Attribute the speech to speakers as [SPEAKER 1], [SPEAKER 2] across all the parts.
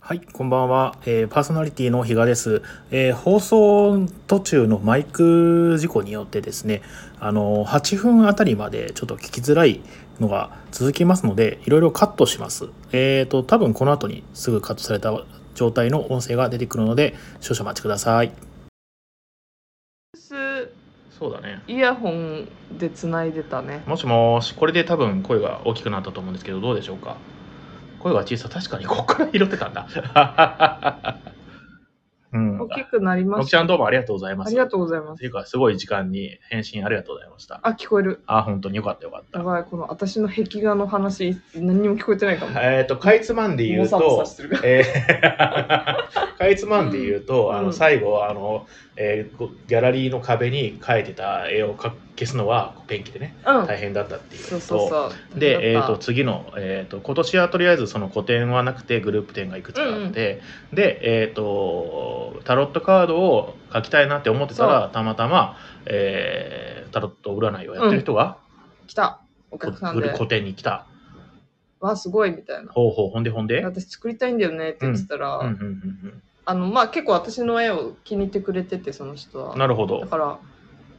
[SPEAKER 1] はい、こんばんは。えーパーソナリティの比嘉です。えー放送途中のマイク事故によってですね、あのー、8分あたりまでちょっと聞きづらいのが続きますので、いろいろカットします。えっ、と、多分この後にすぐカットされた状態の音声が出てくるので、少々お待ちください。
[SPEAKER 2] ス
[SPEAKER 1] そうだね。
[SPEAKER 2] イヤホンでつないでたね
[SPEAKER 1] もしもし、これで多分声が大きくなったと思うんですけど、どうでしょうか声が小さ、確かにここから拾ってたんだ。 うん
[SPEAKER 2] 大きくなりま
[SPEAKER 1] の
[SPEAKER 2] し
[SPEAKER 1] きち
[SPEAKER 2] た
[SPEAKER 1] ゃんどうもありがとうございま
[SPEAKER 2] あ
[SPEAKER 1] す。
[SPEAKER 2] りがとう
[SPEAKER 1] う
[SPEAKER 2] ございます
[SPEAKER 1] ていうか、すごい時間に返信ありがとうございました。
[SPEAKER 2] あ聞こえる
[SPEAKER 1] あ、本当によかったよかっ
[SPEAKER 2] や
[SPEAKER 1] た。
[SPEAKER 2] ばいこの私の壁画の話何にも聞こえてないかも
[SPEAKER 1] えっ、と、かいつまんで言
[SPEAKER 2] も
[SPEAKER 1] う
[SPEAKER 2] さもさ
[SPEAKER 1] と、
[SPEAKER 2] してるから
[SPEAKER 1] えー かいつまんで言うと、あ
[SPEAKER 2] う
[SPEAKER 1] の
[SPEAKER 2] ん
[SPEAKER 1] 最後あの、えーごギャラリーの壁に描いてた絵をか消すのはペンキでね
[SPEAKER 2] うん
[SPEAKER 1] 大変だったっていうの
[SPEAKER 2] そ
[SPEAKER 1] と
[SPEAKER 2] うそうそう
[SPEAKER 1] で、え
[SPEAKER 2] だ
[SPEAKER 1] ー、
[SPEAKER 2] った
[SPEAKER 1] と次の、えー、と今年はとりあえずその個展はなくてグループ展がいくつかあって、で、えー、とタロットカードを書きたいなって思ってたらたまたま、えータロット占いをやってる人が、
[SPEAKER 2] 来たお
[SPEAKER 1] こ
[SPEAKER 2] 客さん
[SPEAKER 1] グル
[SPEAKER 2] で
[SPEAKER 1] 個展に来た
[SPEAKER 2] わすごいみたいな
[SPEAKER 1] ほうほうほんでほんで、うん
[SPEAKER 2] 私作りたいんだよねって言ってたら、
[SPEAKER 1] うんうん
[SPEAKER 2] あのまあ結構私の絵を気に入ってくれててその人
[SPEAKER 1] う
[SPEAKER 2] は
[SPEAKER 1] ん、なるほ
[SPEAKER 2] だ
[SPEAKER 1] ど。
[SPEAKER 2] から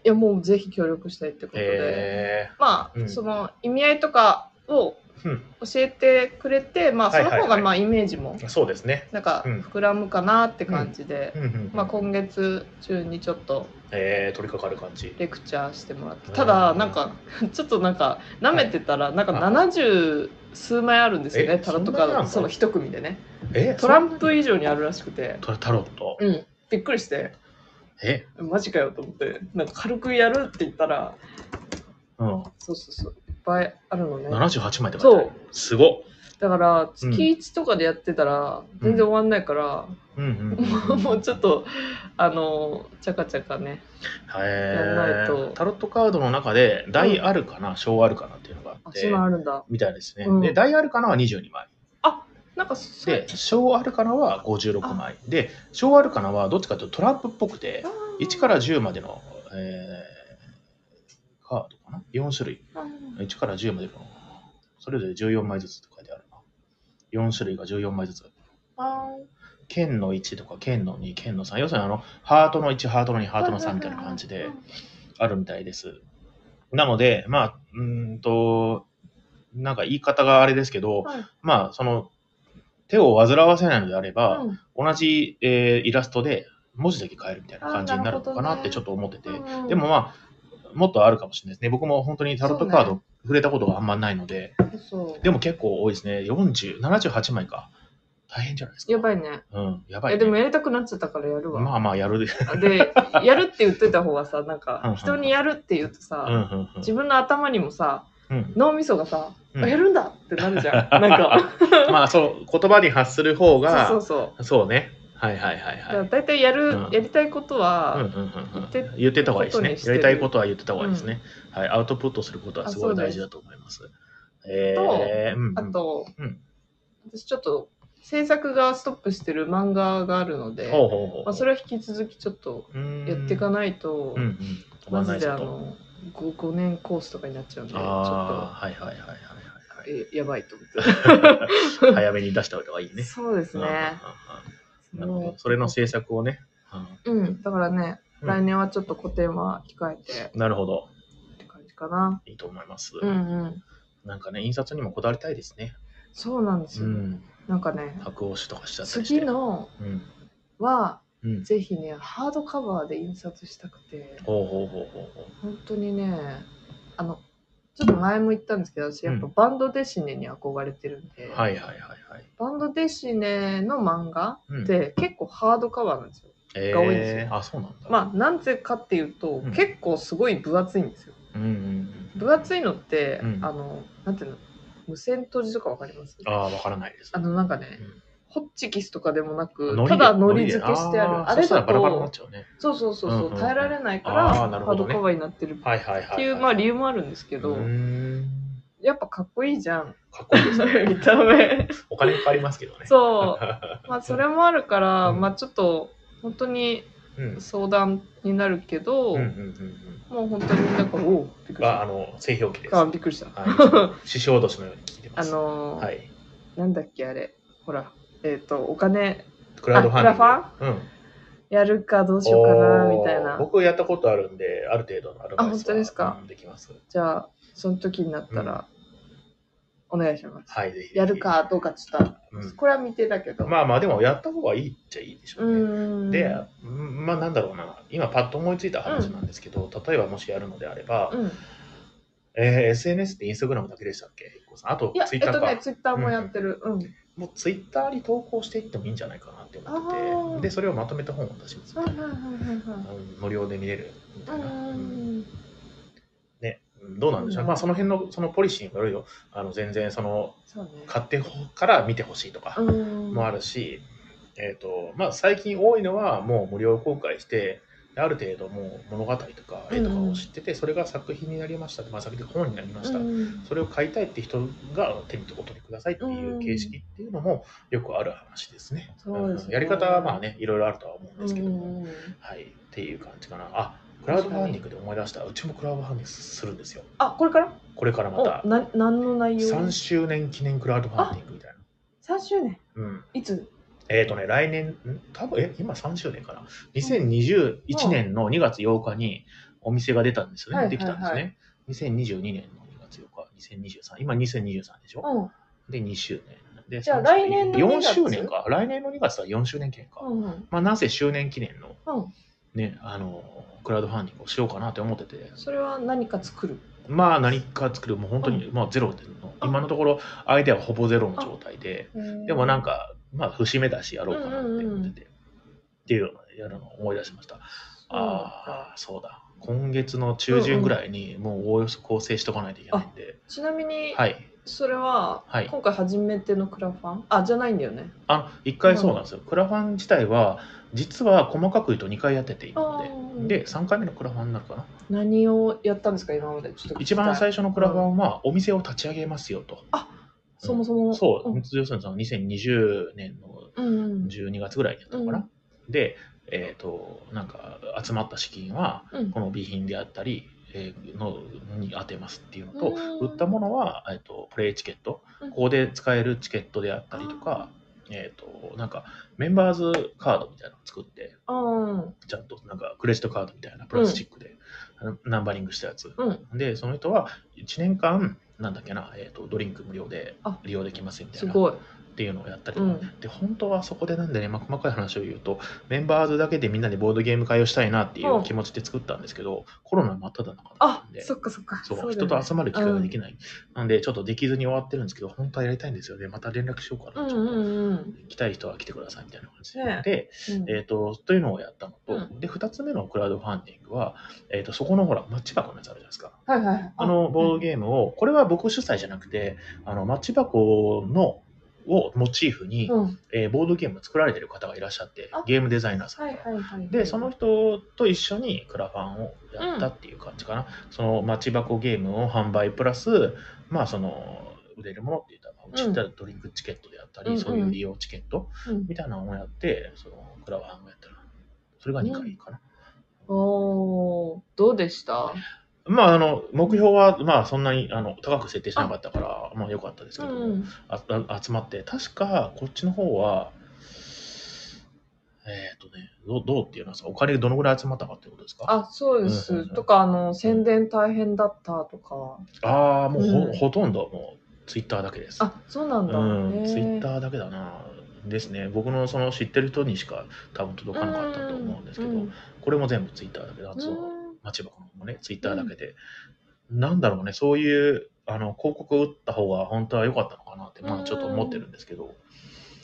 [SPEAKER 2] いやもうぜひ協力したいってことで、
[SPEAKER 1] え
[SPEAKER 2] まあ、
[SPEAKER 1] うん
[SPEAKER 2] その意味合いとかを
[SPEAKER 1] う
[SPEAKER 2] 教
[SPEAKER 1] ん
[SPEAKER 2] えてくれて、まあそ
[SPEAKER 1] はい
[SPEAKER 2] の
[SPEAKER 1] はいはい
[SPEAKER 2] 方がまあイメージも
[SPEAKER 1] ー、そうですね。
[SPEAKER 2] なんか
[SPEAKER 1] うん
[SPEAKER 2] 膨らむかなって感じで、
[SPEAKER 1] うんうん
[SPEAKER 2] まあ、今月中にちょっと
[SPEAKER 1] えー、取り掛かる感じ。
[SPEAKER 2] レクチャーしてもらって
[SPEAKER 1] うん
[SPEAKER 2] ただなんか ちょっとなんか舐めてたらなんか70数枚あるんですよ
[SPEAKER 1] え
[SPEAKER 2] ねタロットカ
[SPEAKER 1] そんなにあ
[SPEAKER 2] ー
[SPEAKER 1] ん
[SPEAKER 2] ド
[SPEAKER 1] の
[SPEAKER 2] その一組でね
[SPEAKER 1] え
[SPEAKER 2] トランプ以上にあるらしくて、
[SPEAKER 1] トラタロット。
[SPEAKER 2] うん、びっくりして
[SPEAKER 1] え、
[SPEAKER 2] マジかよと思ってなんか軽くやるって言ったら
[SPEAKER 1] うん、
[SPEAKER 2] そうそうそういっぱいあるのね
[SPEAKER 1] 78枚って書いてある。すごっ。
[SPEAKER 2] だから月1とかでやってたら全然終わんないから、
[SPEAKER 1] うんうん
[SPEAKER 2] もう もうちょっとあのちゃかちゃかねやん
[SPEAKER 1] へ
[SPEAKER 2] ない
[SPEAKER 1] ー
[SPEAKER 2] と
[SPEAKER 1] タロットカードの中で大あるかな、小あるかなっていうのがあっ
[SPEAKER 2] 足
[SPEAKER 1] て
[SPEAKER 2] もあるんだ
[SPEAKER 1] みたいですね、
[SPEAKER 2] うん
[SPEAKER 1] で大あるかなは22枚
[SPEAKER 2] なんかそう
[SPEAKER 1] で小あるかなは56枚で小あるかなはどっちかというとトランプっぽくて1から10までの、えーカードかな4種類1から10までのそれぞれ14枚ずつとかであるな4種類が14枚ずつ剣の1とか剣の2剣の3要するにあのハートの1ハートの2ハートの3みたいな感じであるみたいです。なので、まあ、うーんと、なんか言い方があれですけど、
[SPEAKER 2] はい
[SPEAKER 1] まあ、その、手を煩わせないのであれば、
[SPEAKER 2] うん
[SPEAKER 1] 同じ、えーイラストで文字だけ変えるみたいな感じになるのかなっ
[SPEAKER 2] あなるほどね
[SPEAKER 1] てちょっと思ってて、
[SPEAKER 2] うん
[SPEAKER 1] でもまあ、もっとあるかもしれないですね。僕も本当にタロットカー
[SPEAKER 2] そう
[SPEAKER 1] ド触れたことがあんまないので、
[SPEAKER 2] そう
[SPEAKER 1] でも結構多いですね。40、78枚か。大変じゃないですか。
[SPEAKER 2] やばいね
[SPEAKER 1] うん、やばい、
[SPEAKER 2] え
[SPEAKER 1] ね。
[SPEAKER 2] でもやりたくなっちゃったからやるわ、
[SPEAKER 1] まあまあやるで。
[SPEAKER 2] でやるって言ってた方がさなん
[SPEAKER 1] うんうん
[SPEAKER 2] か人にやるって言うと
[SPEAKER 1] う
[SPEAKER 2] さ、
[SPEAKER 1] んうん
[SPEAKER 2] 自分の頭にもさ
[SPEAKER 1] うんうん。
[SPEAKER 2] 脳みそがさ、
[SPEAKER 1] うん
[SPEAKER 2] あやるんだってなるじゃんなんか
[SPEAKER 1] まあそう、言葉に発する方が、
[SPEAKER 2] そうそうそう
[SPEAKER 1] そうね。はいはいはい
[SPEAKER 2] だか
[SPEAKER 1] は
[SPEAKER 2] ら
[SPEAKER 1] い。
[SPEAKER 2] 大体やる、
[SPEAKER 1] うん
[SPEAKER 2] やりたいこと
[SPEAKER 1] うんう
[SPEAKER 2] は、
[SPEAKER 1] んうん
[SPEAKER 2] 言
[SPEAKER 1] う
[SPEAKER 2] っ
[SPEAKER 1] ん、言ってた方がいいです
[SPEAKER 2] こと
[SPEAKER 1] ね
[SPEAKER 2] にし。て
[SPEAKER 1] や
[SPEAKER 2] る
[SPEAKER 1] りたいことは言ってた方がいいですね。はい、アウトプットすることはすごい
[SPEAKER 2] あそ
[SPEAKER 1] う
[SPEAKER 2] です
[SPEAKER 1] 大事だと思います。えー、うん、うん
[SPEAKER 2] あと、
[SPEAKER 1] うん
[SPEAKER 2] 私ちょっと制作がストップしてる漫画があるので、
[SPEAKER 1] ほうほうほう。
[SPEAKER 2] まあ、それは引き続きちょっとやっていか
[SPEAKER 1] な
[SPEAKER 2] ないと、
[SPEAKER 1] うんうん。止ま
[SPEAKER 2] マ
[SPEAKER 1] んな
[SPEAKER 2] ジ
[SPEAKER 1] いぞ
[SPEAKER 2] であ
[SPEAKER 1] と。
[SPEAKER 2] の 5, 5年コースとかになっちゃうんでちょっと
[SPEAKER 1] ああー、はいはいはいはいはい
[SPEAKER 2] えやばいと思っ
[SPEAKER 1] は
[SPEAKER 2] て。
[SPEAKER 1] い。早めに出した方がいいね。
[SPEAKER 2] そうです
[SPEAKER 1] うんうんうん
[SPEAKER 2] ね。
[SPEAKER 1] うんなるほど。それの制作をね。うん
[SPEAKER 2] うん、だからね、
[SPEAKER 1] うん
[SPEAKER 2] 来年はちょっと個展は控えて
[SPEAKER 1] なるほど。
[SPEAKER 2] って感じかな。
[SPEAKER 1] いいと思います。
[SPEAKER 2] うんうん。
[SPEAKER 1] なんかね、印刷にもこだわりたいですね。
[SPEAKER 2] そうなんです
[SPEAKER 1] う
[SPEAKER 2] よ。
[SPEAKER 1] ん。
[SPEAKER 2] なんかね、
[SPEAKER 1] 白押しとかしちゃったりして。
[SPEAKER 2] 次。の
[SPEAKER 1] うん。
[SPEAKER 2] は、
[SPEAKER 1] うん。
[SPEAKER 2] ぜひね、ハードカバーで印刷したくて、
[SPEAKER 1] ほうほうほうほうほう。
[SPEAKER 2] 本当にね、あの、ちょっと前も言ったんですけど、私やっぱバンドデシネに憧れてるんで、
[SPEAKER 1] はいはいはいはい。
[SPEAKER 2] バンドデシネの漫画
[SPEAKER 1] うん
[SPEAKER 2] って結構ハードカバーなんですよ。
[SPEAKER 1] え
[SPEAKER 2] が多いんです
[SPEAKER 1] ー、あ、そうなんだ。
[SPEAKER 2] まあ、なんぜかっていうと、
[SPEAKER 1] うん
[SPEAKER 2] 結構すごい分厚いんですよ。
[SPEAKER 1] うんうんうん、
[SPEAKER 2] 分厚いのって、
[SPEAKER 1] うん
[SPEAKER 2] あのなんていうの無線閉じとかわかります
[SPEAKER 1] ああ、わからないです。
[SPEAKER 2] あのなんかね、
[SPEAKER 1] うん
[SPEAKER 2] ホッチキスとかでもなく
[SPEAKER 1] 海苔
[SPEAKER 2] た
[SPEAKER 1] で
[SPEAKER 2] だのり付けしてある
[SPEAKER 1] 海苔で
[SPEAKER 2] あれ
[SPEAKER 1] そした
[SPEAKER 2] だ
[SPEAKER 1] らバラバラになっ
[SPEAKER 2] と
[SPEAKER 1] ちゃうね。
[SPEAKER 2] そうそうそうそう、
[SPEAKER 1] うんうん
[SPEAKER 2] 耐えられないから
[SPEAKER 1] あーなる
[SPEAKER 2] ハ
[SPEAKER 1] ほ
[SPEAKER 2] ー
[SPEAKER 1] ど
[SPEAKER 2] ド
[SPEAKER 1] ね
[SPEAKER 2] カバーになってるっ
[SPEAKER 1] はいはいはい、はい。
[SPEAKER 2] ていう、まあ理由もあるんですけど、
[SPEAKER 1] うーん
[SPEAKER 2] やっぱかっこいいじゃん
[SPEAKER 1] かっこいいです ね。
[SPEAKER 2] 見 た目
[SPEAKER 1] お金かかりますけどね。
[SPEAKER 2] そうまあそれもあるから、
[SPEAKER 1] うん
[SPEAKER 2] まあちょっと本当に
[SPEAKER 1] う。うん。
[SPEAKER 2] 相談になるけど、
[SPEAKER 1] うんうんうん
[SPEAKER 2] もう本当になんかおおび
[SPEAKER 1] うん。
[SPEAKER 2] っくりした
[SPEAKER 1] は、あの、製氷機です。
[SPEAKER 2] あ
[SPEAKER 1] は
[SPEAKER 2] びっくりした
[SPEAKER 1] い。師匠年のように聞いてま
[SPEAKER 2] あ
[SPEAKER 1] す。
[SPEAKER 2] のー
[SPEAKER 1] はい。
[SPEAKER 2] なんだっけあれほらえっ、と、お金
[SPEAKER 1] クラウドファンディング。
[SPEAKER 2] あ
[SPEAKER 1] ァン
[SPEAKER 2] やるかどう
[SPEAKER 1] ど
[SPEAKER 2] しようかな、みたいな。
[SPEAKER 1] 僕やったことあるんで、ある程度のアドバイスは
[SPEAKER 2] あ本当ですか
[SPEAKER 1] うんできます。
[SPEAKER 2] じゃあ、その時になったら、お願いします。
[SPEAKER 1] はい、ぜひぜひ
[SPEAKER 2] やる。かどうかちょっと、
[SPEAKER 1] うん
[SPEAKER 2] これは未定だけど。
[SPEAKER 1] まあまあ、でもやった方がいいっちゃいいでしょ
[SPEAKER 2] う
[SPEAKER 1] うね。
[SPEAKER 2] ん。
[SPEAKER 1] で、うんまあなんだろうな、今パッと思いついた話なんですけど、例えばもしやるのであれば、
[SPEAKER 2] うん。
[SPEAKER 1] えー SNS ってインスタグラムだけでしたっけヒッコさんあと
[SPEAKER 2] いや、
[SPEAKER 1] ツ
[SPEAKER 2] え
[SPEAKER 1] イ
[SPEAKER 2] っ
[SPEAKER 1] ッタ
[SPEAKER 2] と
[SPEAKER 1] ーか。
[SPEAKER 2] ね、ツイッターもやってる。うん。
[SPEAKER 1] もうツイッターに投稿していってもいいんじゃないかなって思
[SPEAKER 2] あ
[SPEAKER 1] って
[SPEAKER 2] ー
[SPEAKER 1] て、で、それをまとめた本を出します、
[SPEAKER 2] はいはいはいはいは
[SPEAKER 1] うん無料で見れるみたい
[SPEAKER 2] い
[SPEAKER 1] な。
[SPEAKER 2] う
[SPEAKER 1] うん
[SPEAKER 2] ん。
[SPEAKER 1] ね、うんどうなんでしょう、まあその辺のそのポリシーによるよ。あの全然その
[SPEAKER 2] そうね。
[SPEAKER 1] 買ってほから見てほしいとか
[SPEAKER 2] うん。
[SPEAKER 1] もあるし、えっ、と、まあ最近多いのはもう無料公開して、である程度もう物語とか絵とかを知ってて、それが作品になりました、まあ、作品本になりました、
[SPEAKER 2] うん
[SPEAKER 1] それを買いたいって人が手にお取りくださいっていう形式っていうのもよくある話ですね。
[SPEAKER 2] そうですね
[SPEAKER 1] んやり方はまあね、いろいろあるとは思うんですけど、
[SPEAKER 2] うん
[SPEAKER 1] はい、っていう感じかな。あ、クラウドファンディングで思い出した。うちもクラウドファンディングするんですよ。
[SPEAKER 2] あ、これから
[SPEAKER 1] これからま
[SPEAKER 2] お
[SPEAKER 1] た
[SPEAKER 2] な何の内容
[SPEAKER 1] 3周年記念クラウドファンディングみたいな。
[SPEAKER 2] 三周年
[SPEAKER 1] うん、
[SPEAKER 2] いつ
[SPEAKER 1] えっ、とね、来年、ん多分え、今3周年かな。2021年の2月8日にお店が出たんですよね。
[SPEAKER 2] はい
[SPEAKER 1] できたんです
[SPEAKER 2] はいは
[SPEAKER 1] ね。2022年の2月8日、2023、今2023でしょ。
[SPEAKER 2] うん
[SPEAKER 1] で、2周年。で
[SPEAKER 2] じゃあ
[SPEAKER 1] 3
[SPEAKER 2] 来年の2月
[SPEAKER 1] 4周年か。来年の2月は4周年記念か。
[SPEAKER 2] うんうん
[SPEAKER 1] まあ、なぜ周年記念の、
[SPEAKER 2] うん
[SPEAKER 1] ね、あの、クラウドファンディングをしようかなって思ってて、
[SPEAKER 2] それは何か作る
[SPEAKER 1] まあ、何か作る、もう本当に、まあ、ゼロでの、今のところ、アイデアはほぼゼロの状態で、で
[SPEAKER 2] で
[SPEAKER 1] もなん
[SPEAKER 2] か
[SPEAKER 1] か、まあ、節目だし、やろうかなって思ってて、っていうのをやるのを思い出しました。ああ、そうだ。今月の中旬ぐらいに、もうおおよそ構成しとかないといけないんで、
[SPEAKER 2] ちなみに
[SPEAKER 1] はい。
[SPEAKER 2] それは
[SPEAKER 1] はい
[SPEAKER 2] 今回初めてのクラファンあじゃないんだよね
[SPEAKER 1] あの一回そうなんですよ、クラファン自体は実は細かく言うと2回やってて今ま
[SPEAKER 2] あー
[SPEAKER 1] でで3回目のクラファンになるかな
[SPEAKER 2] 何をやったんですか今までちょっと聞き
[SPEAKER 1] 一
[SPEAKER 2] たい
[SPEAKER 1] 番最初のクラファンはお店を立ち上げますよと、
[SPEAKER 2] そもそも
[SPEAKER 1] そう、
[SPEAKER 2] ん
[SPEAKER 1] 要するにその2020年の
[SPEAKER 2] うんうん
[SPEAKER 1] 12月ぐらいにやったのかな、でえっ、となんか集まった資金は
[SPEAKER 2] うん
[SPEAKER 1] この備品であったり、えーのに当てますっていうのと、
[SPEAKER 2] うん
[SPEAKER 1] 売ったものは、えー、とプレイチケット、
[SPEAKER 2] うん
[SPEAKER 1] ここで使えるチケットであったりとか、えー、となんかメンバーズカードみたいなの作って
[SPEAKER 2] うん
[SPEAKER 1] ちゃんとなんかクレジットカードみたいなプラスチックで、ナナンバリングしたやつ、
[SPEAKER 2] うん
[SPEAKER 1] でその人は1年間なんだっけな、えー、とドリンク無料で
[SPEAKER 2] あ
[SPEAKER 1] 利用できますみた
[SPEAKER 2] す
[SPEAKER 1] いな
[SPEAKER 2] ごい
[SPEAKER 1] っていうのをやったり
[SPEAKER 2] う
[SPEAKER 1] とか、
[SPEAKER 2] ん
[SPEAKER 1] で本当はそこでなんでね、まあ、細かい話を言うとメンバーズだけでみんなでボードゲーム会をしたいなっていう気持ちで作ったんですけど、コロナ真っ只中だっ
[SPEAKER 2] あ
[SPEAKER 1] たんで
[SPEAKER 2] そっかそっか
[SPEAKER 1] そう
[SPEAKER 2] だよね
[SPEAKER 1] 人と集まる機会ができない、なんでちょっとできずに終わってるんですけど本当はやりたいんですよねまた連絡しようか
[SPEAKER 2] う
[SPEAKER 1] な、
[SPEAKER 2] ん
[SPEAKER 1] ち
[SPEAKER 2] う
[SPEAKER 1] ょっと
[SPEAKER 2] んうん
[SPEAKER 1] 来たい人は来てくださいみたいな感じで、
[SPEAKER 2] ね
[SPEAKER 1] で
[SPEAKER 2] うん
[SPEAKER 1] えー、とというのをやったのと、
[SPEAKER 2] う
[SPEAKER 1] で2つ目のクラウドファンディングは、えー、とそこのほらマッチ箱のやつあるじゃないですか
[SPEAKER 2] はいはい
[SPEAKER 1] あのボードゲームをこれは僕主催じゃなくてあのマッチ箱のをモチーフに、
[SPEAKER 2] うんはい
[SPEAKER 1] えーボードゲームを作られてる方がいらっしゃって
[SPEAKER 2] あ
[SPEAKER 1] ゲームデザイナーさんが、
[SPEAKER 2] はいはい
[SPEAKER 1] でその人と一緒にクラファンをやったっていう感じかな、そのマッチ箱ゲームを販売プラスまあその売れるものって言ったらうち行ったらドリンクチケットであったり、
[SPEAKER 2] うん
[SPEAKER 1] そういう利用チケット、
[SPEAKER 2] うん
[SPEAKER 1] みたいなのをやって、そのクラファンをやったら、それが2回かな。
[SPEAKER 2] おーどうでした
[SPEAKER 1] まあ、あの、目標は、まあ、そんなにあの高く設定しなかったから、まあ、良かったですけど、
[SPEAKER 2] うん
[SPEAKER 1] ああ集まって、確か、こっちの方は、えっ、とねどう、どうっていうのはさ、お金どのぐらい集まったかってことですか
[SPEAKER 2] あ、そうです。
[SPEAKER 1] うんうんうん
[SPEAKER 2] とか、あの、宣伝大変だったとか。
[SPEAKER 1] あーもうほ,、
[SPEAKER 2] うん
[SPEAKER 1] ほとんどもう、ツイッターだけです。
[SPEAKER 2] あ、そうなんだ。
[SPEAKER 1] うん、ツイッ
[SPEAKER 2] ー。
[SPEAKER 1] ターだけだな。ですね。僕のその知ってる人にしか多分届かなかったと思うんですけど、
[SPEAKER 2] うん
[SPEAKER 1] これも全部ツイッターだけだ。そう
[SPEAKER 2] うん
[SPEAKER 1] 町箱の方もね、ツイッターだけで、なんだろうね、そういうあの広告を打った方が本当は良かったのかなって、ま
[SPEAKER 2] うん
[SPEAKER 1] あ、ちょっと思ってるんですけど、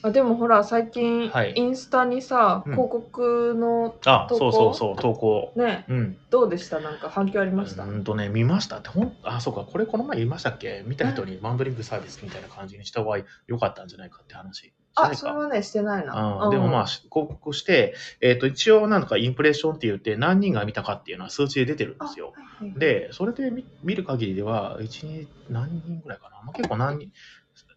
[SPEAKER 2] あでもほら、最近、
[SPEAKER 1] はい
[SPEAKER 2] インスタにさ、
[SPEAKER 1] うん
[SPEAKER 2] 広告の、
[SPEAKER 1] あ、
[SPEAKER 2] 投
[SPEAKER 1] そ
[SPEAKER 2] 稿
[SPEAKER 1] うそうそう、投稿。
[SPEAKER 2] ね、
[SPEAKER 1] うん、
[SPEAKER 2] どうでしたなんか反響ありました。
[SPEAKER 1] うんとね、見ましたって、ほんあ、そうか、これこの前言いましたっけ見た人にマンドリンクサービスみたいな感じにした方が良かったんじゃないかって話。しな
[SPEAKER 2] あ、
[SPEAKER 1] い
[SPEAKER 2] それ
[SPEAKER 1] か
[SPEAKER 2] はね、してないな。
[SPEAKER 1] うん、でもまあ
[SPEAKER 2] あ、
[SPEAKER 1] 広告して、えっと一応なんとかインプレッションって言って何人が見たかっていうのは数値で出てるんですよ。
[SPEAKER 2] はいはい
[SPEAKER 1] でそれで見見る限りでは1何人ぐらいかな、まあ、結構何人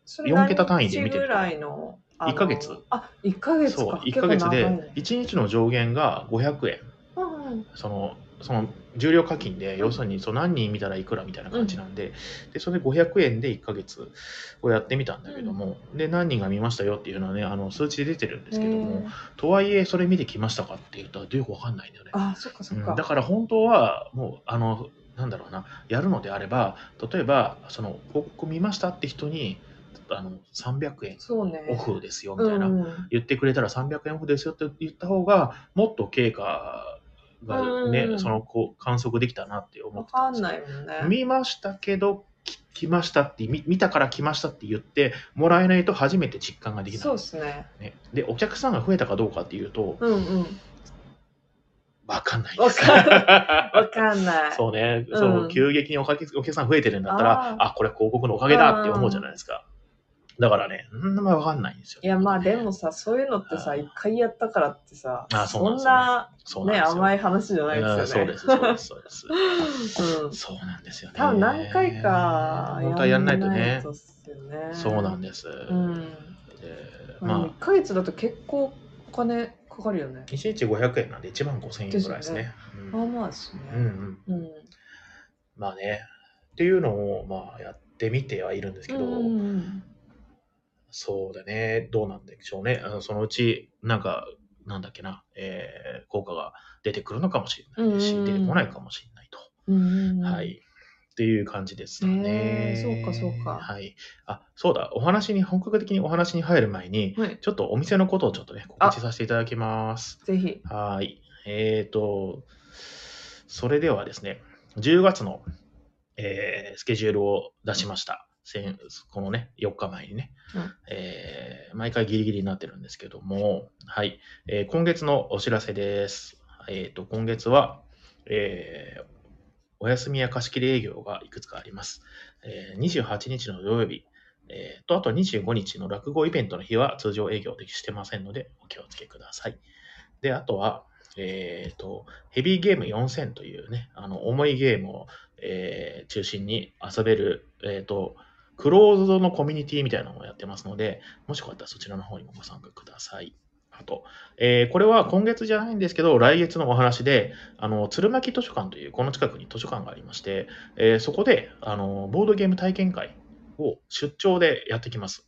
[SPEAKER 2] それ
[SPEAKER 1] 四桁単位で見てる
[SPEAKER 2] 何日ぐらいの。あの
[SPEAKER 1] 一ヶ月。
[SPEAKER 2] あ、一ヶ月
[SPEAKER 1] そう
[SPEAKER 2] か。
[SPEAKER 1] 1ヶ月
[SPEAKER 2] 結構長い
[SPEAKER 1] で
[SPEAKER 2] ね
[SPEAKER 1] 1日の上限が500円
[SPEAKER 2] うんうん
[SPEAKER 1] そのその重量課金で、要するにそう何人見たらいくらみたいな感じなんで、でそれで500円で1ヶ月をやってみたんだけども、で何人が見ましたよっていうのはねあの数値で出てるんですけども、
[SPEAKER 2] えー
[SPEAKER 1] とはいえそれ見てきましたかっていうとよくわかんないんだよね。
[SPEAKER 2] あ、そっかそっ
[SPEAKER 1] うんだ
[SPEAKER 2] か。
[SPEAKER 1] から本当はもうあのなんだろうなやるのであれば例えばその広告見ましたって人にあの300円
[SPEAKER 2] そうね。
[SPEAKER 1] オフですよみ
[SPEAKER 2] う
[SPEAKER 1] たいな、
[SPEAKER 2] ん。
[SPEAKER 1] 言ってくれたら300円オフですよって言った方がもっと経過がね、
[SPEAKER 2] うん
[SPEAKER 1] そのこう観測できたなって思
[SPEAKER 2] わ
[SPEAKER 1] ってた
[SPEAKER 2] か
[SPEAKER 1] ん
[SPEAKER 2] ん
[SPEAKER 1] ですよ
[SPEAKER 2] ないもんね。
[SPEAKER 1] 見ましたけどき来ましたって見見たから来ましたって言ってもらえないと初めて実感ができない
[SPEAKER 2] そ
[SPEAKER 1] ん
[SPEAKER 2] う
[SPEAKER 1] で
[SPEAKER 2] ですすね。
[SPEAKER 1] ね。でお客さんが増えたかどうかっていうと
[SPEAKER 2] うんうん。
[SPEAKER 1] 分かんないです。
[SPEAKER 2] わわかんない。
[SPEAKER 1] そうね、
[SPEAKER 2] うん
[SPEAKER 1] その急激におかけお客さん増えてるんだったら
[SPEAKER 2] あー
[SPEAKER 1] あこれ広告のおかげだって思うじゃないですかだからねうんまあ分かんないんですよ
[SPEAKER 2] いやまあでもさ、そういうのってさ、
[SPEAKER 1] はい
[SPEAKER 2] 一回やったからってさ、
[SPEAKER 1] あそうなんですよね
[SPEAKER 2] な
[SPEAKER 1] そうなんですよ
[SPEAKER 2] ね、甘い話じゃないですよね。
[SPEAKER 1] うんそうですそうですそうです
[SPEAKER 2] うん。
[SPEAKER 1] そうなんですよね。
[SPEAKER 2] 多分何回か
[SPEAKER 1] 本当はやんないとね。
[SPEAKER 2] っすよね
[SPEAKER 1] そうなんです。
[SPEAKER 2] うん。
[SPEAKER 1] で
[SPEAKER 2] まあ、
[SPEAKER 1] ま
[SPEAKER 2] 1ヶ月だと結構お金かかるよね
[SPEAKER 1] あ、。1日500円なんで1万5000円ぐらいですね。う
[SPEAKER 2] まあ
[SPEAKER 1] ん
[SPEAKER 2] まあですね。
[SPEAKER 1] うんうん
[SPEAKER 2] うん。
[SPEAKER 1] まあね。っていうのを、まあ、やってみてはいるんですけど、
[SPEAKER 2] うんうん
[SPEAKER 1] そうだね。どうなんでしょうね。あのそのうち、なんか、なんだっけな、えー効果が出てくるのかもしれないし、
[SPEAKER 2] うんうん
[SPEAKER 1] 出てこないかもしれないと。
[SPEAKER 2] うんうん
[SPEAKER 1] は。い。っていう感じですか
[SPEAKER 2] へ
[SPEAKER 1] ね。
[SPEAKER 2] ーそうかそうか
[SPEAKER 1] はい。あ、そうだ。お話に、本格的にお話に入る前に、
[SPEAKER 2] はい。
[SPEAKER 1] ちょっとお店のことをちょっとね、告知させていただきます。
[SPEAKER 2] ぜひ。
[SPEAKER 1] はーい。えーと、それではですね、10月の、えースケジュールを出しました。先このね、4日前にね、
[SPEAKER 2] うん
[SPEAKER 1] えー毎回ギリギリになってるんですけども、はい。えー今月のお知らせです。えーと、今月は、えーお休みや貸し切り営業がいくつかあります。えー28日の土曜日、えーと、あと25日の落語イベントの日は通常営業でしてませんので、お気をつけください。で、あとは、えっ、と、ヘビーゲーム4000というね、あの、重いゲームを、えー中心に遊べる、えっ、と、クローズドのコミュニティみたいなのをやってますので、もしよかったらそちらの方にもご参加ください。あと、えーこれは今月じゃないんですけど、来月のお話で、あの、鶴巻図書館という、この近くに図書館がありまして、えーそこで、あの、ボードゲーム体験会を出張でやってきます。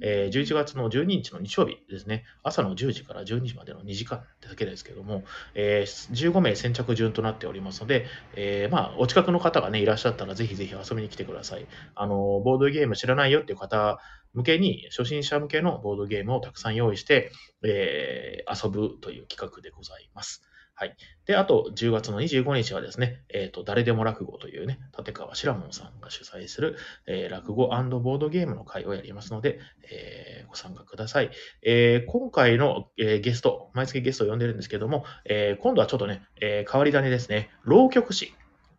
[SPEAKER 1] えー11月の12日の日曜日ですね、朝の10時から12時までの2時間だけですけども、えー15名先着順となっておりますので、えーまあ、お近くの方が、ね、いらっしゃったら、ぜひぜひ遊びに来てください。あのーボードゲーム知らないよっていう方向けに、初心者向けのボードゲームをたくさん用意して、えー遊ぶという企画でございます。はい、であと10月の25日はですね、えーと誰でも落語というね、立川志らもんさんが主催する、えー落語ボードゲームの会をやりますので、えーご参加ください。えー今回の、えーゲスト、毎月ゲストを呼んでるんですけども、えー今度はちょっとね、えー変わり種ですね、浪曲師。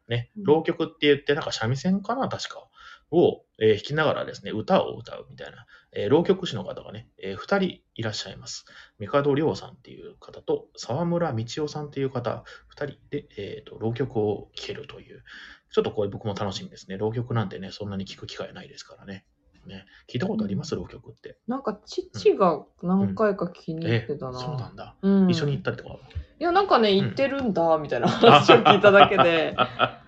[SPEAKER 1] ね、
[SPEAKER 2] うん
[SPEAKER 1] 浪曲って言って、なんか三味線かな、確か。を、えー弾きながらですね、歌を歌うみたいな、えー浪曲師の方がね、え2人いらっしゃいます。帝亮さんっていう方と、沢村道夫さんっていう方、2人で、えーと浪曲を聴けるという、ちょっとこれ僕も楽しみですね。浪曲なんてね、そんなに聞く機会ないですからね。ね聞いたことあります、浪曲って。
[SPEAKER 2] なんか父が何回か気に入ってた
[SPEAKER 1] そうな
[SPEAKER 2] な。
[SPEAKER 1] んだ。
[SPEAKER 2] うん
[SPEAKER 1] 一緒に行ったりとか。
[SPEAKER 2] いや、なんかね、行ってるんだ、みたいな話を聞いただけで。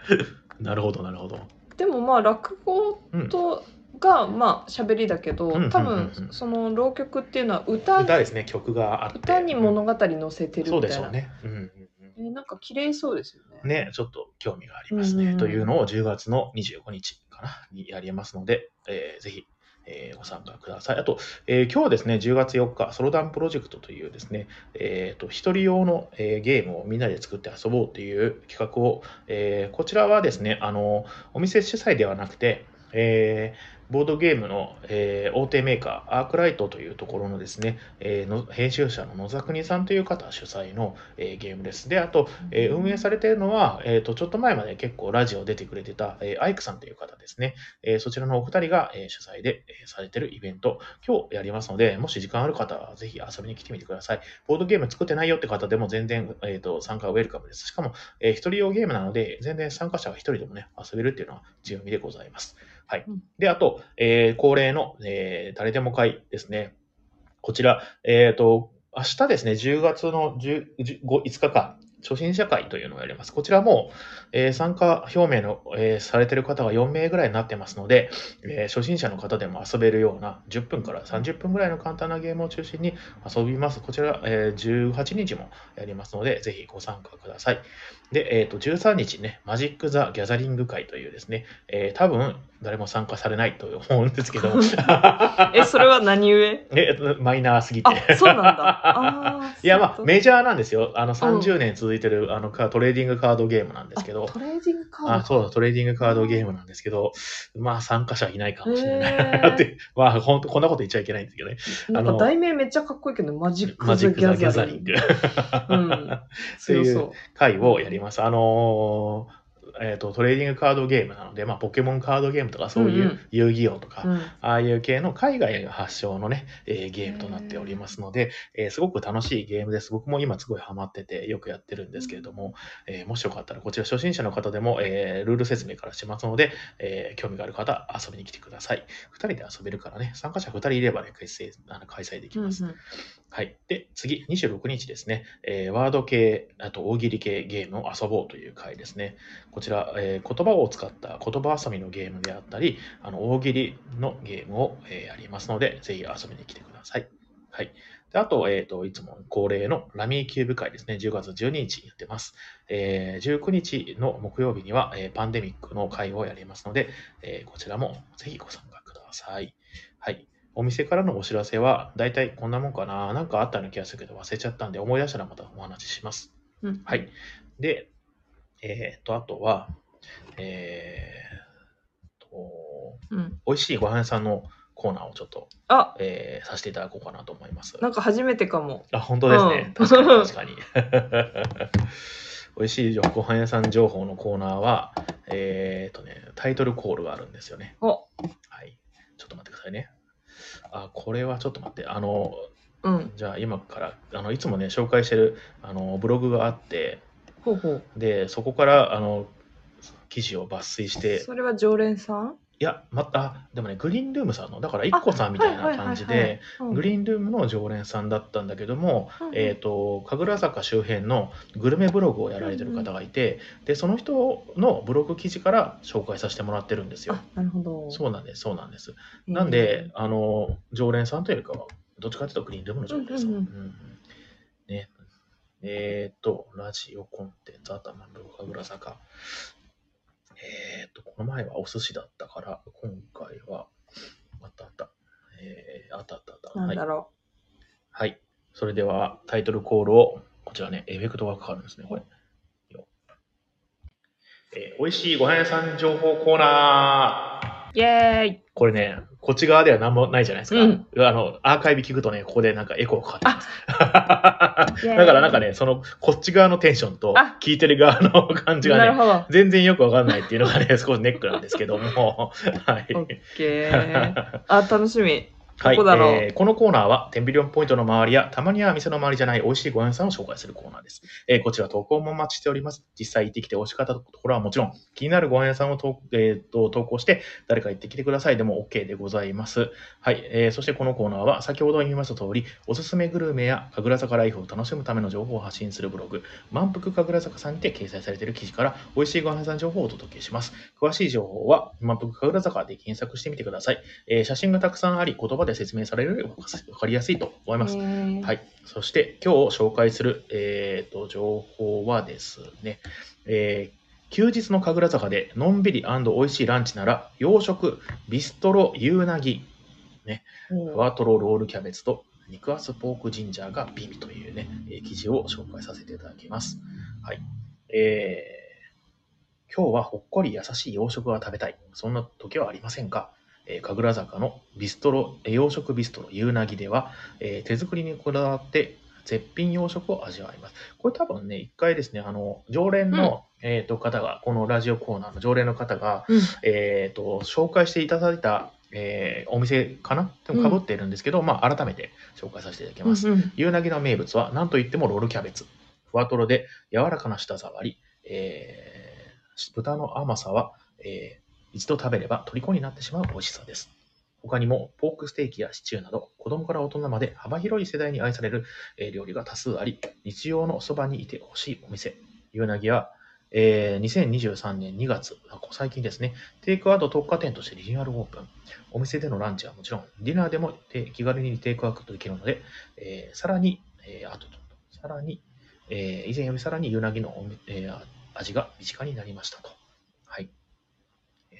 [SPEAKER 1] なるほど、なるほど。
[SPEAKER 2] でもまあ、落語
[SPEAKER 1] うん。
[SPEAKER 2] とが、まあ、喋りだけ
[SPEAKER 1] う
[SPEAKER 2] ど
[SPEAKER 1] んうんうんう、ん
[SPEAKER 2] 多分、その浪曲っていうのは歌、
[SPEAKER 1] 歌ですね、曲があって。
[SPEAKER 2] 歌に物語載せて
[SPEAKER 1] うん
[SPEAKER 2] る
[SPEAKER 1] そ
[SPEAKER 2] み
[SPEAKER 1] うで
[SPEAKER 2] た
[SPEAKER 1] し
[SPEAKER 2] い
[SPEAKER 1] ょう
[SPEAKER 2] な。
[SPEAKER 1] ね。うんうん
[SPEAKER 2] えーなんか綺麗そうですよ
[SPEAKER 1] うん
[SPEAKER 2] ね。
[SPEAKER 1] ね、ちょっと興味がありますね。
[SPEAKER 2] うんうん
[SPEAKER 1] というのを10月の25日かな、にやりますので、えーぜひ、えーご参加ください。あと、えー今日ですね、10月4日、ソロダンプロジェクトというですね、えーと、一人用の、えーゲームをみんなで作って遊ぼうという企画を、えーこちらはですね、あの、お店主催ではなくて、えーボードゲームの、えー大手メーカー、アークライトというところのですね、えーの編集者の野沢国さんという方主催の、えーゲームです。で、あと、えー運営されているのは、えーと、ちょっと前まで結構ラジオ出てくれてた、えーアイクさんという方ですね。えーそちらのお二人が、えー主催で、えーされているイベント、今日やりますので、もし時間ある方はぜひ遊びに来てみてください。ボードゲーム作ってないよって方でも全然、えーと参加はウェルカムです。しかも、えー一人用ゲームなので、全然参加者が一人でもね、遊べるっていうのは強みでございます。はい
[SPEAKER 2] うん。
[SPEAKER 1] で、あと、えー恒例の、えー誰でも会ですね。こちら、えっ、と、明日ですね、10月の10 5, 5日か、初心者会というのをやります。こちらも、えー参加表明の、えーされている方が4名ぐらいになってますので、えー初心者の方でも遊べるような10分から30分ぐらいの簡単なゲームを中心に遊びます。こちら、えー18日もやりますので、ぜひご参加ください。で、えっ、と、13日ね、マジック・ザ・ギャザリング会というですね、えー多分誰も参加されないと思うんですけど、
[SPEAKER 2] え、それは何故
[SPEAKER 1] えマイナーすぎて。
[SPEAKER 2] あ、そうなんだ。あ ー
[SPEAKER 1] いやまあ
[SPEAKER 2] そういうこと
[SPEAKER 1] メジャーなんですよ。あの30年続いてるあのカトレーディングカードゲームなんですけど
[SPEAKER 2] あ、トレーディングカード。
[SPEAKER 1] あそうだ、トレーディングカードゲームなんですけど、まあ参加者いないかもしれないな
[SPEAKER 2] へー
[SPEAKER 1] って、まあ本当こんなこと言っちゃいけないんですけどね。
[SPEAKER 2] な
[SPEAKER 1] あ
[SPEAKER 2] んか
[SPEAKER 1] の
[SPEAKER 2] 題名めっちゃかっこいいけど、マジック・
[SPEAKER 1] マジッ
[SPEAKER 2] ザ・
[SPEAKER 1] ク・
[SPEAKER 2] ギ
[SPEAKER 1] ザ・ギャザ
[SPEAKER 2] ャザ
[SPEAKER 1] リ
[SPEAKER 2] リ
[SPEAKER 1] ン
[SPEAKER 2] ン
[SPEAKER 1] グ
[SPEAKER 2] グ。うん
[SPEAKER 1] と
[SPEAKER 2] 強
[SPEAKER 1] い
[SPEAKER 2] そう
[SPEAKER 1] う会をやります。あのーえっ、と、トレーディングカードゲームなので、まあ、ポケモンカードゲームとか、そうい
[SPEAKER 2] うんう
[SPEAKER 1] うん遊戯王とか、
[SPEAKER 2] うん。
[SPEAKER 1] ああいう系の海外が発祥のね、えーゲームとなっておりますので、えーすごく楽しいゲームです。僕も今すごいハマっててよくやってるんですけれども、えーもしよかったらこちら初心者の方でも、えールール説明からしますので、えー興味がある方遊びに来てください。2人で遊べるからね、参加者2人いればね、結成あの開催でき
[SPEAKER 2] うんう
[SPEAKER 1] ます。
[SPEAKER 2] ん
[SPEAKER 1] はい。で、次、26日ですね、えーワード系、あと大喜利系ゲームを遊ぼうという回ですね。こちら、えー言葉を使った言葉遊びのゲームであったり、あの大喜利のゲームを、えーやりますので、ぜひ遊びに来てください。はい。であと、えっ、と、いつも恒例のラミーキューブ会ですね。10月12日やってます。えー19日の木曜日には、えーパンデミックの会をやりますので、えーこちらもぜひご参加ください。はい。お店からのお知らせは、だいたいこんなもんかな。なんかあったような気がするけど忘れちゃったんで、思い出したらまたお話しします。
[SPEAKER 2] うん
[SPEAKER 1] はい。で、えっ、と、あとは、えー、と、
[SPEAKER 2] うん
[SPEAKER 1] 美味しいご飯屋さんのコーナーをちょっと、
[SPEAKER 2] あ、
[SPEAKER 1] えーさせていただこうかなと思います。
[SPEAKER 2] なんか初めてかも。
[SPEAKER 1] あ、本当ですね。
[SPEAKER 2] うん
[SPEAKER 1] 確かに確かに。 美味しいご飯屋さん情報のコーナーは、えっ、とね、タイトルコールがあるんですよね。
[SPEAKER 2] お
[SPEAKER 1] はい。ちょっと待ってくださいね。あ、これはちょっと待って。あの、
[SPEAKER 2] うん。
[SPEAKER 1] じゃあ今から、あの、いつもね、紹介してる、あの、ブログがあって、
[SPEAKER 2] ほうほう。
[SPEAKER 1] で、そこから、あの、記事を抜粋して、
[SPEAKER 2] それは常連さん
[SPEAKER 1] いや、また、あでもね、グリーンルームさんの、だから、一個さんみたいな感じ
[SPEAKER 2] はいはいはい
[SPEAKER 1] で、グリーンルームの常連さんだったんだけども、えー、と神楽坂周辺のグルメブログをやられてる方がいて、でその人のブログ記事から紹介させてもらってるんですよ
[SPEAKER 2] あ。、なるほど。
[SPEAKER 1] そうなんですそうなんです。
[SPEAKER 2] えー
[SPEAKER 1] なんで、あの常連さんというよりかはどっちかというとグリーンルームの常連さん。
[SPEAKER 2] うんうんうん
[SPEAKER 1] うんねえっ、とラジオコンテンツ頭の神楽坂。えっ、とこの前はお寿司だったから今回はあったあった。えーあったあったあった。
[SPEAKER 2] なんだろ
[SPEAKER 1] はい。それではタイトルコールを、こちらね、エフェクトがかかるんですね、これ。よえー美味しいご飯屋さん情報コーナ
[SPEAKER 2] う
[SPEAKER 1] ー。。
[SPEAKER 2] イェーイ
[SPEAKER 1] これね、こっち側では何もないじゃないですか。
[SPEAKER 2] うん
[SPEAKER 1] あの、アーカイブ聞くとね、ここでなんかエコーかかってます。
[SPEAKER 2] イェー イ
[SPEAKER 1] だからなんかね、その、こっち側のテンションと
[SPEAKER 2] あ、
[SPEAKER 1] 聞いてる側の感じ
[SPEAKER 2] な
[SPEAKER 1] が
[SPEAKER 2] る
[SPEAKER 1] ね、
[SPEAKER 2] ほ ど。
[SPEAKER 1] 全然よくわかんないっていうのがね、少しネックなんですけども、 はい。
[SPEAKER 2] オッケー。あ、楽しみ。
[SPEAKER 1] はい、
[SPEAKER 2] どこだろう。
[SPEAKER 1] えーこのコーナーは、テンビリオンポイントの周りや、たまには店の周りじゃない美味しいご飯屋さんを紹介するコーナーです。えーこちら投稿もお待ちしております。実際行ってきて美味しかったところはもちろん、気になるご飯屋さんをと、えーと投稿して、誰か行ってきてくださいでも OK でございます。はい、えーそしてこのコーナーは、先ほど言いました通り、おすすめグルメや神楽坂ライフを楽しむための情報を発信するブログ、満腹神楽坂さんにて掲載されている記事から、美味しいご飯屋さん情報をお届けします。詳しい情報は、満腹神楽坂で検索してみてください。えー写真がたくさんあり、言葉で説明されるよりわかわかりやすいと思います。はいい。そして、今日紹介する、えー、と情報はですね、えー休日の神楽坂でのんびり美味しいランチなら、洋食ビストロユーナギ、ふわとろロールキャベツと肉厚ポークジンジャーがビビというね、えー記事を紹介させていただきます。はい。えー今日はほっこり優しい洋食が食べたい。そんな時はありませんか、えー神楽坂のビストロ、えー洋食ビストロゆうなぎでは、えー手作りにこだわって絶品洋食を味わいます。これ多分ね、一回ですね、あの、常連の、えーと、方が、このラジオコーナーの常連の方が、
[SPEAKER 2] うん
[SPEAKER 1] えっ、と、紹介していただいた、えーお店かなでもかぶっているんですけど、まあ、改めて紹介させていただきます。
[SPEAKER 2] うん
[SPEAKER 1] 夕凪の名物は何といってもロールキャベツ。ふわとろで柔らかな舌触り、えー豚の甘さは、えー一度食べれば虜になってしまう美味しさです。他にも、ポークステーキやシチューなど、子供から大人まで幅広い世代に愛される、えー料理が多数あり、日曜のそばにいてほしいお店。夕なぎは、えー2023年2月、あこ最近ですね、テイクアウト特化店としてリニューアルオープン。お店でのランチはもちろん、ディナーでもて気軽にテイクアウトできるので、えーさらに、えーあと、さらに、えー以前よりさらにユナギのおみ、えーあ味が身近になりましたと。はい。えー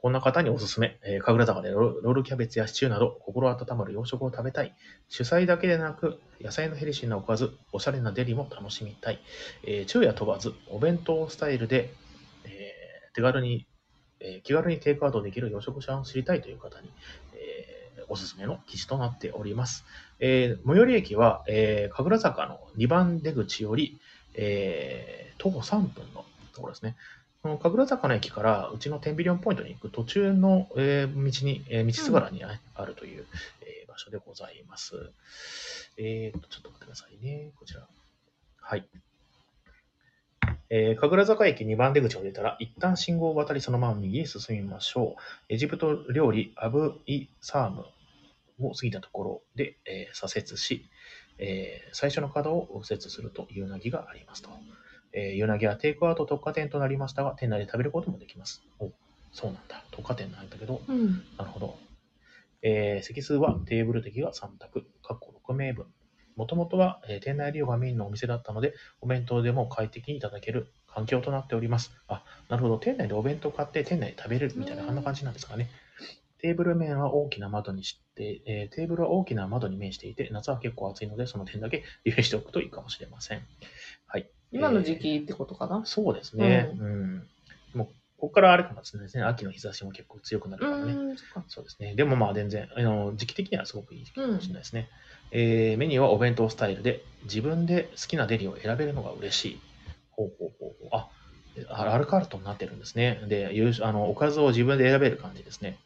[SPEAKER 1] こんな方におすすめ、えー神楽坂でロロールキャベツやシチューなど心温まる洋食を食べたい。主菜だけでなく、野菜のヘルシーなおかず、おしゃれなデリも楽しみたい。えー昼夜問わず、お弁当スタイルで、えー手軽に、えー気軽にテイクアウトできる洋食者を知りたいという方に、えーおすすめの記事となっております。えー最寄り駅は、えー神楽坂の2番出口より、えー徒歩3分のところですね。その神楽坂の駅からうちのテンビリオンポイントに行く途中の、えー道に、えー道すがらにああるという、えー場所でございます。えーと、ちょっと待ってくださいね。こちら。はい。えー神楽坂駅2番出口を出たら、一旦信号を渡り、そのまま右へ進みましょう。エジプト料理アブ・イ・サームを過ぎたところで、えー左折し、えー最初の角を右折するというなぎがありますと。えー、ユナギはテイクアウト特化店となりましたが、店内で食べることもできます。お、そうなんだ。特化店なんだけど、
[SPEAKER 2] うん。
[SPEAKER 1] なるほど。えー席数はテーブル席が3択、かっこ6名分。もともとは、えー店内利用がメインのお店だったので、お弁当でも快適にいただける環境となっております。あ、なるほど。店内でお弁当買って、店内で食べれるみたいな、
[SPEAKER 2] うん
[SPEAKER 1] あんな感じなんですかね。テーブル面は大きな窓にして、えーテーブルは大きな窓に面していて、夏は結構暑いので、その点だけ留意しておくといいかもしれません。はい。
[SPEAKER 2] 今の時期ってことかな。
[SPEAKER 1] そうですね。
[SPEAKER 2] う
[SPEAKER 1] うん。もう、ここからあれかもしれないですね。秋の日差しも結構強くなるからね。
[SPEAKER 2] うん。そっか
[SPEAKER 1] そうですね。でもまあ全然、あの時期的にはすごくいい時期かもしれないですね、えーメニューはお弁当スタイルで、自分で好きなデリを選べるのが嬉しい。ほうほうほうほう。あ、あアルカルトになってるんですね。で、夕食あのおかずを自分で選べる感じですね。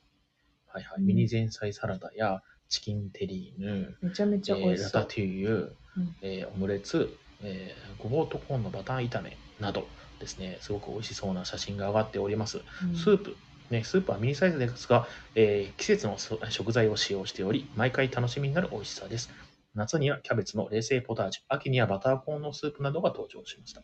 [SPEAKER 1] はいはい。ミニ前菜サラダやチキンテリーヌ、
[SPEAKER 2] めちゃめ
[SPEAKER 1] え
[SPEAKER 2] ちゃ美
[SPEAKER 1] ー
[SPEAKER 2] 味し
[SPEAKER 1] ラ
[SPEAKER 2] そ
[SPEAKER 1] タ
[SPEAKER 2] う。
[SPEAKER 1] トゥイユ、
[SPEAKER 2] うん
[SPEAKER 1] えーオムレツ、えーごぼうとコーンのバター炒めなどですね、すごく美味しそうな写真が上がっております。
[SPEAKER 2] うん
[SPEAKER 1] スープ、ね、スープはミニサイズですが、えー季節のそ食材を使用しており、毎回楽しみになる美味しさです。夏にはキャベツの冷製ポタージュ、秋にはバターコーンのスープなどが登場しました。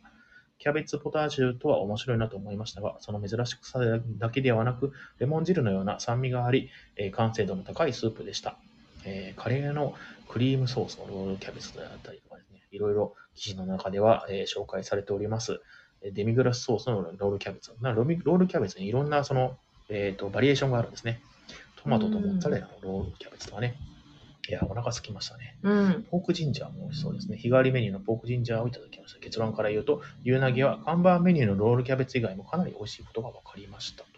[SPEAKER 1] キャベツポタージュとは面白いなと思いましたが、その珍しさだけではなく、レモン汁のような酸味があり、えー完成度の高いスープでした。えーカレーのクリームソースのロールキャベツであったりとかですね、いろいろ記事の中では、えー紹介されております。えーデミグラスソースのロールキャベツ。なロミロールキャベツにいろんなその、えー、とバリエーションがあるんですね。トマトとモッツァレラのロールキャベツとかね。いや、お腹空きましたね。
[SPEAKER 2] うん。
[SPEAKER 1] ポークジンジャーも美味しそうですね。日替わりメニューのポークジンジャーをいただきました。結論から言うと、牛なぎは看板メニューのロールキャベツ以外もかなり美味しいことが分かりましたと。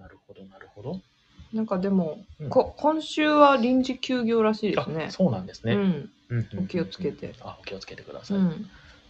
[SPEAKER 1] なるほど、なるほど。
[SPEAKER 2] なんかでも、
[SPEAKER 1] うん
[SPEAKER 2] こ今週は臨時休業らしいですね
[SPEAKER 1] あ。そうなんです
[SPEAKER 2] う
[SPEAKER 1] ね。
[SPEAKER 2] ん。
[SPEAKER 1] うんうんうんうん
[SPEAKER 2] お気をつけて
[SPEAKER 1] あ、お気をつけてくださ
[SPEAKER 2] う
[SPEAKER 1] い。
[SPEAKER 2] ん。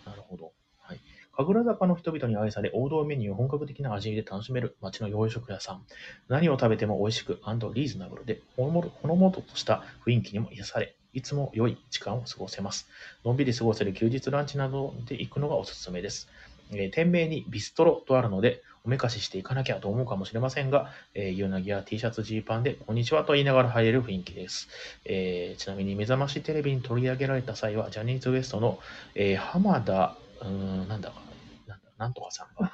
[SPEAKER 1] なるほど。はい。神楽坂の人々に愛され、王道メニューを本格的な味で楽しめる街の洋食屋さん。何を食べても美味しくリーズナブルで、ほのもほのもととした雰囲気にも癒され、いつも良い時間を過ごせます。のんびり過ごせる休日ランチなどで行くのがおすすめです。えー店名にビストロとあるので、おめかししていかなきゃと思うかもしれませんが、えー、ユナギや T シャツ、ジーパンで、こんにちはと言いながら入れる雰囲気です。えーちなみに、目覚ましテレビに取り上げられた際は、ジャニーズ WEST のえー浜田、うーん、なんだか、なんだなんとかさん が、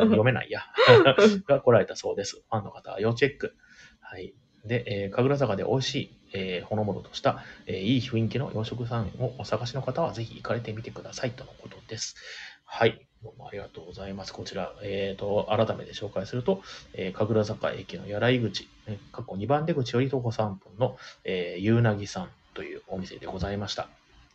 [SPEAKER 1] 読めないや、 が来られたそうです。ファンの方は要チェック。はい。で、えー神楽坂で美味しい、えーほのぼのとした、えーいい雰囲気の洋食さんをお探しの方は、ぜひ行かれてみてください、とのことです。はい。どうもありがとうございます。こちら、えっ、と、改めて紹介すると、えー神楽坂駅のやらい口、えー、過去2番出口より徒歩3分の、えー、ゆうなぎさんというお店でございました。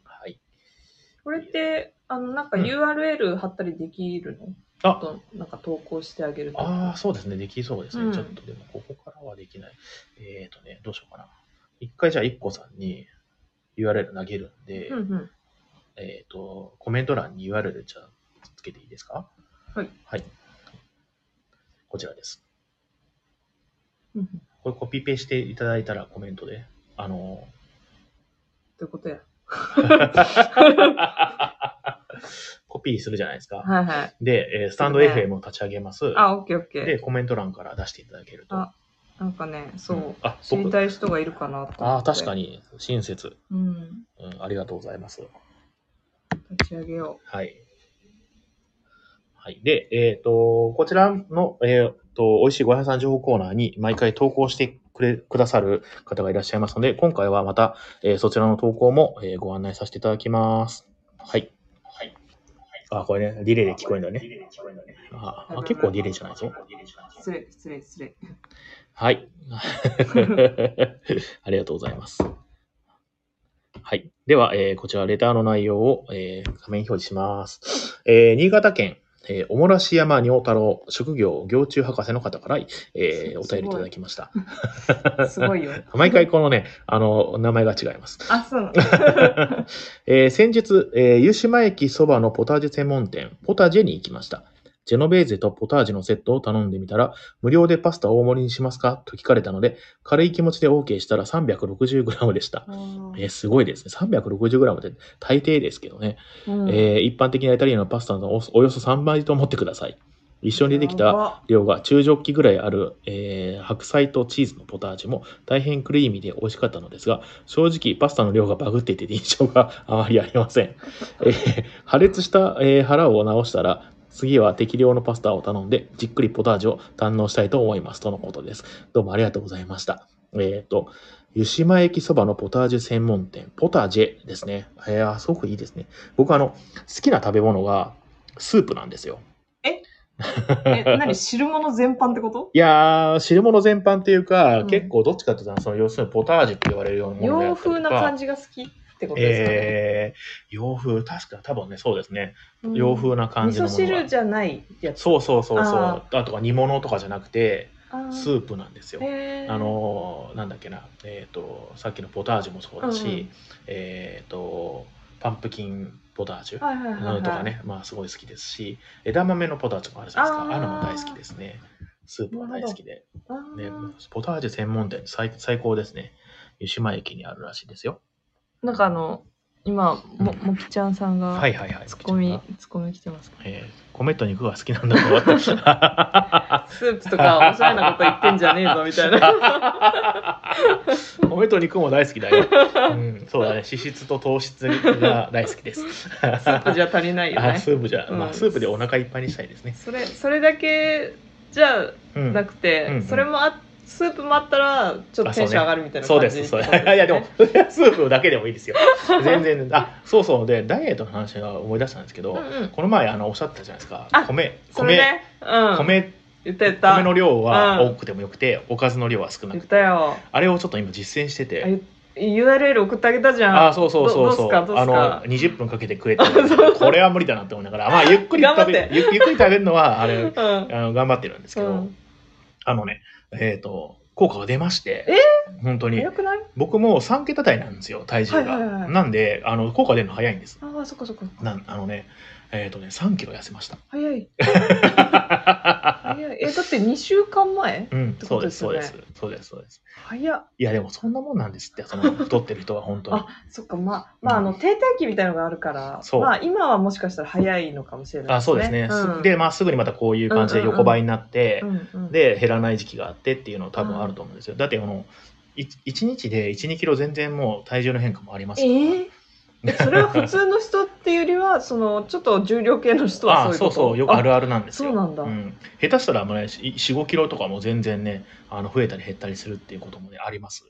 [SPEAKER 1] はい。
[SPEAKER 2] これって、あの、なんか
[SPEAKER 1] うん
[SPEAKER 2] URL 貼ったりできるの、
[SPEAKER 1] あ
[SPEAKER 2] となんか投稿してあげると。
[SPEAKER 1] ああ、そうですね。できそうですね。
[SPEAKER 2] うん
[SPEAKER 1] ちょっとでも、ここからはできない。えっ、とね、どうしようかな。一回じゃあ、一個さんに URL 投げるんで、
[SPEAKER 2] うんうん。
[SPEAKER 1] えっ、と、コメント欄に URL じゃあ、つけていいですか
[SPEAKER 2] はい。
[SPEAKER 1] はい。こちらです。
[SPEAKER 2] うんうん
[SPEAKER 1] これコピペしていただいたらコメントで。あの
[SPEAKER 2] というこ とや。
[SPEAKER 1] ーコピーするじゃないですか。
[SPEAKER 2] はいはい。
[SPEAKER 1] で、えースタンド
[SPEAKER 2] そうね
[SPEAKER 1] FM を立ち上げます。
[SPEAKER 2] あ、オッケーオッケー。
[SPEAKER 1] で、コメント欄から出していただけると。
[SPEAKER 2] あなんかね、そう、
[SPEAKER 1] うんあ
[SPEAKER 2] 知り
[SPEAKER 1] 僕
[SPEAKER 2] たい人がいるかなと思って。
[SPEAKER 1] ああ、確か
[SPEAKER 2] に。
[SPEAKER 1] に、親切、
[SPEAKER 2] うん。
[SPEAKER 1] うん。ありがとうございます。
[SPEAKER 2] 立ち上げよ
[SPEAKER 1] はい。はい。で、えっ、と、こちらの、えっ、と、美味しいご飯さん情報コーナーに毎回投稿してくれ、くださる方がいらっしゃいますので、今回はまた、えーそちらの投稿も、えーご案内させていただきます。はい。はい。あ、これね、ディレイで聞こえるんだね。ああ結構ディレイじゃないぞ。
[SPEAKER 2] う。失礼、失礼、失 礼。
[SPEAKER 1] はい。 ありがとうございます。はい。では、えーこちら、レターの内容を、えー画面表示します。えー新潟県、えー、おもらし山仁太郎、職業、行中博士の方から、えーお
[SPEAKER 2] す
[SPEAKER 1] 便りいただきました。
[SPEAKER 2] すごいよ。
[SPEAKER 1] 毎回このね、あの、名前が違います。
[SPEAKER 2] あ、そうなの。
[SPEAKER 1] えー先日、えー湯島駅そばのポタージュ専門店、ポタジェに行きました。ジェノベーゼとポタージュのセットを頼んでみたら、無料でパスタ大盛りにしますかと聞かれたので、軽い気持ちで OK したら 360g でした。えーすごいですね。360g って大抵ですけどね、
[SPEAKER 2] うん
[SPEAKER 1] えー一般的なイタリアンのパスタのおおよそ3倍と思ってください。一緒に出てき
[SPEAKER 2] や
[SPEAKER 1] た
[SPEAKER 2] ば
[SPEAKER 1] 量が中ジョッキぐらいある、えー白菜とチーズのポタージュも大変クリーミーで美味しかったのですが正直パスタの量がバグっていて印象があまりありません、えー破裂した、えー腹を直したら次は適量のパスタを頼んでじっくりポタージュを堪能したいと思いますとのことですどうもありがとうございましたえっ、と湯島駅そばのポタージュ専門店ポタジェですねえー、あすごくいいですね僕あの好きな食べ物がスープなんですよ
[SPEAKER 2] ええ、何汁物全般ってこと
[SPEAKER 1] いやー、汁物全般っていうか、
[SPEAKER 2] うん
[SPEAKER 1] 結構どっちかっていうと、その要するにポタージュって言われるよ うなものであ
[SPEAKER 2] 洋
[SPEAKER 1] ったり
[SPEAKER 2] 風
[SPEAKER 1] と
[SPEAKER 2] な
[SPEAKER 1] か
[SPEAKER 2] 感じが好きってことですかね。
[SPEAKER 1] えー、洋風、確か多分ね、そうですね。
[SPEAKER 2] うん
[SPEAKER 1] 洋風な感じのもの
[SPEAKER 2] 味
[SPEAKER 1] が
[SPEAKER 2] 噌汁じゃないやつ。
[SPEAKER 1] そうそうそうそう。あ
[SPEAKER 2] あ
[SPEAKER 1] とは煮物とかじゃなくて、ス
[SPEAKER 2] ー
[SPEAKER 1] ープなんですよ。
[SPEAKER 2] へー
[SPEAKER 1] あのー、なんだっけな、えっ、と、さっきのポタージュもそうだし、
[SPEAKER 2] うんうん
[SPEAKER 1] えっ、と、パンプキンポタージュ。
[SPEAKER 2] はいはいはいはい
[SPEAKER 1] うんとかね、まあすごい好きですし、枝豆のポタージュもあるじゃないですか。
[SPEAKER 2] あ
[SPEAKER 1] あ
[SPEAKER 2] ー
[SPEAKER 1] あいうのも大好きですね。スープは大好きで。
[SPEAKER 2] あ
[SPEAKER 1] ね
[SPEAKER 2] ー、
[SPEAKER 1] ポタージュ専門店最最高ですね。湯島駅にあるらしいですよ。
[SPEAKER 2] なんかあの今ももきちゃんさんが
[SPEAKER 1] はいはいはい。
[SPEAKER 2] ツッコミ、
[SPEAKER 1] みちゃんが
[SPEAKER 2] ツッコミ来てます
[SPEAKER 1] えー、米と肉が好きなんだと思って。お
[SPEAKER 2] スープとかおしゃれなこと言ってんじゃねえぞみた いな
[SPEAKER 1] な。 米と肉も大好きだよ。うん、そうだね。脂質と糖質が大好きです。
[SPEAKER 2] スープじゃ足りないよ
[SPEAKER 1] あ
[SPEAKER 2] ね
[SPEAKER 1] スープじゃ、ま
[SPEAKER 2] う
[SPEAKER 1] あ
[SPEAKER 2] ん
[SPEAKER 1] スープでお腹いっぱいにしたいですね。
[SPEAKER 2] それそれだけじゃ
[SPEAKER 1] うん
[SPEAKER 2] なくて、
[SPEAKER 1] うんうん
[SPEAKER 2] それもあスープもあったらちょっとテンション上がるみたいな
[SPEAKER 1] そう
[SPEAKER 2] 感
[SPEAKER 1] で
[SPEAKER 2] じ
[SPEAKER 1] す。そうです。いやでもスープだけでもいいですよ。全然あそうそうでダイエットの話が思い出したんですけど、
[SPEAKER 2] うんうん
[SPEAKER 1] この前あのおっしゃってたじゃないですか
[SPEAKER 2] あ。
[SPEAKER 1] 米
[SPEAKER 2] そ
[SPEAKER 1] 米、
[SPEAKER 2] れね、うん、
[SPEAKER 1] 米
[SPEAKER 2] 言った言った
[SPEAKER 1] 米の量は
[SPEAKER 2] うん
[SPEAKER 1] 多くてもよくて、おかずの量は少な
[SPEAKER 2] 言っ
[SPEAKER 1] く
[SPEAKER 2] た
[SPEAKER 1] て
[SPEAKER 2] よ
[SPEAKER 1] あれをちょっと今実践して
[SPEAKER 2] あ
[SPEAKER 1] て
[SPEAKER 2] 言 URL 送ってあげたじゃん
[SPEAKER 1] ああそうそうそう
[SPEAKER 2] ど
[SPEAKER 1] そう
[SPEAKER 2] どうすかどう
[SPEAKER 1] あ
[SPEAKER 2] すか
[SPEAKER 1] の20分かけて食えて
[SPEAKER 2] あそう
[SPEAKER 1] これは無理だなって思いながらまあゆっくり食べ
[SPEAKER 2] 頑張って
[SPEAKER 1] ゆっゆっくり食べるのはあれ
[SPEAKER 2] うん
[SPEAKER 1] あの頑張ってるんですけど、
[SPEAKER 2] うん
[SPEAKER 1] あのねえっ、と効果が出まして本当に
[SPEAKER 2] 早くない
[SPEAKER 1] 僕も3桁台なんですよ体重が、
[SPEAKER 2] はいはいはい
[SPEAKER 1] なんであの効果出るの早いんです
[SPEAKER 2] ああそっかそっか
[SPEAKER 1] なんあのねえっ、とね3キロ痩せました
[SPEAKER 2] 早い早いえだって2週間前
[SPEAKER 1] うん
[SPEAKER 2] て
[SPEAKER 1] そ
[SPEAKER 2] こ
[SPEAKER 1] う
[SPEAKER 2] と
[SPEAKER 1] で
[SPEAKER 2] ですす
[SPEAKER 1] そ
[SPEAKER 2] よ
[SPEAKER 1] うで
[SPEAKER 2] ね
[SPEAKER 1] すそうですそうです
[SPEAKER 2] 早っ
[SPEAKER 1] いやでもそんなもんなんですってそ の太ってる人は本当に
[SPEAKER 2] あそっかまあまああ
[SPEAKER 1] う
[SPEAKER 2] の
[SPEAKER 1] ん
[SPEAKER 2] 停滞期みたいのがあるから
[SPEAKER 1] そう
[SPEAKER 2] まあ今はもしかしたら早いのかもしれない
[SPEAKER 1] あそうですね、
[SPEAKER 2] うん
[SPEAKER 1] で、まあ、すぐにまたこういう感じで横ばいになって、
[SPEAKER 2] うんうん
[SPEAKER 1] で減らない時期があってっていうの多分あると思うんですよ、だってこの1日で1 2キロ全然もう体重の変化もあります
[SPEAKER 2] えーえそれは普通の人っていうよりはそのちょっと重量系の人
[SPEAKER 1] あ
[SPEAKER 2] は
[SPEAKER 1] あ
[SPEAKER 2] そうい
[SPEAKER 1] そうう
[SPEAKER 2] こと
[SPEAKER 1] そうよくあるあるなんですよ
[SPEAKER 2] そうなんだ
[SPEAKER 1] 下手したらもうね4 5キロとかも全然ねあの増えたり減ったりするっていうこともねあります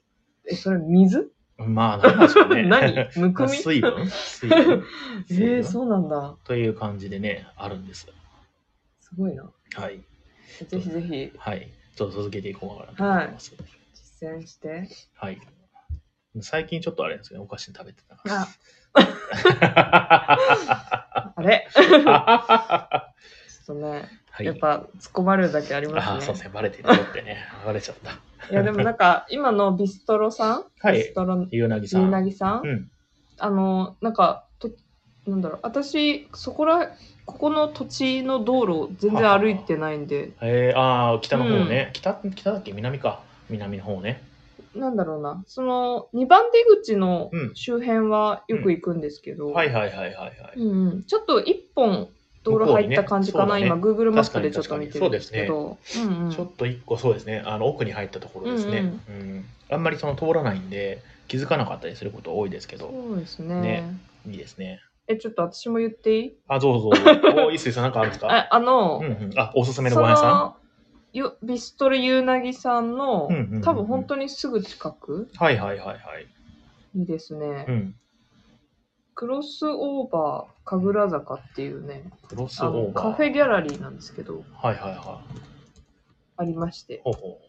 [SPEAKER 2] えそれ水
[SPEAKER 1] まあなんでしょうね
[SPEAKER 2] 何むくみ
[SPEAKER 1] 水分水分
[SPEAKER 2] え
[SPEAKER 1] 水分
[SPEAKER 2] ーそうなんだ
[SPEAKER 1] という感じでねあるんです
[SPEAKER 2] すごいな
[SPEAKER 1] はい
[SPEAKER 2] ぜひぜひ
[SPEAKER 1] はい。ちょっと続けていこうかなと思います。
[SPEAKER 2] 実践して
[SPEAKER 1] はい。最近ちょっとあれなんですよね、お菓子食べてた
[SPEAKER 2] あ
[SPEAKER 1] か
[SPEAKER 2] あれ
[SPEAKER 1] ら。は
[SPEAKER 2] ちょっとね
[SPEAKER 1] い。
[SPEAKER 2] やっぱ突っ込まれるだけあり
[SPEAKER 1] あ
[SPEAKER 2] ま
[SPEAKER 1] ー
[SPEAKER 2] す
[SPEAKER 1] そうで
[SPEAKER 2] ね
[SPEAKER 1] すね、バレてるよってね、バレちゃった。
[SPEAKER 2] いやでもなんか今のビストロさん、
[SPEAKER 1] はい
[SPEAKER 2] ビストロ
[SPEAKER 1] ゆうなぎさ
[SPEAKER 2] ゆ
[SPEAKER 1] ん。
[SPEAKER 2] うなぎさん、
[SPEAKER 1] うん。
[SPEAKER 2] あのなんかとなんだろう私そこらここの土地の道路全然歩いてないんで
[SPEAKER 1] えー、ああ、北の方ね、北。北だっけ南か。南の方ね。
[SPEAKER 2] なんだろうなその2番出口の
[SPEAKER 1] うん
[SPEAKER 2] 周辺はよく行くんですけど、
[SPEAKER 1] はいはいはいはいはい。
[SPEAKER 2] うんうんちょっと1本道路
[SPEAKER 1] 向こう
[SPEAKER 2] 入
[SPEAKER 1] に
[SPEAKER 2] っ
[SPEAKER 1] ね
[SPEAKER 2] た感じかな、
[SPEAKER 1] そうだね
[SPEAKER 2] 今 Google マップでちょっと見てるんですけどうんうん
[SPEAKER 1] ちょっと一個そうですね、あの奥に入ったところですね、うんあんまりその通らないんで、気づかなかったりすること多いですけど、
[SPEAKER 2] そうですね
[SPEAKER 1] ねいいですね。
[SPEAKER 2] えちょっと私も言っていい
[SPEAKER 1] あ、ど うぞどうぞ。お、いいっすよ、なんかあるんですか
[SPEAKER 2] ああの、
[SPEAKER 1] うんうん。あ、おすすめの
[SPEAKER 2] そ
[SPEAKER 1] ご飯屋さ
[SPEAKER 2] のよビストロユーナギさんの、
[SPEAKER 1] うんうんうん
[SPEAKER 2] 多分本当にすぐ近く
[SPEAKER 1] んはいはいはいはい。
[SPEAKER 2] にですね、
[SPEAKER 1] うん。
[SPEAKER 2] クロスオーバー神楽坂っていうね
[SPEAKER 1] クロス
[SPEAKER 2] あ
[SPEAKER 1] オ
[SPEAKER 2] の
[SPEAKER 1] ーバー。
[SPEAKER 2] カフェギャラリーなんですけど
[SPEAKER 1] はいはいはい。
[SPEAKER 2] ありまして
[SPEAKER 1] ほうほ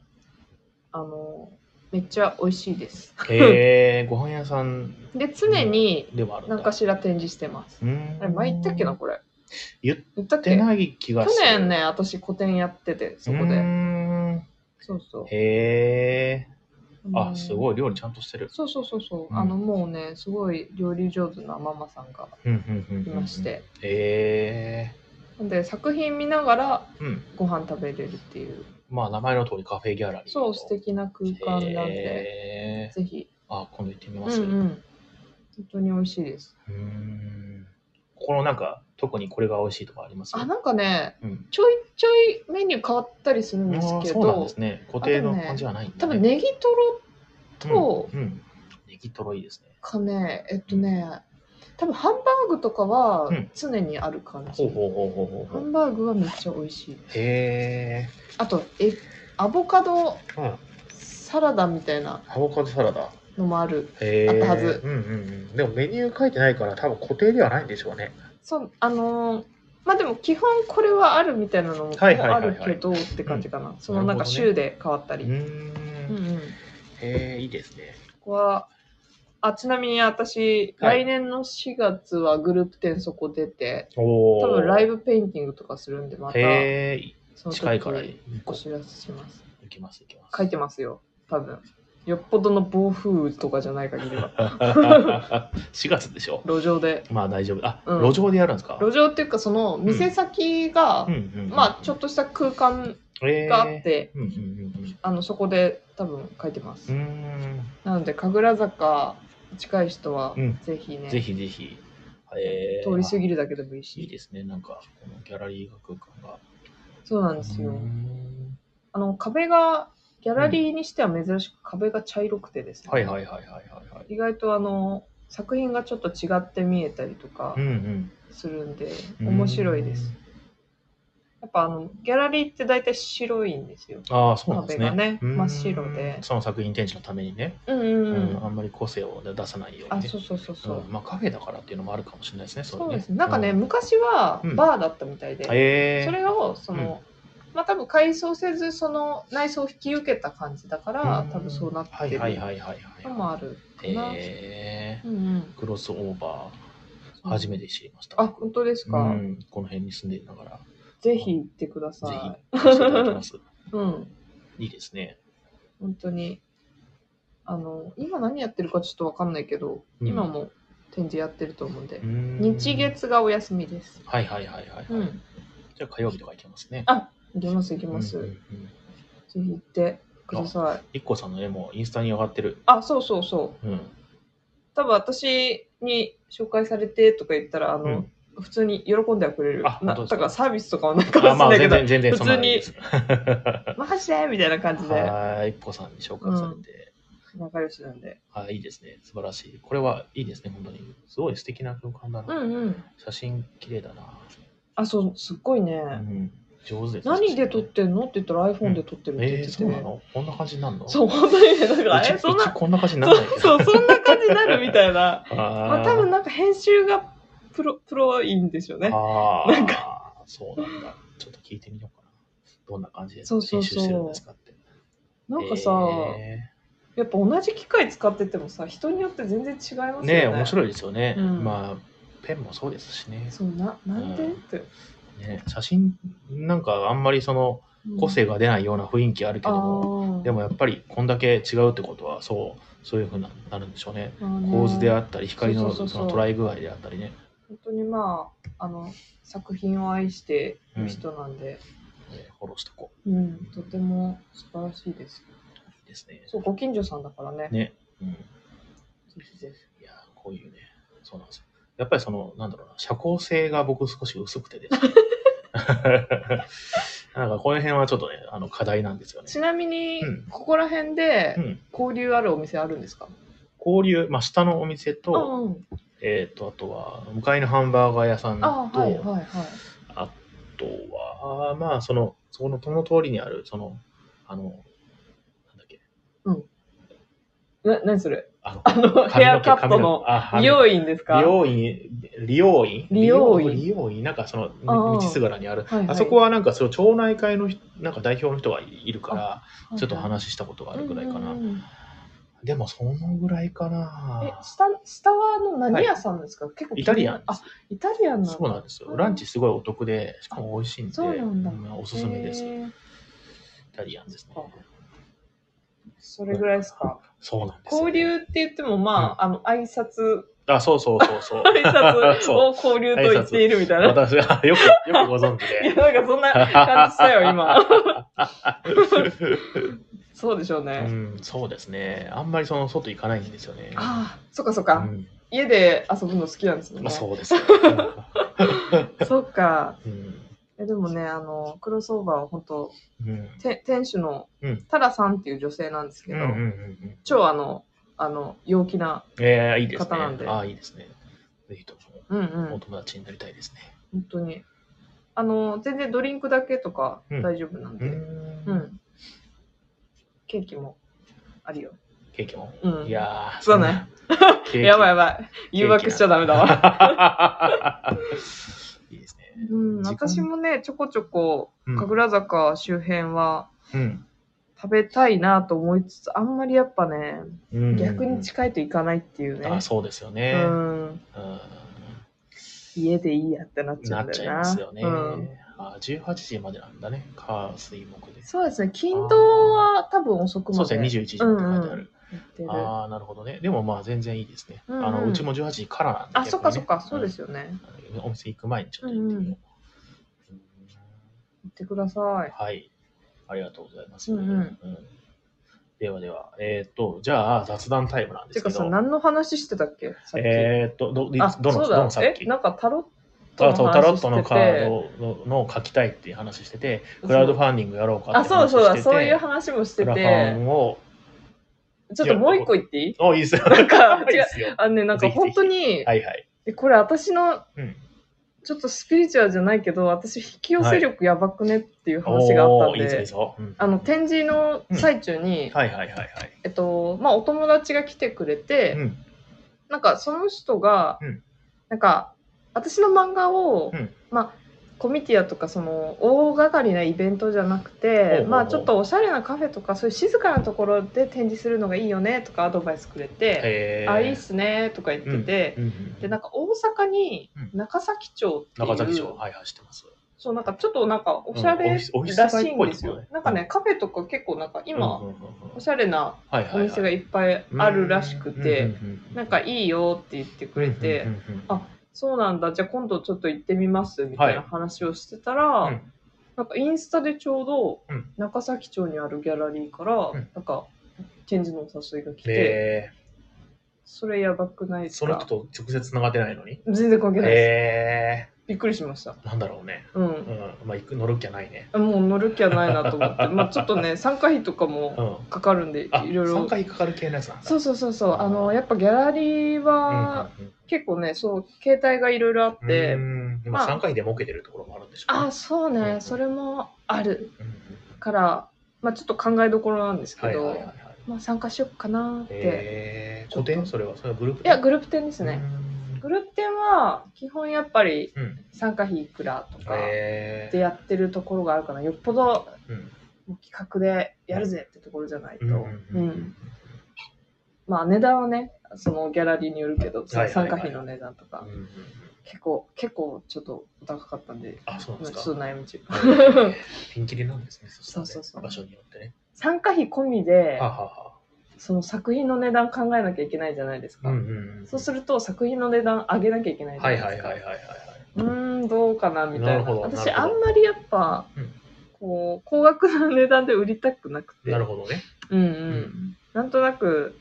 [SPEAKER 2] あのめっちゃ美味しいです
[SPEAKER 1] う。 へえ、ご飯屋さん
[SPEAKER 2] で常に
[SPEAKER 1] ではあるんだ。
[SPEAKER 2] 何かしら展示してます
[SPEAKER 1] うーん。
[SPEAKER 2] あれ前言ったっけなこれ
[SPEAKER 1] 言っ
[SPEAKER 2] 言ったっけ
[SPEAKER 1] て
[SPEAKER 2] 去
[SPEAKER 1] ない気がする。
[SPEAKER 2] 年ね私個展やっててそこ
[SPEAKER 1] うー
[SPEAKER 2] で
[SPEAKER 1] ん。
[SPEAKER 2] そうそう
[SPEAKER 1] へえ。
[SPEAKER 2] う
[SPEAKER 1] あ、
[SPEAKER 2] ん
[SPEAKER 1] すごい、料理ちゃんとしてる。
[SPEAKER 2] そうそうそうそう、
[SPEAKER 1] うん
[SPEAKER 2] あのもうねすごい料理上手なママさんが
[SPEAKER 1] うんうんうんうん
[SPEAKER 2] い
[SPEAKER 1] うん
[SPEAKER 2] まして、
[SPEAKER 1] へえ。
[SPEAKER 2] で作品見ながら
[SPEAKER 1] うん。
[SPEAKER 2] ご飯食べれるっていう
[SPEAKER 1] まあ、名前の通りカフェギャラリー。
[SPEAKER 2] そう素敵な空間なんで、
[SPEAKER 1] へえ。
[SPEAKER 2] ぜひ
[SPEAKER 1] あ、今度行ってみ
[SPEAKER 2] う
[SPEAKER 1] ま
[SPEAKER 2] ん
[SPEAKER 1] す。
[SPEAKER 2] うん本当に美味しいです
[SPEAKER 1] うーんここのなんか特にこれが美味しいとかあります
[SPEAKER 2] あなんかね
[SPEAKER 1] うん、
[SPEAKER 2] ちょいちょいメニュー変わったりするんです
[SPEAKER 1] あー
[SPEAKER 2] け
[SPEAKER 1] そうなん
[SPEAKER 2] ど、
[SPEAKER 1] ですね固定の感じはないんだ、ね、
[SPEAKER 2] 多分ネギトロと
[SPEAKER 1] うん、うんネギトロいいですね
[SPEAKER 2] かねえっとね多分ハンバーグとかは
[SPEAKER 1] うん
[SPEAKER 2] 常にある感じ、
[SPEAKER 1] ほうほうほうほうほ
[SPEAKER 2] ハ
[SPEAKER 1] うほう
[SPEAKER 2] ンバーグはめっちゃ美味しい
[SPEAKER 1] へえ、
[SPEAKER 2] あとえアボカド
[SPEAKER 1] うん、ア
[SPEAKER 2] サラダみたいな
[SPEAKER 1] ボカドサラダ
[SPEAKER 2] のもある
[SPEAKER 1] へえ
[SPEAKER 2] あったはず
[SPEAKER 1] うんうんうんでもメニュー書いてないから多分固定ではないんでしょうね
[SPEAKER 2] そうあのーまあでも基本これはあるみたいなのももう
[SPEAKER 1] はいはいは
[SPEAKER 2] あ
[SPEAKER 1] いはい
[SPEAKER 2] るけどって感じかな、そ
[SPEAKER 1] な
[SPEAKER 2] の
[SPEAKER 1] るほどね
[SPEAKER 2] なんか週で変わった
[SPEAKER 1] う
[SPEAKER 2] り、
[SPEAKER 1] ー
[SPEAKER 2] う
[SPEAKER 1] ん
[SPEAKER 2] んうん
[SPEAKER 1] へえいいですね
[SPEAKER 2] ここはあちなみに私、
[SPEAKER 1] はい
[SPEAKER 2] 来年の4月はグループ展そこ出て
[SPEAKER 1] おお
[SPEAKER 2] 多分ライ
[SPEAKER 1] ブ
[SPEAKER 2] ブペインティングとかするんでまた
[SPEAKER 1] へ
[SPEAKER 2] そ
[SPEAKER 1] え
[SPEAKER 2] の
[SPEAKER 1] 近いから
[SPEAKER 2] 時
[SPEAKER 1] 行
[SPEAKER 2] お
[SPEAKER 1] こ
[SPEAKER 2] 知らせします
[SPEAKER 1] う行きます行きます
[SPEAKER 2] 書 いてますよ多分よっぽどの暴風雨とかじゃない限りは
[SPEAKER 1] 4月でしょ
[SPEAKER 2] 路上で
[SPEAKER 1] まあ大丈夫あ、
[SPEAKER 2] うん
[SPEAKER 1] 路上でやるんですか
[SPEAKER 2] 路上っていうかその店先が、
[SPEAKER 1] うんうんうん
[SPEAKER 2] まあちょっとした空間があっ
[SPEAKER 1] え
[SPEAKER 2] て、
[SPEAKER 1] ーうんうん
[SPEAKER 2] あのそこで多分書いてます、
[SPEAKER 1] うんうんう
[SPEAKER 2] なので神楽坂近い人は
[SPEAKER 1] うん
[SPEAKER 2] ぜひね、
[SPEAKER 1] ーんぜひぜひ、えー
[SPEAKER 2] 通り過
[SPEAKER 1] あ
[SPEAKER 2] ぎるだけでもいいし
[SPEAKER 1] いいですねなんかこのギャラリーが空間が
[SPEAKER 2] そうなんですよ、
[SPEAKER 1] うーん
[SPEAKER 2] あの壁がギャラリーにしては珍しく壁が茶色くてですね、
[SPEAKER 1] はいはいはいはいはいはい
[SPEAKER 2] 意外とあの作品がちょっと違って見えたりとか
[SPEAKER 1] うん
[SPEAKER 2] するんで、
[SPEAKER 1] うん
[SPEAKER 2] 面白いですやっぱあのギャラリーって大体白いんですよ
[SPEAKER 1] ああそうなんですね
[SPEAKER 2] 壁がね
[SPEAKER 1] うーん
[SPEAKER 2] 真っ白で
[SPEAKER 1] その作品展示のためにね、
[SPEAKER 2] うんうん
[SPEAKER 1] う
[SPEAKER 2] うんん、
[SPEAKER 1] あんまり個性を出さないように
[SPEAKER 2] あ
[SPEAKER 1] ね
[SPEAKER 2] そうそうそうそう、
[SPEAKER 1] うんまあカフェだからっていうのもあるかもしれないですねれ
[SPEAKER 2] そうですねなんかね、
[SPEAKER 1] うん
[SPEAKER 2] 昔は
[SPEAKER 1] うん
[SPEAKER 2] バーだったみたいで、
[SPEAKER 1] えー、
[SPEAKER 2] それをその、まあ多分改装せずその内装を引き受けた感じだから、
[SPEAKER 1] うん
[SPEAKER 2] 多分そうなって
[SPEAKER 1] はい
[SPEAKER 2] る
[SPEAKER 1] はいはいはい
[SPEAKER 2] の
[SPEAKER 1] は
[SPEAKER 2] もあるか
[SPEAKER 1] い
[SPEAKER 2] な、
[SPEAKER 1] え
[SPEAKER 2] うんうん
[SPEAKER 1] ー、クロスオーバー初め
[SPEAKER 2] て
[SPEAKER 1] て知りました
[SPEAKER 2] あ本当ですか、
[SPEAKER 1] うん、この辺に住んでいながら、
[SPEAKER 2] ぜひ行ってください
[SPEAKER 1] ぜひ行かせていただきます。
[SPEAKER 2] うん
[SPEAKER 1] いいですね。
[SPEAKER 2] 本当にあの今何やってるかちょっとわかんないけど、
[SPEAKER 1] うん
[SPEAKER 2] 今も展示やってると思うんで、日
[SPEAKER 1] 日。
[SPEAKER 2] 月がお休みです
[SPEAKER 1] はいはいはいはい。
[SPEAKER 2] うん
[SPEAKER 1] じゃあ火曜日とか行けますね。
[SPEAKER 2] あ行きます行きます、
[SPEAKER 1] うんうん
[SPEAKER 2] ぜ
[SPEAKER 1] うん
[SPEAKER 2] ひ行ってください
[SPEAKER 1] 一個さんの絵もインスタに上がってる。
[SPEAKER 2] あそうそうそう
[SPEAKER 1] うん。
[SPEAKER 2] 多分私に紹介されてとか言ったらあの、
[SPEAKER 1] うん
[SPEAKER 2] 普通に喜んではくれる
[SPEAKER 1] あ本当
[SPEAKER 2] なだ
[SPEAKER 1] ですか
[SPEAKER 2] からサービスとかはないかもし
[SPEAKER 1] あまあ
[SPEAKER 2] れ
[SPEAKER 1] 全
[SPEAKER 2] ない
[SPEAKER 1] 然
[SPEAKER 2] け
[SPEAKER 1] 全然
[SPEAKER 2] 普
[SPEAKER 1] そ
[SPEAKER 2] 通
[SPEAKER 1] んなの
[SPEAKER 2] に
[SPEAKER 1] いいです。
[SPEAKER 2] どマジでみたいな感 じで
[SPEAKER 1] はい、一個さんに紹介されて。
[SPEAKER 2] 仲良しなんで
[SPEAKER 1] はい、いいですね。素晴らしい。これはいいですね、本当に。すごい素敵な空間だ
[SPEAKER 2] う
[SPEAKER 1] な。
[SPEAKER 2] んうん
[SPEAKER 1] 写真綺麗だな。
[SPEAKER 2] あそうすっごいね、
[SPEAKER 1] うん。上手ですね。
[SPEAKER 2] 何で撮ってんのって言ったら iPhone で撮ってるって
[SPEAKER 1] え
[SPEAKER 2] 言っ
[SPEAKER 1] ー、
[SPEAKER 2] てて、
[SPEAKER 1] そうなのこんな感じになるの
[SPEAKER 2] そう本当にねだか
[SPEAKER 1] う
[SPEAKER 2] ら
[SPEAKER 1] ち
[SPEAKER 2] えそん
[SPEAKER 1] うち
[SPEAKER 2] な
[SPEAKER 1] こんな感じにならないけ
[SPEAKER 2] そう
[SPEAKER 1] ど
[SPEAKER 2] そうそんな感じになるみたいなま
[SPEAKER 1] あ
[SPEAKER 2] あ
[SPEAKER 1] ー
[SPEAKER 2] 多分なんか編集がプロプロいいんですよね
[SPEAKER 1] ああ、
[SPEAKER 2] なん
[SPEAKER 1] そうなんだ。ちょっと聞いてみようかな。どんな感じで
[SPEAKER 2] そうそう
[SPEAKER 1] 編
[SPEAKER 2] そう
[SPEAKER 1] 集してるんですかって。
[SPEAKER 2] なんかさ、
[SPEAKER 1] え
[SPEAKER 2] やっぱ同じ機械使っててもさ人によって全然違いますよ
[SPEAKER 1] ー
[SPEAKER 2] ね
[SPEAKER 1] ねえ、面白いですよね。
[SPEAKER 2] うん
[SPEAKER 1] まあ、ペンもそうですしね
[SPEAKER 2] そうななんで、
[SPEAKER 1] うん
[SPEAKER 2] って
[SPEAKER 1] ね。写真、なんかあんまりその個性が出ないような雰囲気あるけども、で
[SPEAKER 2] も
[SPEAKER 1] もやっぱりこんだけ違うってことは、そう、そういうふうになるんでしょうね。構図であったり、光のそ
[SPEAKER 2] そ
[SPEAKER 1] う
[SPEAKER 2] そうそうそう
[SPEAKER 1] の捉え具合であったりね。
[SPEAKER 2] 本当にまああの作品を愛してる人なんで、
[SPEAKER 1] えーフォローしてこう。
[SPEAKER 2] うんとても素晴らしいです
[SPEAKER 1] いいですね。
[SPEAKER 2] そうご近所さんだからね
[SPEAKER 1] ね。うん
[SPEAKER 2] ぜひぜひ
[SPEAKER 1] いやー、こういうね、そうなんですよ。やっぱりその、なんだろうな、社交性が僕少し薄くて ですね。なんかこの辺はちょっとね、あの課題なんですよね。
[SPEAKER 2] ちなみに
[SPEAKER 1] うん、
[SPEAKER 2] ここら辺で
[SPEAKER 1] うん、
[SPEAKER 2] 交流あるお店あるんですか、
[SPEAKER 1] 交流、まあ、下のお店
[SPEAKER 2] う
[SPEAKER 1] と、
[SPEAKER 2] んうん、
[SPEAKER 1] えっ、と、あとは、向かいのハンバーガー屋さんと、
[SPEAKER 2] あ
[SPEAKER 1] あ,、
[SPEAKER 2] はいはいはい。
[SPEAKER 1] とは、まあ、その、そこの、その通りにある、その、あの、なんだっけ、
[SPEAKER 2] な、何それ
[SPEAKER 1] あの、
[SPEAKER 2] あの、ヘアカットの美容
[SPEAKER 1] 院
[SPEAKER 2] 院ですか
[SPEAKER 1] 美容院、理容院
[SPEAKER 2] 理容院
[SPEAKER 1] 理容院、なんかその、
[SPEAKER 2] ああ
[SPEAKER 1] 道すがらにある。
[SPEAKER 2] はいはい
[SPEAKER 1] あそこはなんか、その町内会の人、なんか代表の人がいるか
[SPEAKER 2] は
[SPEAKER 1] ら、
[SPEAKER 2] い
[SPEAKER 1] ちょっと話したことがあるぐらいかな
[SPEAKER 2] うん。うんうん
[SPEAKER 1] でも、そのぐらいかな。
[SPEAKER 2] え、下、下はあの何屋さんですか、結構気になる
[SPEAKER 1] イタリアン
[SPEAKER 2] あ、イタリアンなの
[SPEAKER 1] そうなんですよ。
[SPEAKER 2] うん
[SPEAKER 1] ランチすごいお得で、しかも美味しいんで、
[SPEAKER 2] そうなんだ
[SPEAKER 1] うんおすすめです。イ
[SPEAKER 2] へー
[SPEAKER 1] タリアンですね
[SPEAKER 2] そ。っかそれぐらいですか。
[SPEAKER 1] そうなんですよ。
[SPEAKER 2] 交流って言っても、まあ、あの、挨拶、
[SPEAKER 1] あ、そうそうそう そう。
[SPEAKER 2] 挨拶
[SPEAKER 1] そう
[SPEAKER 2] を交流と言っているみたいな。
[SPEAKER 1] 私はよく、よくご存知
[SPEAKER 2] い や、
[SPEAKER 1] で。
[SPEAKER 2] なんかそんな感じしたよ、今。 そうでしょ う
[SPEAKER 1] う
[SPEAKER 2] ね。
[SPEAKER 1] ん、そうですね。あんまりその外行かないんですよね。
[SPEAKER 2] ああ、そっかそっ
[SPEAKER 1] う
[SPEAKER 2] か、
[SPEAKER 1] ん、
[SPEAKER 2] 家で遊ぶの好きなんですよね。
[SPEAKER 1] まあそうですよ。
[SPEAKER 2] そっか。
[SPEAKER 1] うん。
[SPEAKER 2] えでもね、あの、クロスオーバーは本当
[SPEAKER 1] うん。
[SPEAKER 2] て店主の
[SPEAKER 1] うん
[SPEAKER 2] タラさんっていう女性なんですけ
[SPEAKER 1] うんう
[SPEAKER 2] ど、
[SPEAKER 1] んうんうん。
[SPEAKER 2] 超あの、あの、陽気な、
[SPEAKER 1] えー、いいですね。
[SPEAKER 2] 方なんで
[SPEAKER 1] ああ、いいですね。ぜひと
[SPEAKER 2] うんう
[SPEAKER 1] もお
[SPEAKER 2] ん、
[SPEAKER 1] 友達になりたいですね。
[SPEAKER 2] 本当に。あの、全然ドリンクだけとか
[SPEAKER 1] うん
[SPEAKER 2] 大丈夫なん
[SPEAKER 1] う
[SPEAKER 2] で、うん。
[SPEAKER 1] ん。
[SPEAKER 2] ケーキもあるよ。
[SPEAKER 1] ケーキも。
[SPEAKER 2] うん
[SPEAKER 1] いやー、
[SPEAKER 2] そうね。
[SPEAKER 1] ケーキ。
[SPEAKER 2] やばいやばい。誘惑しちゃダメだわ。
[SPEAKER 1] わ。 いいですね。
[SPEAKER 2] うん、
[SPEAKER 1] 時間
[SPEAKER 2] 私もね、ちょこちょこ、
[SPEAKER 1] うん
[SPEAKER 2] 神楽坂周辺は
[SPEAKER 1] うん
[SPEAKER 2] 食べたいなと思いつつ、あんまりやっぱね、
[SPEAKER 1] うん
[SPEAKER 2] 逆に近いといかないっていうね。
[SPEAKER 1] あそうですよね。
[SPEAKER 2] うん、
[SPEAKER 1] うん
[SPEAKER 2] 家でいいやってなっちゃ
[SPEAKER 1] な
[SPEAKER 2] うん
[SPEAKER 1] っ
[SPEAKER 2] だ
[SPEAKER 1] ちゃい
[SPEAKER 2] よな。
[SPEAKER 1] ますよね。
[SPEAKER 2] うん
[SPEAKER 1] あ18時までなんだね。火、水、木で。
[SPEAKER 2] そうですね、金土は多分遅く
[SPEAKER 1] そ
[SPEAKER 2] ま
[SPEAKER 1] うです
[SPEAKER 2] で
[SPEAKER 1] ね、
[SPEAKER 2] や
[SPEAKER 1] 21
[SPEAKER 2] ってる。
[SPEAKER 1] 時って書いてある。
[SPEAKER 2] あ
[SPEAKER 1] ああ、なるほどね。でもまあ全然いいですね。
[SPEAKER 2] うんうん
[SPEAKER 1] あのうちも18時からなんで、
[SPEAKER 2] そっかそっか、そうです
[SPEAKER 1] よ。
[SPEAKER 2] よね。
[SPEAKER 1] お店行く前にちょっと行ってみよう。
[SPEAKER 2] 行ってください。
[SPEAKER 1] はい。ありがとうございます。
[SPEAKER 2] うんうん
[SPEAKER 1] ではでは、えーっと、じゃあ雑談タイムなんで
[SPEAKER 2] て
[SPEAKER 1] す
[SPEAKER 2] か
[SPEAKER 1] け
[SPEAKER 2] さ、
[SPEAKER 1] ど。
[SPEAKER 2] 何の話してたっけさっき。
[SPEAKER 1] えーっと、ど、い
[SPEAKER 2] あ、
[SPEAKER 1] つどの、
[SPEAKER 2] そう
[SPEAKER 1] ど
[SPEAKER 2] だ
[SPEAKER 1] のさっ
[SPEAKER 2] え
[SPEAKER 1] き、。
[SPEAKER 2] なんかタロット
[SPEAKER 1] あ
[SPEAKER 2] の
[SPEAKER 1] そうタロ
[SPEAKER 2] 話
[SPEAKER 1] ット
[SPEAKER 2] して
[SPEAKER 1] の
[SPEAKER 2] て。
[SPEAKER 1] カードののを書きたいっていう話してて、クラウドファンディングやろうか
[SPEAKER 2] あ、
[SPEAKER 1] って
[SPEAKER 2] そ
[SPEAKER 1] 話
[SPEAKER 2] う
[SPEAKER 1] してて。
[SPEAKER 2] そうだ、そういう話もして
[SPEAKER 1] クラファ
[SPEAKER 2] て、
[SPEAKER 1] ンを、
[SPEAKER 2] ちょっともう一個言っていい
[SPEAKER 1] お、いいっすよ。
[SPEAKER 2] なんか
[SPEAKER 1] いいっすよ。
[SPEAKER 2] あのね、なんか
[SPEAKER 1] ぜひぜひ
[SPEAKER 2] 本当に、
[SPEAKER 1] はいはい。
[SPEAKER 2] えこれ私の、
[SPEAKER 1] うん。
[SPEAKER 2] ちょっとスピリチュアルじゃないけど、私引き寄せ力やばくねっていう話があったん
[SPEAKER 1] おーいいぞいい
[SPEAKER 2] で、
[SPEAKER 1] ぞ。うん
[SPEAKER 2] あの、展示の最中に、
[SPEAKER 1] はいはいはいはい。
[SPEAKER 2] えっと、まあ、お友達が来てくれて、
[SPEAKER 1] うん。
[SPEAKER 2] なんかその人が、
[SPEAKER 1] うん
[SPEAKER 2] なんか私の漫画を、
[SPEAKER 1] うん
[SPEAKER 2] まあコミティアとかその大掛かりなイベントじゃなくて
[SPEAKER 1] ほうほうほう
[SPEAKER 2] まあちょっとおしゃれなカフェとかそういう静かなところで展示するのがいいよねとかアドバイスくれて
[SPEAKER 1] え
[SPEAKER 2] 「
[SPEAKER 1] ー
[SPEAKER 2] あいいっすね」とか言ってて、
[SPEAKER 1] うんうん
[SPEAKER 2] でなんか大阪に中崎町っていう、
[SPEAKER 1] 中崎町、はいはい、知ってます。
[SPEAKER 2] そうなんかちょっとなんかおしゃ
[SPEAKER 1] うんオ
[SPEAKER 2] れら
[SPEAKER 1] フィ
[SPEAKER 2] し
[SPEAKER 1] ス
[SPEAKER 2] い
[SPEAKER 1] オ
[SPEAKER 2] ん
[SPEAKER 1] フィス
[SPEAKER 2] です
[SPEAKER 1] 街
[SPEAKER 2] よ
[SPEAKER 1] っ、ぽいですよね
[SPEAKER 2] なんかねカフェとか結構なんか今、
[SPEAKER 1] うんうんうんうん
[SPEAKER 2] おしゃれな
[SPEAKER 1] はいはい
[SPEAKER 2] お
[SPEAKER 1] はい
[SPEAKER 2] 店がいっぱいあるらしくて、なんかいいよって言ってくれて、、
[SPEAKER 1] うんうんうんうんうん
[SPEAKER 2] あそうなんだじゃあ今度ちょっと行ってみますみたいな
[SPEAKER 1] はい
[SPEAKER 2] 話をしてたら、
[SPEAKER 1] うん
[SPEAKER 2] なんかインスタでちょうど
[SPEAKER 1] うん
[SPEAKER 2] 中崎町にあるギャラリーから、
[SPEAKER 1] うん
[SPEAKER 2] なんか展示のお誘いが来て、
[SPEAKER 1] え
[SPEAKER 2] それやばくないで
[SPEAKER 1] ー
[SPEAKER 2] す
[SPEAKER 1] その人
[SPEAKER 2] か
[SPEAKER 1] と直接繋がってないのに
[SPEAKER 2] 全然関係ないです、
[SPEAKER 1] え
[SPEAKER 2] びっくりしました
[SPEAKER 1] ーなんだろうね。
[SPEAKER 2] う、
[SPEAKER 1] うんん。まあ、行く、乗るっきゃないね。
[SPEAKER 2] もう乗る気はないなと 思ってまあちょっとね参加費とか
[SPEAKER 1] う
[SPEAKER 2] も
[SPEAKER 1] ん。
[SPEAKER 2] かかるんでい
[SPEAKER 1] あ、
[SPEAKER 2] ろい
[SPEAKER 1] 3
[SPEAKER 2] ろ
[SPEAKER 1] 回かかる系のやつなんだ。
[SPEAKER 2] そうそうそうそうあのやっぱギャラリーは
[SPEAKER 1] うんうん
[SPEAKER 2] 結構ねそう携帯がいろいろあっ
[SPEAKER 1] うん
[SPEAKER 2] て、
[SPEAKER 1] うん
[SPEAKER 2] ま
[SPEAKER 1] ま
[SPEAKER 2] あ
[SPEAKER 1] あ、3回で儲けてるところもあるんでしょうね
[SPEAKER 2] あそうね、
[SPEAKER 1] うん
[SPEAKER 2] それもある
[SPEAKER 1] うんうん
[SPEAKER 2] から、まあ、ちょっと考えどころなんです
[SPEAKER 1] は
[SPEAKER 2] け
[SPEAKER 1] い
[SPEAKER 2] ど、
[SPEAKER 1] はいはいはい。
[SPEAKER 2] まあ、参加しようかなって、
[SPEAKER 1] えー、個
[SPEAKER 2] ちょっ
[SPEAKER 1] 展
[SPEAKER 2] と
[SPEAKER 1] それは、それはグループ
[SPEAKER 2] いやグループ展ですね、
[SPEAKER 1] うん
[SPEAKER 2] グループ展は基本やっぱり
[SPEAKER 1] うん。
[SPEAKER 2] 参加費いくらとか
[SPEAKER 1] え
[SPEAKER 2] でやってるところがあるかなよっぽど
[SPEAKER 1] ーうん
[SPEAKER 2] もう企画でやるぜってところじゃないと、
[SPEAKER 1] う
[SPEAKER 2] うんん
[SPEAKER 1] うんうん
[SPEAKER 2] まあ値段はねそのギャラリーによるけどそ
[SPEAKER 1] は
[SPEAKER 2] の
[SPEAKER 1] いはいはい
[SPEAKER 2] 参加費の値段とか、
[SPEAKER 1] うんうんうん
[SPEAKER 2] 結構結構ちょっとお高かったんで
[SPEAKER 1] あ、そうなんで
[SPEAKER 2] ちょっ
[SPEAKER 1] すか
[SPEAKER 2] と。悩み中
[SPEAKER 1] ピンキリなんですね、そしたらね
[SPEAKER 2] そうそうそう
[SPEAKER 1] 場所によってね。
[SPEAKER 2] 参加費込みで
[SPEAKER 1] はあはあは
[SPEAKER 2] その作品の値段考えなきゃいけないじゃないです
[SPEAKER 1] あ
[SPEAKER 2] か、
[SPEAKER 1] うんうんうん
[SPEAKER 2] そうすると作品の値段上げなきゃいけないじゃ
[SPEAKER 1] は
[SPEAKER 2] ない
[SPEAKER 1] い
[SPEAKER 2] ですか。
[SPEAKER 1] はいはいはいはいは
[SPEAKER 2] うーん、どうかなみたい
[SPEAKER 1] な
[SPEAKER 2] な。
[SPEAKER 1] るほど
[SPEAKER 2] 私、
[SPEAKER 1] なる
[SPEAKER 2] あ
[SPEAKER 1] ほ
[SPEAKER 2] ん
[SPEAKER 1] ど
[SPEAKER 2] まりやっぱ、
[SPEAKER 1] うん
[SPEAKER 2] こう、高額な値段で売りたくなく
[SPEAKER 1] い。
[SPEAKER 2] て。
[SPEAKER 1] なるほどね。
[SPEAKER 2] うんう。
[SPEAKER 1] うん
[SPEAKER 2] なんとなく、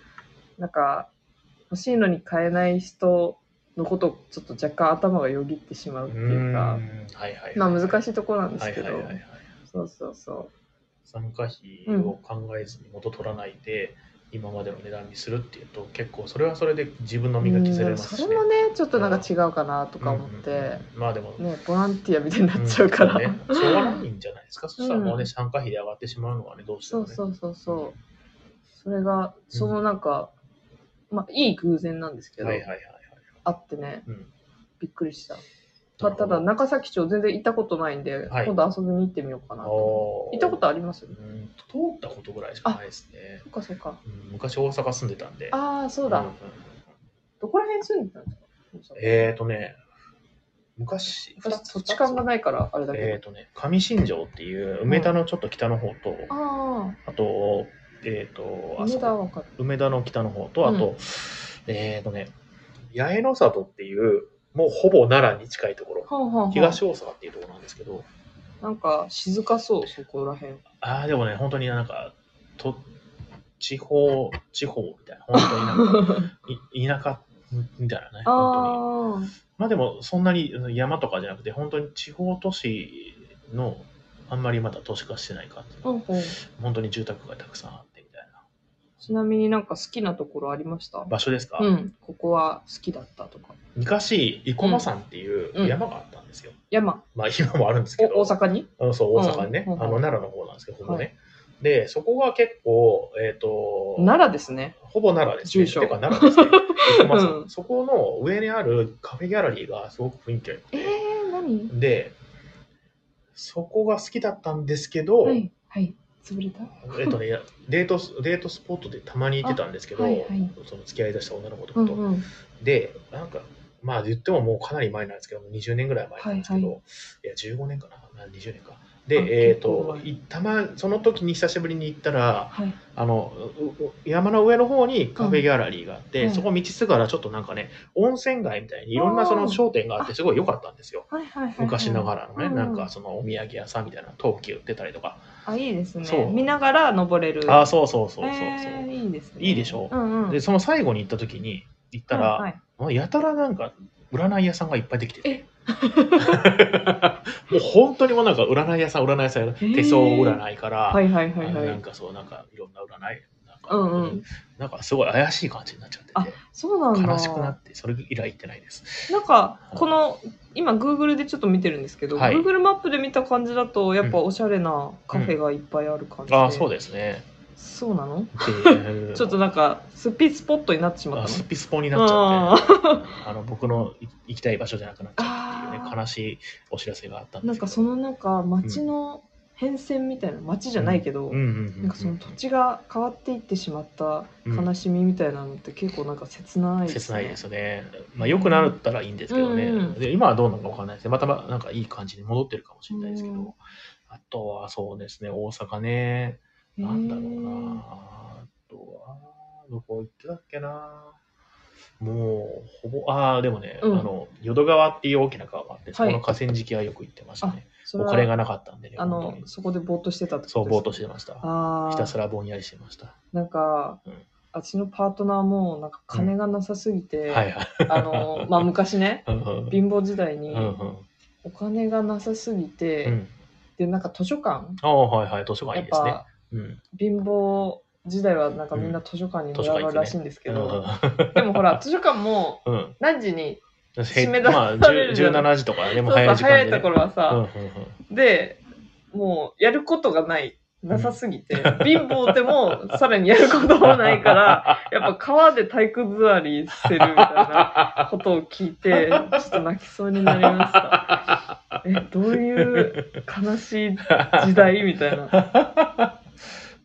[SPEAKER 2] なんか、欲しいのに買えない人のことをちょっと若干頭がよぎってしまうっていうか、
[SPEAKER 1] はいはい、
[SPEAKER 2] まあ難
[SPEAKER 1] い
[SPEAKER 2] しいところなんで
[SPEAKER 1] は
[SPEAKER 2] す
[SPEAKER 1] い
[SPEAKER 2] け
[SPEAKER 1] はい
[SPEAKER 2] ど、
[SPEAKER 1] はいはい。
[SPEAKER 2] そうそうそ
[SPEAKER 1] 参加費を考えずに元取らないで、今までの値段にするっていうと結構それはそれで自分の
[SPEAKER 2] う、
[SPEAKER 1] 身が削れ
[SPEAKER 2] う
[SPEAKER 1] ま
[SPEAKER 2] ん
[SPEAKER 1] す
[SPEAKER 2] そ
[SPEAKER 1] し
[SPEAKER 2] れもねちょっとなんか違うかなとか思って、
[SPEAKER 1] うんうんうんまあでも、
[SPEAKER 2] ねボランティアみたいになっちゃうから、
[SPEAKER 1] んそうね、しょうがないんじゃないですか。そしたらもう
[SPEAKER 2] う
[SPEAKER 1] ね、
[SPEAKER 2] ん
[SPEAKER 1] 参加費で上がってしまうのはね、どうして
[SPEAKER 2] そ
[SPEAKER 1] も
[SPEAKER 2] う
[SPEAKER 1] ね。
[SPEAKER 2] そうそうそうそれがそのなんか、まあいい偶然なんですけど、
[SPEAKER 1] はいはいはいはい。
[SPEAKER 2] あってね
[SPEAKER 1] うん
[SPEAKER 2] びっくりした、まあ、ただ
[SPEAKER 1] なる
[SPEAKER 2] 中崎町全然行ったことないんで、
[SPEAKER 1] はい
[SPEAKER 2] 今度遊びに行ってみようかなと
[SPEAKER 1] ほど、
[SPEAKER 2] 行ったこと
[SPEAKER 1] あ
[SPEAKER 2] あります
[SPEAKER 1] るうん、通ったことぐらいしかないですね
[SPEAKER 2] そ。っかそっか
[SPEAKER 1] うん昔大阪住んでたんで。
[SPEAKER 2] ああそうだ、
[SPEAKER 1] んん
[SPEAKER 2] どこら辺住んでたんですか
[SPEAKER 1] えーとね、昔、
[SPEAKER 2] 私土地勘がないからあれだけど、
[SPEAKER 1] えーとね、上新庄っていう梅田のちょっと北の方と、
[SPEAKER 2] あ
[SPEAKER 1] あと、えーと、
[SPEAKER 2] あ
[SPEAKER 1] あそ
[SPEAKER 2] 梅
[SPEAKER 1] こ
[SPEAKER 2] 田は分かる
[SPEAKER 1] 梅田の北の方と、あ
[SPEAKER 2] う
[SPEAKER 1] と、えーとね、八重の里っていう、もうほぼ奈良に近いところ、
[SPEAKER 2] はんはんはん
[SPEAKER 1] 東大阪っていうところなんですけど、
[SPEAKER 2] なんか静かそうそこ ら辺
[SPEAKER 1] ああ、でもね、本当になんか、と、地方、地方みたいな、本当になんか、い田舎みたいなね、本当に。
[SPEAKER 2] ああ
[SPEAKER 1] まあでも、そんなに山とかじゃなくて、本当に地方都市の、あんまりまだ都市化してない感じ
[SPEAKER 2] ほん
[SPEAKER 1] の、
[SPEAKER 2] ほん
[SPEAKER 1] 本当に住宅がたくさんあってみたいな。
[SPEAKER 2] ちなみになんか好きなところありました
[SPEAKER 1] 場所ですか、
[SPEAKER 2] うん、ここは好きだったとか。
[SPEAKER 1] 昔、生駒山っていう
[SPEAKER 2] うん
[SPEAKER 1] 山があったんですよ。
[SPEAKER 2] 山、
[SPEAKER 1] まあ今もあるんですけど、
[SPEAKER 2] お大阪に
[SPEAKER 1] あのそう、大阪にね、
[SPEAKER 2] うんうん
[SPEAKER 1] あの奈良の方なんですけど、ほぼね。で、そこが結構、えっ、と、
[SPEAKER 2] 奈良ですね。
[SPEAKER 1] ほぼ奈良ですね。
[SPEAKER 2] 住所
[SPEAKER 1] てか奈良 ですね。生駒山
[SPEAKER 2] うん
[SPEAKER 1] そこの上にあるカフェギャラリーがすごく雰囲気が良く
[SPEAKER 2] え
[SPEAKER 1] て、
[SPEAKER 2] ー、何
[SPEAKER 1] で、そこが好きだったんですけど、
[SPEAKER 2] はい、はい、潰れた
[SPEAKER 1] えっとね、 やデートスデートスポットでたまに行ってたんですけど、
[SPEAKER 2] あはいはい
[SPEAKER 1] その付き合いだした女の子と
[SPEAKER 2] う
[SPEAKER 1] か
[SPEAKER 2] ん
[SPEAKER 1] と、
[SPEAKER 2] うん。
[SPEAKER 1] で、なんか、まあ言ってももうかなり前なんですけど、20年ぐらい前なんですけど、、
[SPEAKER 2] はい
[SPEAKER 1] や、15年かな、まあ20年か。
[SPEAKER 2] あ
[SPEAKER 1] で、えっ、
[SPEAKER 2] 結構
[SPEAKER 1] と
[SPEAKER 2] 前、
[SPEAKER 1] いたま、その時に久しぶりに行ったら、
[SPEAKER 2] はい。
[SPEAKER 1] あの、うう山の上の方にカフェギャラリーがあって、
[SPEAKER 2] うん
[SPEAKER 1] そこ道すがらちょっとなんかね、温泉街みたいにいろんなその商店があって、すごい良かったんですよ。
[SPEAKER 2] はいはいはい。
[SPEAKER 1] 昔ながらのね、
[SPEAKER 2] うん
[SPEAKER 1] なんかそのお土産屋さんみたいな陶器売ってたりとか。
[SPEAKER 2] あ、いいですね。
[SPEAKER 1] そう
[SPEAKER 2] 見ながら登れる。
[SPEAKER 1] ああ、そうそうそうそうそう。
[SPEAKER 2] えーいいですね。
[SPEAKER 1] いいでしょ
[SPEAKER 2] うんうん。
[SPEAKER 1] で、その最後に行った時に、行ったら、
[SPEAKER 2] はいはい
[SPEAKER 1] やたらなんか占い屋さんがいっぱいできてて
[SPEAKER 2] え
[SPEAKER 1] もう本当にもうなんか占い屋さん占い屋さん
[SPEAKER 2] ー
[SPEAKER 1] 手相占いから、
[SPEAKER 2] はいはいは
[SPEAKER 1] あ
[SPEAKER 2] い
[SPEAKER 1] の
[SPEAKER 2] は
[SPEAKER 1] ないん。かそうなんかいろんな占いなんか,、
[SPEAKER 2] うんうん
[SPEAKER 1] なんかすごい怪しい感じになっちゃって
[SPEAKER 2] あ
[SPEAKER 1] て
[SPEAKER 2] そうなんだ。
[SPEAKER 1] 悲しくなってそれ以来行ってないです
[SPEAKER 2] なんかこの今 Google でちょっと見てるんですけど、
[SPEAKER 1] はい
[SPEAKER 2] Google マップで見た感じだとやっぱおしゃれなカフェがいっぱいある感じで、
[SPEAKER 1] ああそうです ね
[SPEAKER 2] すそうなの
[SPEAKER 1] で
[SPEAKER 2] ちょっとなんかスピスポットになってしま
[SPEAKER 1] あ
[SPEAKER 2] った
[SPEAKER 1] ス
[SPEAKER 2] の
[SPEAKER 1] ピスポになっちゃって あの僕のい行きたい場所じゃなくなっちゃうっていうね
[SPEAKER 2] あー
[SPEAKER 1] 悲しいお知らせがあったん
[SPEAKER 2] な
[SPEAKER 1] で
[SPEAKER 2] ん
[SPEAKER 1] すけど
[SPEAKER 2] かそのなんか街の変遷みたいな街じゃないけど、
[SPEAKER 1] うんうんうんうん
[SPEAKER 2] なんかその土地が変わっていってしまった悲しみみたいなのって結構なんか切ないですね。
[SPEAKER 1] 切ないですね。まあ、良くなったらいいんですけどね。
[SPEAKER 2] うん
[SPEAKER 1] で今はどうなのかわかんないですね。またまなんかいい感じに戻ってるかもしれないですけど。
[SPEAKER 2] うん
[SPEAKER 1] あとはそうですね、大阪ね。なんだろうな。あとは、どこ行ってたっけな。もう、ほぼ、ああ、でもね、
[SPEAKER 2] うん
[SPEAKER 1] あの、淀川っていう大きな川があって、そこの河川敷はよく行ってましたね。
[SPEAKER 2] それ
[SPEAKER 1] お金
[SPEAKER 2] は
[SPEAKER 1] がなかったんでね、
[SPEAKER 2] あ
[SPEAKER 1] 本
[SPEAKER 2] の
[SPEAKER 1] 当に。
[SPEAKER 2] そこでぼーっとしてたってこと
[SPEAKER 1] そう、ぼーっと
[SPEAKER 2] し
[SPEAKER 1] してました。
[SPEAKER 2] ああ
[SPEAKER 1] ひたすらぼんやりしてました。
[SPEAKER 2] なんか、
[SPEAKER 1] うん
[SPEAKER 2] あっちのパートナーもなんか金がなさすぎて、
[SPEAKER 1] はいはい。
[SPEAKER 2] あ のまあ昔ね
[SPEAKER 1] うんうん
[SPEAKER 2] 貧乏時代
[SPEAKER 1] う
[SPEAKER 2] に
[SPEAKER 1] んうん
[SPEAKER 2] お金がなさすぎて、
[SPEAKER 1] うん。
[SPEAKER 2] でなんか図書館
[SPEAKER 1] ああ、はいはい。図書館
[SPEAKER 2] や
[SPEAKER 1] いい
[SPEAKER 2] っ
[SPEAKER 1] ですね。
[SPEAKER 2] ぱ
[SPEAKER 1] うん。
[SPEAKER 2] 貧乏時代はなんかみんな図書館に群がるらしいんですけど、でもほら図 書館も
[SPEAKER 1] うんうん
[SPEAKER 2] 何時に
[SPEAKER 1] 閉
[SPEAKER 2] め出
[SPEAKER 1] まあ、
[SPEAKER 2] されるじゃん
[SPEAKER 1] 17時とかで
[SPEAKER 2] そ
[SPEAKER 1] も
[SPEAKER 2] う
[SPEAKER 1] う早い
[SPEAKER 2] そう
[SPEAKER 1] 時間
[SPEAKER 2] 早
[SPEAKER 1] で、
[SPEAKER 2] い
[SPEAKER 1] ね。
[SPEAKER 2] ところはさ、
[SPEAKER 1] うんうんうん
[SPEAKER 2] でもうやることがないなさすぎ て、貧乏でもさらにやることもない から。やっぱ川で体育座りしてるみたいな。ことを聞いて、ちょっと泣きそうになりました。え、どういう悲しい時代みたいな。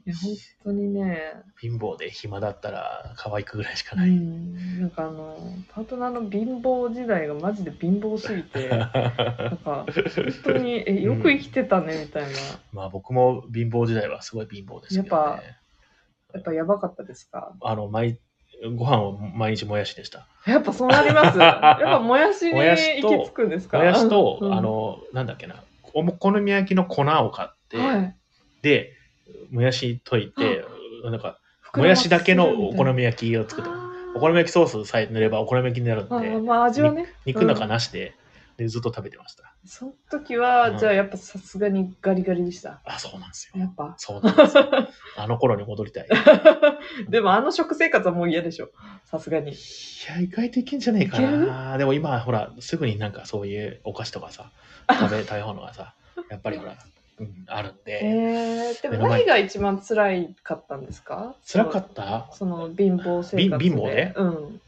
[SPEAKER 2] いや、本当にね、
[SPEAKER 1] 貧乏で暇だったら可愛くぐらいしか
[SPEAKER 2] う
[SPEAKER 1] ない。
[SPEAKER 2] ん、なんかあの、パートナーの貧乏時代がマジで貧乏すぎ て、なんか、本当に、え、よく生きてたねみたいな。
[SPEAKER 1] まあ僕も貧乏時代はすごい貧乏ですけど、ね。
[SPEAKER 2] やっやっぱやばかったですか
[SPEAKER 1] あの、毎ご飯を毎日もやしでした。
[SPEAKER 2] やっぱそうな りますやっぱもやしに
[SPEAKER 1] もやしと
[SPEAKER 2] 行き着くんですか
[SPEAKER 1] もやしと、
[SPEAKER 2] うん
[SPEAKER 1] あの、なんだっけな、お好み焼きの粉を買って、
[SPEAKER 2] はい、
[SPEAKER 1] で、もやし溶いて、なんか、
[SPEAKER 2] 膨らませるみたいな
[SPEAKER 1] もやしだけのお好み焼きを作った。
[SPEAKER 2] あー
[SPEAKER 1] お好み焼きソースさえ塗ればお好み焼きになるん
[SPEAKER 2] あー
[SPEAKER 1] で、
[SPEAKER 2] まあ味はね。
[SPEAKER 1] 肉の中なしで、でずっと食べてました。
[SPEAKER 2] その時は、
[SPEAKER 1] うん
[SPEAKER 2] じゃあやっぱさすがにガリガリでした。
[SPEAKER 1] あ、そうなんです
[SPEAKER 2] や
[SPEAKER 1] よ。
[SPEAKER 2] っぱ。
[SPEAKER 1] そうなんですよ。あの頃に戻りたい。い
[SPEAKER 2] でもあの食生活はもう嫌でしょ。さすがに。
[SPEAKER 1] や、意外といけんじゃねえか
[SPEAKER 2] い
[SPEAKER 1] な。でも今、ほら、すぐになんかそういうお菓子とか さ、食べたい方のがさ、やっぱりほら、うん、あるんで、
[SPEAKER 2] えー、で
[SPEAKER 1] 目
[SPEAKER 2] も
[SPEAKER 1] の前
[SPEAKER 2] 何が一番辛いかったんですか
[SPEAKER 1] 辛かった
[SPEAKER 2] その貧乏生活で。
[SPEAKER 1] 貧貧乏で
[SPEAKER 2] うん。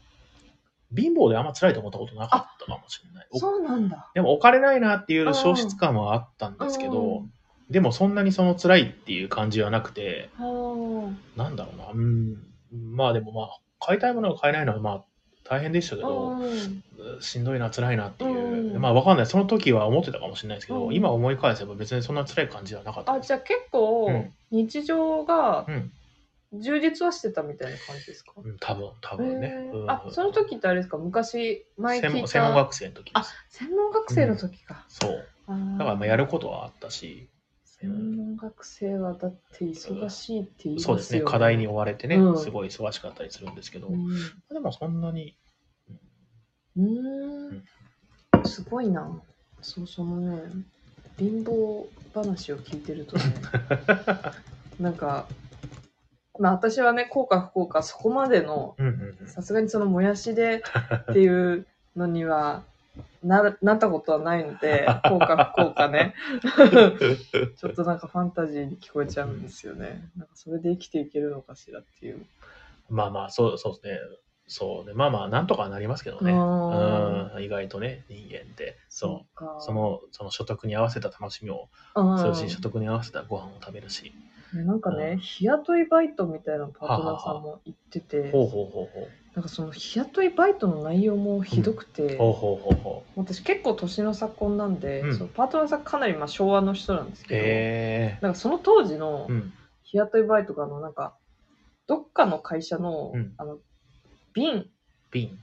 [SPEAKER 1] 貧乏であんま辛いと思ったことなかったかもしれない。お
[SPEAKER 2] そうなんだ。
[SPEAKER 1] でもお金ないなっていう消失感はあったんですけ
[SPEAKER 2] う
[SPEAKER 1] ど、でもそんなにその辛いっていう感じはなくて、
[SPEAKER 2] あー
[SPEAKER 1] なんだろうな、うん、まあでもまあ、買いたいものが買えないのはまあ大変でしたけ
[SPEAKER 2] あ
[SPEAKER 1] ど、
[SPEAKER 2] ー。
[SPEAKER 1] しんどいな、辛いなっていう、
[SPEAKER 2] うん
[SPEAKER 1] まあわかんない、その時は思ってたかもしれないですけど、
[SPEAKER 2] うん
[SPEAKER 1] 今思い返せば別にそんな辛い感じはなかった
[SPEAKER 2] あ、
[SPEAKER 1] です。
[SPEAKER 2] じゃあ結構
[SPEAKER 1] うん
[SPEAKER 2] 日常が
[SPEAKER 1] うん、
[SPEAKER 2] 充実はしてたみたいな感じですか、
[SPEAKER 1] うん多分、多分ね。
[SPEAKER 2] えー
[SPEAKER 1] うん
[SPEAKER 2] あ、その時ってあれですか昔、前聞いた
[SPEAKER 1] 専門専門学生の時で
[SPEAKER 2] あ
[SPEAKER 1] す。、
[SPEAKER 2] 専門学生の時か。
[SPEAKER 1] そう。
[SPEAKER 2] あー
[SPEAKER 1] だからまあやることはあったし、
[SPEAKER 2] 専門学生はだって忙しいって言いますよ、
[SPEAKER 1] そうですね、課題に追われてね、
[SPEAKER 2] うん
[SPEAKER 1] すごい忙しかったりするんですけど、
[SPEAKER 2] うん
[SPEAKER 1] でもそんな に、
[SPEAKER 2] うーん。すごいな。そうそのね、貧乏話を聞いてる とね、なんか、まあ私はね、効果不効果、そこまでの、
[SPEAKER 1] うんうんうん
[SPEAKER 2] さすがにそのもやしでっていうのには、ななったことはないので、効果不効 果ね。ちょっとなんかファンタジーに聞こえちゃうんですよね。なんかそれで生きていけるのかしらっていう。
[SPEAKER 1] まあまあ、そうそうですね。そうね。まあまあ、なんとかなりますけどね。う
[SPEAKER 2] あー
[SPEAKER 1] ん、意外とね、人間って。そう
[SPEAKER 2] か
[SPEAKER 1] う。その、その所得に合わせた楽しみを、
[SPEAKER 2] うん
[SPEAKER 1] そのうち所得に合わせたご飯を食べるし。
[SPEAKER 2] なんか
[SPEAKER 1] う
[SPEAKER 2] ね
[SPEAKER 1] ん、
[SPEAKER 2] 日雇いバイトみたいなパートナーさんも言ってて、
[SPEAKER 1] ほうほうほうほう。
[SPEAKER 2] なんかその日雇いバイトの内容もひどくて、
[SPEAKER 1] ほうほうほうほう。
[SPEAKER 2] 私結構年の差婚なんで、
[SPEAKER 1] うん
[SPEAKER 2] そのパートナーさんかなりまあ昭和の人なんですけど、
[SPEAKER 1] え
[SPEAKER 2] なんかその当時の
[SPEAKER 1] ー。うん。
[SPEAKER 2] 日雇いバイトがあのなんかどっかの会社の,、
[SPEAKER 1] うん
[SPEAKER 2] あの瓶
[SPEAKER 1] 瓶。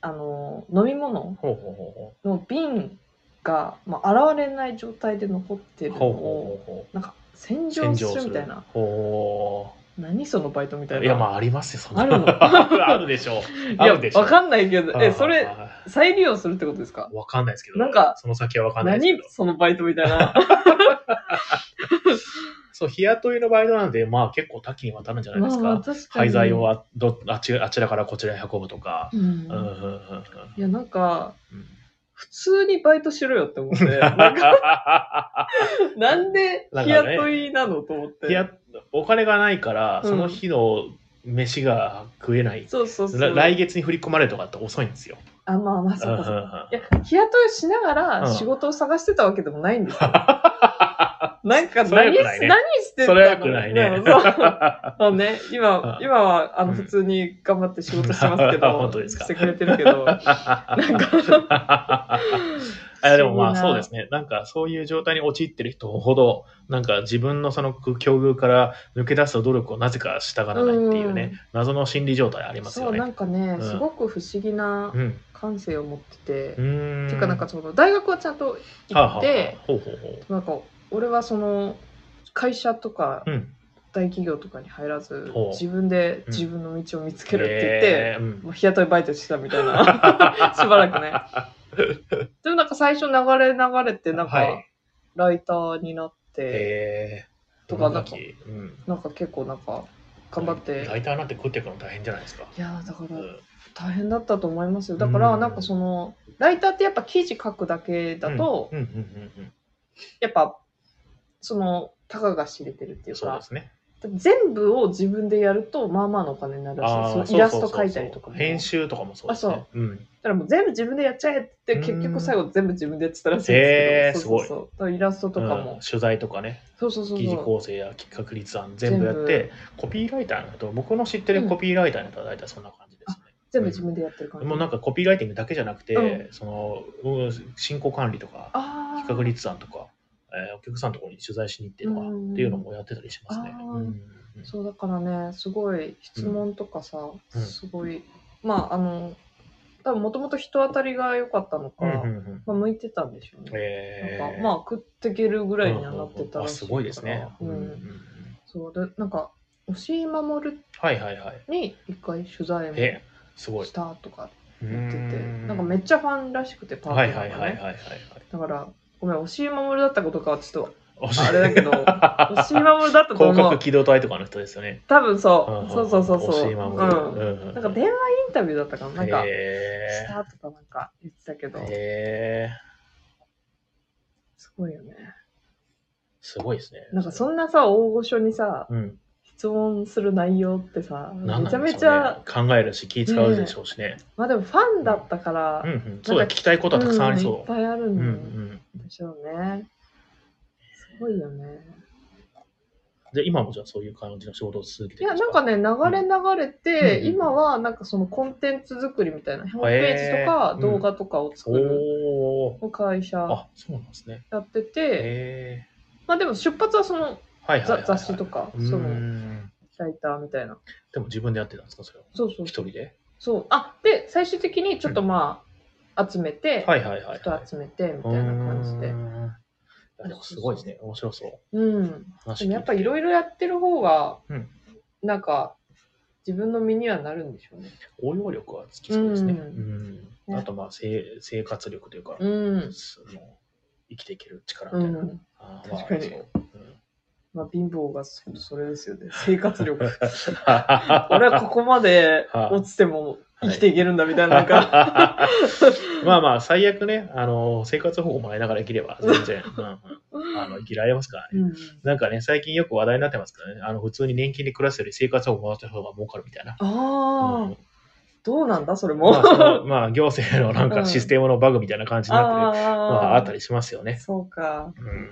[SPEAKER 2] あの飲み物
[SPEAKER 1] ほうほうほ
[SPEAKER 2] の瓶が、まあ、現れない状態で残って
[SPEAKER 1] う
[SPEAKER 2] る
[SPEAKER 1] ほう。
[SPEAKER 2] の
[SPEAKER 1] ほう
[SPEAKER 2] を
[SPEAKER 1] ほうほうほう。
[SPEAKER 2] なんか洗浄
[SPEAKER 1] 洗
[SPEAKER 2] す
[SPEAKER 1] 浄
[SPEAKER 2] る
[SPEAKER 1] す
[SPEAKER 2] みた
[SPEAKER 1] る
[SPEAKER 2] いな。
[SPEAKER 1] ほ。
[SPEAKER 2] 何そのバイトみたいうない
[SPEAKER 1] や、まあ、ありますよ、そんな
[SPEAKER 2] あるの
[SPEAKER 1] あるでしょう。
[SPEAKER 2] い
[SPEAKER 1] あ
[SPEAKER 2] や
[SPEAKER 1] るでしょう。
[SPEAKER 2] わかんないけど、え、それ、
[SPEAKER 1] あー
[SPEAKER 2] 再利用するってことですか
[SPEAKER 1] わかんないですけど、
[SPEAKER 2] なんか
[SPEAKER 1] その先はわかんないですけ
[SPEAKER 2] 何
[SPEAKER 1] ど。
[SPEAKER 2] そのバイトみたいな。
[SPEAKER 1] そう、日雇いの場合なんで、まあ結構多岐にわたるんじゃないですか。
[SPEAKER 2] 確かに
[SPEAKER 1] 廃材をあどあちあちらからこちらへ運ぶとか。
[SPEAKER 2] うん
[SPEAKER 1] うんうんうんうん
[SPEAKER 2] いや、なんか、
[SPEAKER 1] うん
[SPEAKER 2] 普通にバイトしろよって思 って、なんかなんで日雇いなのと思って。
[SPEAKER 1] いやお金がないから、
[SPEAKER 2] うん
[SPEAKER 1] その日の飯が食えない。
[SPEAKER 2] そうそうそう。
[SPEAKER 1] ら来月に振り込まれるとかって遅いんですよ。
[SPEAKER 2] あ、まあまあ、そうか
[SPEAKER 1] う
[SPEAKER 2] そ
[SPEAKER 1] んう
[SPEAKER 2] うんか。
[SPEAKER 1] うん
[SPEAKER 2] いや、日雇いしなが
[SPEAKER 1] う
[SPEAKER 2] ら
[SPEAKER 1] ん
[SPEAKER 2] 仕事を探してたわけでもないん ですよ。なんか
[SPEAKER 1] それは
[SPEAKER 2] 何
[SPEAKER 1] 良くない
[SPEAKER 2] し、
[SPEAKER 1] ね
[SPEAKER 2] 何してたの
[SPEAKER 1] それは良くないね。
[SPEAKER 2] うんそうそ うね、今、
[SPEAKER 1] うん
[SPEAKER 2] 今は、あの、
[SPEAKER 1] うん
[SPEAKER 2] 普通に頑張って仕事してますけど、
[SPEAKER 1] 本当ですか
[SPEAKER 2] してくれてる けど、
[SPEAKER 1] いやでもまあ
[SPEAKER 2] 不思議な
[SPEAKER 1] そうですね。なんかそういう状態に陥ってる人ほど、なんか自分のその境遇から抜け出す努力をなぜかしたがらないっていうね、
[SPEAKER 2] うん
[SPEAKER 1] 謎の心理状態あります
[SPEAKER 2] そ
[SPEAKER 1] よ
[SPEAKER 2] う、
[SPEAKER 1] ね
[SPEAKER 2] な。んかね、
[SPEAKER 1] うん
[SPEAKER 2] すごく不思議な
[SPEAKER 1] うん。
[SPEAKER 2] 感性を持ってて、
[SPEAKER 1] うーん。
[SPEAKER 2] てかなんかその大学はちゃんと
[SPEAKER 1] はあ
[SPEAKER 2] 行
[SPEAKER 1] はあ
[SPEAKER 2] って、
[SPEAKER 1] ほうほうほ
[SPEAKER 2] なんか俺はその会社とか
[SPEAKER 1] う。うん。
[SPEAKER 2] 大企業とかに入らず、
[SPEAKER 1] ほう
[SPEAKER 2] 自分で
[SPEAKER 1] うん
[SPEAKER 2] 自分の道を見つけるって言って、
[SPEAKER 1] えーうん
[SPEAKER 2] もう日雇いバイトしてたみたい なしばらくねでもなんか最初流れ流れてなん
[SPEAKER 1] は
[SPEAKER 2] か
[SPEAKER 1] い
[SPEAKER 2] ライターになって、
[SPEAKER 1] えー、
[SPEAKER 2] とかなんか
[SPEAKER 1] ど時うん
[SPEAKER 2] なんか結構なんか頑張って、
[SPEAKER 1] ライターなんて食っていくの大変じゃないですか。
[SPEAKER 2] いやーだか
[SPEAKER 1] う
[SPEAKER 2] ら
[SPEAKER 1] ん
[SPEAKER 2] 大変だったと思いますよだから
[SPEAKER 1] うん
[SPEAKER 2] なんかそのライターってやっぱ記事書くだけだと、
[SPEAKER 1] うんうんうん
[SPEAKER 2] やっぱそのたかが知れてるって
[SPEAKER 1] う
[SPEAKER 2] い
[SPEAKER 1] ん。
[SPEAKER 2] う
[SPEAKER 1] そう
[SPEAKER 2] か
[SPEAKER 1] ですね。
[SPEAKER 2] 全部を自分でやるとまあまあのお金になるらしいですそ
[SPEAKER 1] ー
[SPEAKER 2] のイラスト描いたりと
[SPEAKER 1] そうそうそ
[SPEAKER 2] か
[SPEAKER 1] う
[SPEAKER 2] も
[SPEAKER 1] 編集とかもそうですね。うん。
[SPEAKER 2] だからもう全部自分でやっちゃえって結
[SPEAKER 1] う
[SPEAKER 2] 局
[SPEAKER 1] ん
[SPEAKER 2] 最後全部自分でやってたらしいんですけど、
[SPEAKER 1] へー
[SPEAKER 2] そうそうそうだからイラストとか
[SPEAKER 1] うん
[SPEAKER 2] も、
[SPEAKER 1] 取材とかね。
[SPEAKER 2] そうそうそう
[SPEAKER 1] 記事
[SPEAKER 2] そう
[SPEAKER 1] 構成や企画立案全部やってコピーライターの人僕の知って
[SPEAKER 2] う
[SPEAKER 1] る
[SPEAKER 2] ん
[SPEAKER 1] コピーライターの人は大体そんな感じですね、
[SPEAKER 2] 全部自分でやってる感じ、
[SPEAKER 1] もうなんかコピーライティングだけじゃなくて、
[SPEAKER 2] う
[SPEAKER 1] その、うん進行管理とか
[SPEAKER 2] あー
[SPEAKER 1] 企画立案とか、えーお客さんのところに取材しに行ってとか
[SPEAKER 2] う
[SPEAKER 1] っ
[SPEAKER 2] ん
[SPEAKER 1] ていうのもやってたりしますね、
[SPEAKER 2] あー
[SPEAKER 1] うんうんうん
[SPEAKER 2] そうだからねすごい質問とかさ、
[SPEAKER 1] うん
[SPEAKER 2] すごいまああの多分もともと人当たりが良かったのか、
[SPEAKER 1] うんうんうん
[SPEAKER 2] まあ、向いてたんでしょうね、
[SPEAKER 1] え
[SPEAKER 2] なん
[SPEAKER 1] ー
[SPEAKER 2] かまあ食っていけるぐ
[SPEAKER 1] ぐ
[SPEAKER 2] らいにはなってたらしい
[SPEAKER 1] すごいですね、
[SPEAKER 2] う
[SPEAKER 1] うんうん
[SPEAKER 2] ん、
[SPEAKER 1] うん
[SPEAKER 2] そうでなんか押井守
[SPEAKER 1] はいはいはい
[SPEAKER 2] に一回取材も
[SPEAKER 1] えすごい。
[SPEAKER 2] したとか言
[SPEAKER 1] 言
[SPEAKER 2] ってて、なんかめっちゃファンらしくて、パー
[SPEAKER 1] は
[SPEAKER 2] ク
[SPEAKER 1] い
[SPEAKER 2] の
[SPEAKER 1] はい
[SPEAKER 2] ね。
[SPEAKER 1] はいはいはいはい。
[SPEAKER 2] だから、ごめん、押井守だったことかはち ょっと、
[SPEAKER 1] あ
[SPEAKER 2] あれだけど、押井守だったと
[SPEAKER 1] 広
[SPEAKER 2] 思
[SPEAKER 1] 角
[SPEAKER 2] う。
[SPEAKER 1] 機動隊とかの人ですよね。
[SPEAKER 2] 多分
[SPEAKER 1] ん
[SPEAKER 2] そ
[SPEAKER 1] ん
[SPEAKER 2] う。そうそうそうそう。
[SPEAKER 1] 押井守うん
[SPEAKER 2] うん。
[SPEAKER 1] うん。
[SPEAKER 2] なんか電話インタビューだったかななんか、し
[SPEAKER 1] へ
[SPEAKER 2] たとかなんか言ってたけど
[SPEAKER 1] ー、へー
[SPEAKER 2] すごいよね。
[SPEAKER 1] すごいですね。
[SPEAKER 2] なんかそんなさ、大御所にさ、
[SPEAKER 1] うん、
[SPEAKER 2] 質問する内容ってさ、
[SPEAKER 1] なん
[SPEAKER 2] めち
[SPEAKER 1] な
[SPEAKER 2] ゃ
[SPEAKER 1] んでしょう
[SPEAKER 2] め
[SPEAKER 1] ね
[SPEAKER 2] ちゃ、
[SPEAKER 1] 考えるし気使うでしょうしね。
[SPEAKER 2] まあでもファンだったから、
[SPEAKER 1] うんうん、そうだ聞きたいことはたくさんあり
[SPEAKER 2] うんい
[SPEAKER 1] そ
[SPEAKER 2] っ
[SPEAKER 1] う。
[SPEAKER 2] ぱいある
[SPEAKER 1] うんんう
[SPEAKER 2] だよ
[SPEAKER 1] ん、
[SPEAKER 2] でしょうね。すごいよね。
[SPEAKER 1] で今もじゃあそういう感じの仕事を続けて
[SPEAKER 2] い
[SPEAKER 1] る
[SPEAKER 2] や、
[SPEAKER 1] です
[SPEAKER 2] なんかね、流れ流れて、
[SPEAKER 1] うん
[SPEAKER 2] 今はなんかそのコンテンツ作りみたいな、ホームページとか
[SPEAKER 1] うん
[SPEAKER 2] 動画とかを作る
[SPEAKER 1] おお。
[SPEAKER 2] 会社
[SPEAKER 1] あそうなんですね。
[SPEAKER 2] やってて、
[SPEAKER 1] へ
[SPEAKER 2] まあでも出発はその
[SPEAKER 1] ーはいはいはい、は
[SPEAKER 2] ざ
[SPEAKER 1] い。
[SPEAKER 2] 雑誌とか、
[SPEAKER 1] う
[SPEAKER 2] その
[SPEAKER 1] ん
[SPEAKER 2] ライターみたいな。
[SPEAKER 1] でも自分でやってたんですかそれを
[SPEAKER 2] そうそう
[SPEAKER 1] 一人で。
[SPEAKER 2] そう。あ、で、最終的にちょっとまあ、集めて、
[SPEAKER 1] はいはいはい、
[SPEAKER 2] 人
[SPEAKER 1] はい。
[SPEAKER 2] 集めて、みたいな感じで
[SPEAKER 1] う。んいやでもすごいですね。面白そう。
[SPEAKER 2] うん。
[SPEAKER 1] 話
[SPEAKER 2] で
[SPEAKER 1] 聞い
[SPEAKER 2] も
[SPEAKER 1] て
[SPEAKER 2] やっぱいろいろやってる方が
[SPEAKER 1] うん、
[SPEAKER 2] なんか、自分の身にはなるんでしょうね。
[SPEAKER 1] 応用力はつきそうですね。
[SPEAKER 2] う
[SPEAKER 1] うんん
[SPEAKER 2] ね
[SPEAKER 1] あとまあ生生活力というか、
[SPEAKER 2] うん。
[SPEAKER 1] その生きていける力
[SPEAKER 2] う
[SPEAKER 1] みたいな。
[SPEAKER 2] ん。
[SPEAKER 1] あー
[SPEAKER 2] 確かに
[SPEAKER 1] まあそううん
[SPEAKER 2] まあ、貧乏がそそれです よね。生活力。俺
[SPEAKER 1] 俺
[SPEAKER 2] はここ まで落ちても生きていけるんだみたいな、なんか。
[SPEAKER 1] まあまあ最悪ねあの生活保護もらいながら生きれば全然、うんうんあの生きられますからね、
[SPEAKER 2] うん
[SPEAKER 1] なんかね最近よく話題になってますからねあの普通に年金で暮らすより生活保護もらった方が儲かるみたいな。う
[SPEAKER 2] ああ
[SPEAKER 1] ん、
[SPEAKER 2] どうなんだ、それ
[SPEAKER 1] ま
[SPEAKER 2] も。
[SPEAKER 1] あその、まあ行政のなんかシステムのバグみたいな感じになってる、まあ、あったりしますよね。
[SPEAKER 2] そうか。
[SPEAKER 1] うん、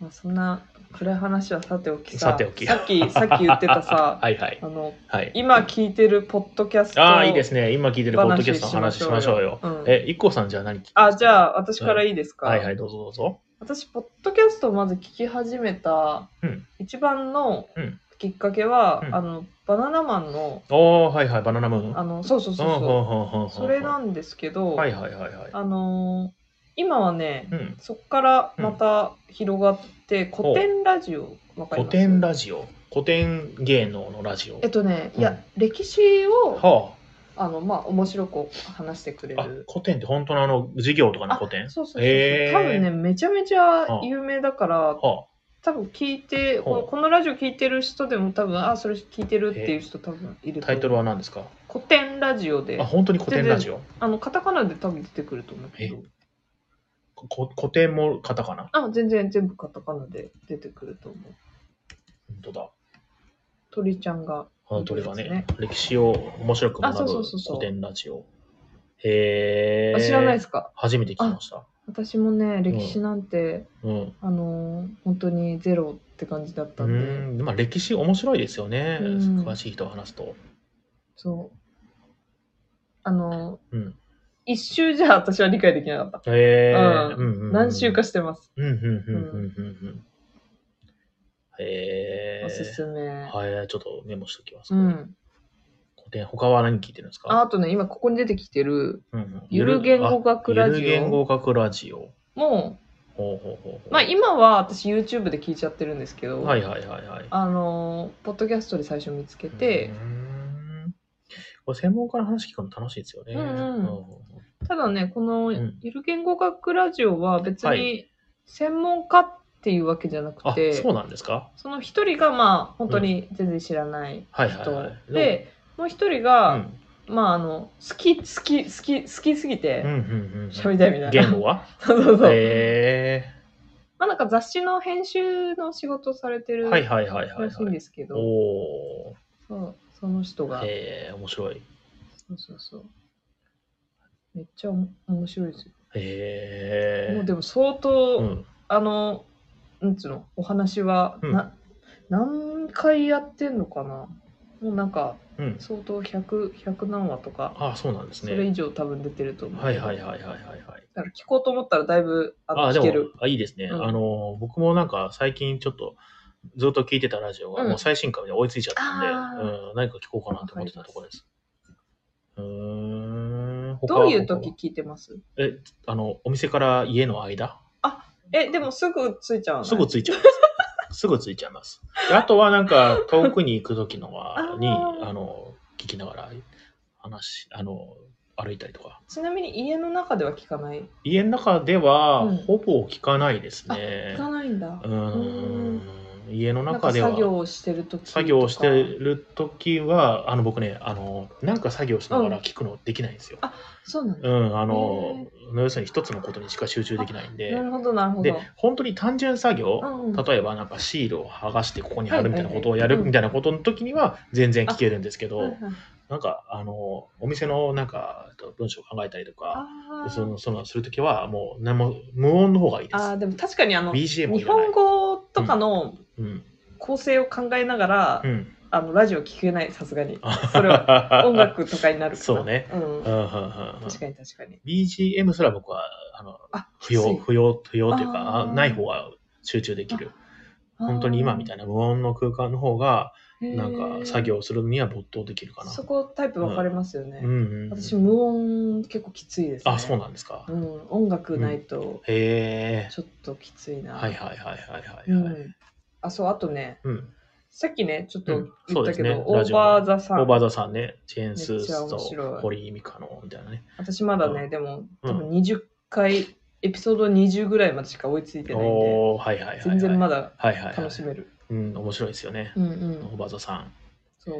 [SPEAKER 2] まあ、そんな暗い話はさておきさ。
[SPEAKER 1] さておき
[SPEAKER 2] さっき、さっき言ってたさ、
[SPEAKER 1] はいはい
[SPEAKER 2] あの、
[SPEAKER 1] はい。
[SPEAKER 2] 今聞いてるポッドキャスト。
[SPEAKER 1] ああ、いいですね。今聞いてるポッドキャストの話しましょうよ。
[SPEAKER 2] うん
[SPEAKER 1] え、i k さんじゃあ何聞きます
[SPEAKER 2] あ、じゃあ、私からいいですか。
[SPEAKER 1] はいはい、どうぞどうぞ。
[SPEAKER 2] 私、ポッドキャストをまず聞き始めた
[SPEAKER 1] うん
[SPEAKER 2] 一番の
[SPEAKER 1] うん
[SPEAKER 2] きっかけは、
[SPEAKER 1] うん
[SPEAKER 2] あの、バナナマンの、
[SPEAKER 1] おー、はいはい、バナナムーン。
[SPEAKER 2] あの、そうそうそう
[SPEAKER 1] うんうん
[SPEAKER 2] そ
[SPEAKER 1] うんうんうん
[SPEAKER 2] う、それなんですけど、
[SPEAKER 1] はいはいはいはい。
[SPEAKER 2] あのー今はね、
[SPEAKER 1] うん。
[SPEAKER 2] そこからまた広がって、古典ラジオ、わか
[SPEAKER 1] 古
[SPEAKER 2] ります
[SPEAKER 1] 典ラジオ。古典芸能のラジオ
[SPEAKER 2] えっ。とね、
[SPEAKER 1] うん
[SPEAKER 2] いや、歴史を、
[SPEAKER 1] は
[SPEAKER 2] あの、まあ、面白く話してくれ
[SPEAKER 1] あ。あ
[SPEAKER 2] る。
[SPEAKER 1] 古典って本当のあの、授業とかの
[SPEAKER 2] あ
[SPEAKER 1] 古典
[SPEAKER 2] そうそうそうそう。
[SPEAKER 1] へー
[SPEAKER 2] 多分ね、めちゃめちゃ有名だから、
[SPEAKER 1] は
[SPEAKER 2] 多分聞いて、
[SPEAKER 1] ほう
[SPEAKER 2] ここのラジオ聞いてる人でも多分、あ、それ聞いてるっていう人多分い
[SPEAKER 1] あ。
[SPEAKER 2] ると思う
[SPEAKER 1] タイトルは何ですか
[SPEAKER 2] 古典ラジオで
[SPEAKER 1] あ、、本当に古典ラジオ。
[SPEAKER 2] あの、カタカナで多分出てくると思うけど、
[SPEAKER 1] こ古典もカタカナ。
[SPEAKER 2] あ、全然全部カタカナで出てくると思う。
[SPEAKER 1] 本当だ。
[SPEAKER 2] 鳥ちゃんが。
[SPEAKER 1] あ鳥が
[SPEAKER 2] そうで
[SPEAKER 1] ね、歴史を面白く
[SPEAKER 2] あそ
[SPEAKER 1] 学
[SPEAKER 2] う
[SPEAKER 1] ぶ
[SPEAKER 2] そうそうそう
[SPEAKER 1] 古典ラジオ。へ
[SPEAKER 2] あ
[SPEAKER 1] え。
[SPEAKER 2] 知らないですか
[SPEAKER 1] 初めて聞きました。
[SPEAKER 2] 私もね、歴史なんて、
[SPEAKER 1] うん。
[SPEAKER 2] あのー本当にゼロって感じだった
[SPEAKER 1] うん
[SPEAKER 2] で、
[SPEAKER 1] んまあ歴史面白いですよね。
[SPEAKER 2] うん
[SPEAKER 1] 詳しい人が話すと。
[SPEAKER 2] そう。あのー
[SPEAKER 1] うん。
[SPEAKER 2] 一周じゃ私は理解できなかった。
[SPEAKER 1] へえ。
[SPEAKER 2] うん
[SPEAKER 1] うんうんうん
[SPEAKER 2] 何周かしてます。
[SPEAKER 1] うんうんうんうんうんうん。へえ。
[SPEAKER 2] おすすめ。
[SPEAKER 1] はい、ちょっとメモしておきます。
[SPEAKER 2] うん。
[SPEAKER 1] 古典、他は何聞いてるんです
[SPEAKER 2] あ
[SPEAKER 1] か
[SPEAKER 2] あとね、今ここに出てきてる、
[SPEAKER 1] うんうん
[SPEAKER 2] ゆる言語学ラジオ
[SPEAKER 1] ゆる言語学ラジオ。
[SPEAKER 2] も
[SPEAKER 1] ほうほうほうほう
[SPEAKER 2] う、まあ今は私 YouTube で聞いちゃってるんですけど、
[SPEAKER 1] はいはいはいはい。
[SPEAKER 2] あのーポッドキャストで最初見つけて
[SPEAKER 1] う、ーん、これ専門家の話聞くの楽しいですよね。
[SPEAKER 2] うんうん
[SPEAKER 1] うん
[SPEAKER 2] ただね、この
[SPEAKER 1] ん
[SPEAKER 2] ゆる言語学ラジオは別
[SPEAKER 1] は
[SPEAKER 2] に専門家っていうわけじゃなく
[SPEAKER 1] あ
[SPEAKER 2] て、、
[SPEAKER 1] そうなんですか
[SPEAKER 2] その一人がまあ本当に全然知らない
[SPEAKER 1] はいはい
[SPEAKER 2] 人、
[SPEAKER 1] はい。
[SPEAKER 2] で、もう一人
[SPEAKER 1] う
[SPEAKER 2] が、
[SPEAKER 1] ん、
[SPEAKER 2] まああの、好き、好き、好き、好きすぎ
[SPEAKER 1] うんうん
[SPEAKER 2] て、
[SPEAKER 1] うんうん。
[SPEAKER 2] 喋りたいみたいな。
[SPEAKER 1] 言語は
[SPEAKER 2] そうそうそう。
[SPEAKER 1] へ
[SPEAKER 2] まあなんか雑誌の編集の仕事されて
[SPEAKER 1] え
[SPEAKER 2] る
[SPEAKER 1] は
[SPEAKER 2] ら
[SPEAKER 1] いはいはいはい、
[SPEAKER 2] しいん
[SPEAKER 1] はい。
[SPEAKER 2] ですけど、
[SPEAKER 1] お
[SPEAKER 2] そうその人が
[SPEAKER 1] ー。、へえ、面白い。へ
[SPEAKER 2] そうそうそう。めっちゃおも面白いですよ。
[SPEAKER 1] え。
[SPEAKER 2] もうでも相当、
[SPEAKER 1] うん、
[SPEAKER 2] あの、なんつうの、お話は、
[SPEAKER 1] うん
[SPEAKER 2] な何回やってんのかなもうなんか、
[SPEAKER 1] うん。
[SPEAKER 2] 相当100、100何話とか、
[SPEAKER 1] あ、そうなんです
[SPEAKER 2] それ
[SPEAKER 1] ね。
[SPEAKER 2] 以上多分出てると思う。
[SPEAKER 1] はいはいはいはいはいはい。
[SPEAKER 2] だから聞こうと思ったらだいぶあの
[SPEAKER 1] あ、で
[SPEAKER 2] 聞け
[SPEAKER 1] も
[SPEAKER 2] る。、
[SPEAKER 1] あいいですね。
[SPEAKER 2] うん
[SPEAKER 1] あの、僕もなんか最近ちょっと、ずっと聞いてたラジオが、
[SPEAKER 2] うん
[SPEAKER 1] もう最新回で追いついちゃったんで、
[SPEAKER 2] あ
[SPEAKER 1] うん、何か聞こうかなと思ってたところです。うーん。他
[SPEAKER 2] どういう
[SPEAKER 1] 他
[SPEAKER 2] 時
[SPEAKER 1] は
[SPEAKER 2] 聞いてます
[SPEAKER 1] え、あの、お店から家の間
[SPEAKER 2] え、でもすぐついちゃうの
[SPEAKER 1] すぐついちゃい ます。すぐついちゃいます。であとはなんか、遠くに行く時のは、に
[SPEAKER 2] あー、
[SPEAKER 1] あの、聞きながら、話、あの、歩いたりとか。
[SPEAKER 2] ちなみに家の中では聞かない。
[SPEAKER 1] 家の中では、
[SPEAKER 2] うん
[SPEAKER 1] ほぼ聞かないです
[SPEAKER 2] あ、
[SPEAKER 1] ね
[SPEAKER 2] 聞。かないんだ。
[SPEAKER 1] うーん。家の
[SPEAKER 2] なん
[SPEAKER 1] 中
[SPEAKER 2] か
[SPEAKER 1] では
[SPEAKER 2] 作業をしてる時とき。
[SPEAKER 1] 作業して。る時はあの僕ねあのなんか作業しながら聞くのできないんですよ。
[SPEAKER 2] そうなんだ。
[SPEAKER 1] うん、あの要するに一つのことにしか集中できないんで
[SPEAKER 2] なるほど、なるほ
[SPEAKER 1] で
[SPEAKER 2] ど。
[SPEAKER 1] 本当に単純作業、
[SPEAKER 2] うんうん
[SPEAKER 1] 例えばなんかシールを剥がしてここに貼るみたいなことを
[SPEAKER 2] はい
[SPEAKER 1] や
[SPEAKER 2] はいはい
[SPEAKER 1] るみたいなことの時には全然聞けるんですけど、
[SPEAKER 2] はいはい
[SPEAKER 1] なんかあのお店のなんかえっと文章を考えたりとか
[SPEAKER 2] あ
[SPEAKER 1] そ
[SPEAKER 2] ー
[SPEAKER 1] のそのする時はもう何も無音の方がいいで
[SPEAKER 2] あー、
[SPEAKER 1] す。
[SPEAKER 2] でも確かにあの、日
[SPEAKER 1] BGM もいらない
[SPEAKER 2] 本。語とかの
[SPEAKER 1] うん
[SPEAKER 2] 構成を考えながら
[SPEAKER 1] う、ん、
[SPEAKER 2] あの、ラジオ聞けない、さすがに。それは。音楽とかになるから。
[SPEAKER 1] そうね
[SPEAKER 2] うん
[SPEAKER 1] うんうんうんうん
[SPEAKER 2] 確かに確かに。
[SPEAKER 1] BGM すら僕はあの
[SPEAKER 2] あ、
[SPEAKER 1] 不要不要不要というか
[SPEAKER 2] あー
[SPEAKER 1] あない方が集中できる本当に今みた
[SPEAKER 2] い
[SPEAKER 1] いな無音の空間の方が
[SPEAKER 2] な
[SPEAKER 1] なんか作業するには没頭できるかな
[SPEAKER 2] そこタイプ分かれますよね。
[SPEAKER 1] うんうんうん
[SPEAKER 2] 私無音結構きついです、ね。
[SPEAKER 1] あそうなんですか
[SPEAKER 2] うん。音楽ないと
[SPEAKER 1] へえ
[SPEAKER 2] ちょっときついな。
[SPEAKER 1] はいはいはいはいは
[SPEAKER 2] う
[SPEAKER 1] いはい
[SPEAKER 2] ん。あ、そう、あとね、
[SPEAKER 1] うん
[SPEAKER 2] さっきね、ちょっと
[SPEAKER 1] うん
[SPEAKER 2] 言ったけど、
[SPEAKER 1] そう
[SPEAKER 2] オ
[SPEAKER 1] ですね
[SPEAKER 2] ーバーザ
[SPEAKER 1] オ
[SPEAKER 2] さ
[SPEAKER 1] ー
[SPEAKER 2] ん。
[SPEAKER 1] バーザさんねチェーンスー
[SPEAKER 2] めっちゃ
[SPEAKER 1] ツ
[SPEAKER 2] 面白
[SPEAKER 1] と
[SPEAKER 2] い
[SPEAKER 1] 堀井美香のみたいなね
[SPEAKER 2] 私まだね、
[SPEAKER 1] う
[SPEAKER 2] でも
[SPEAKER 1] うん
[SPEAKER 2] 多分20回、エピソード20ぐらいまでしか追いついてないんで、
[SPEAKER 1] おおはいはいはいはい
[SPEAKER 2] 全然まだ
[SPEAKER 1] はいはいはい
[SPEAKER 2] 楽しめる。
[SPEAKER 1] うん面白いですよね
[SPEAKER 2] うんう
[SPEAKER 1] オー
[SPEAKER 2] ん。
[SPEAKER 1] バーザさん
[SPEAKER 2] そう。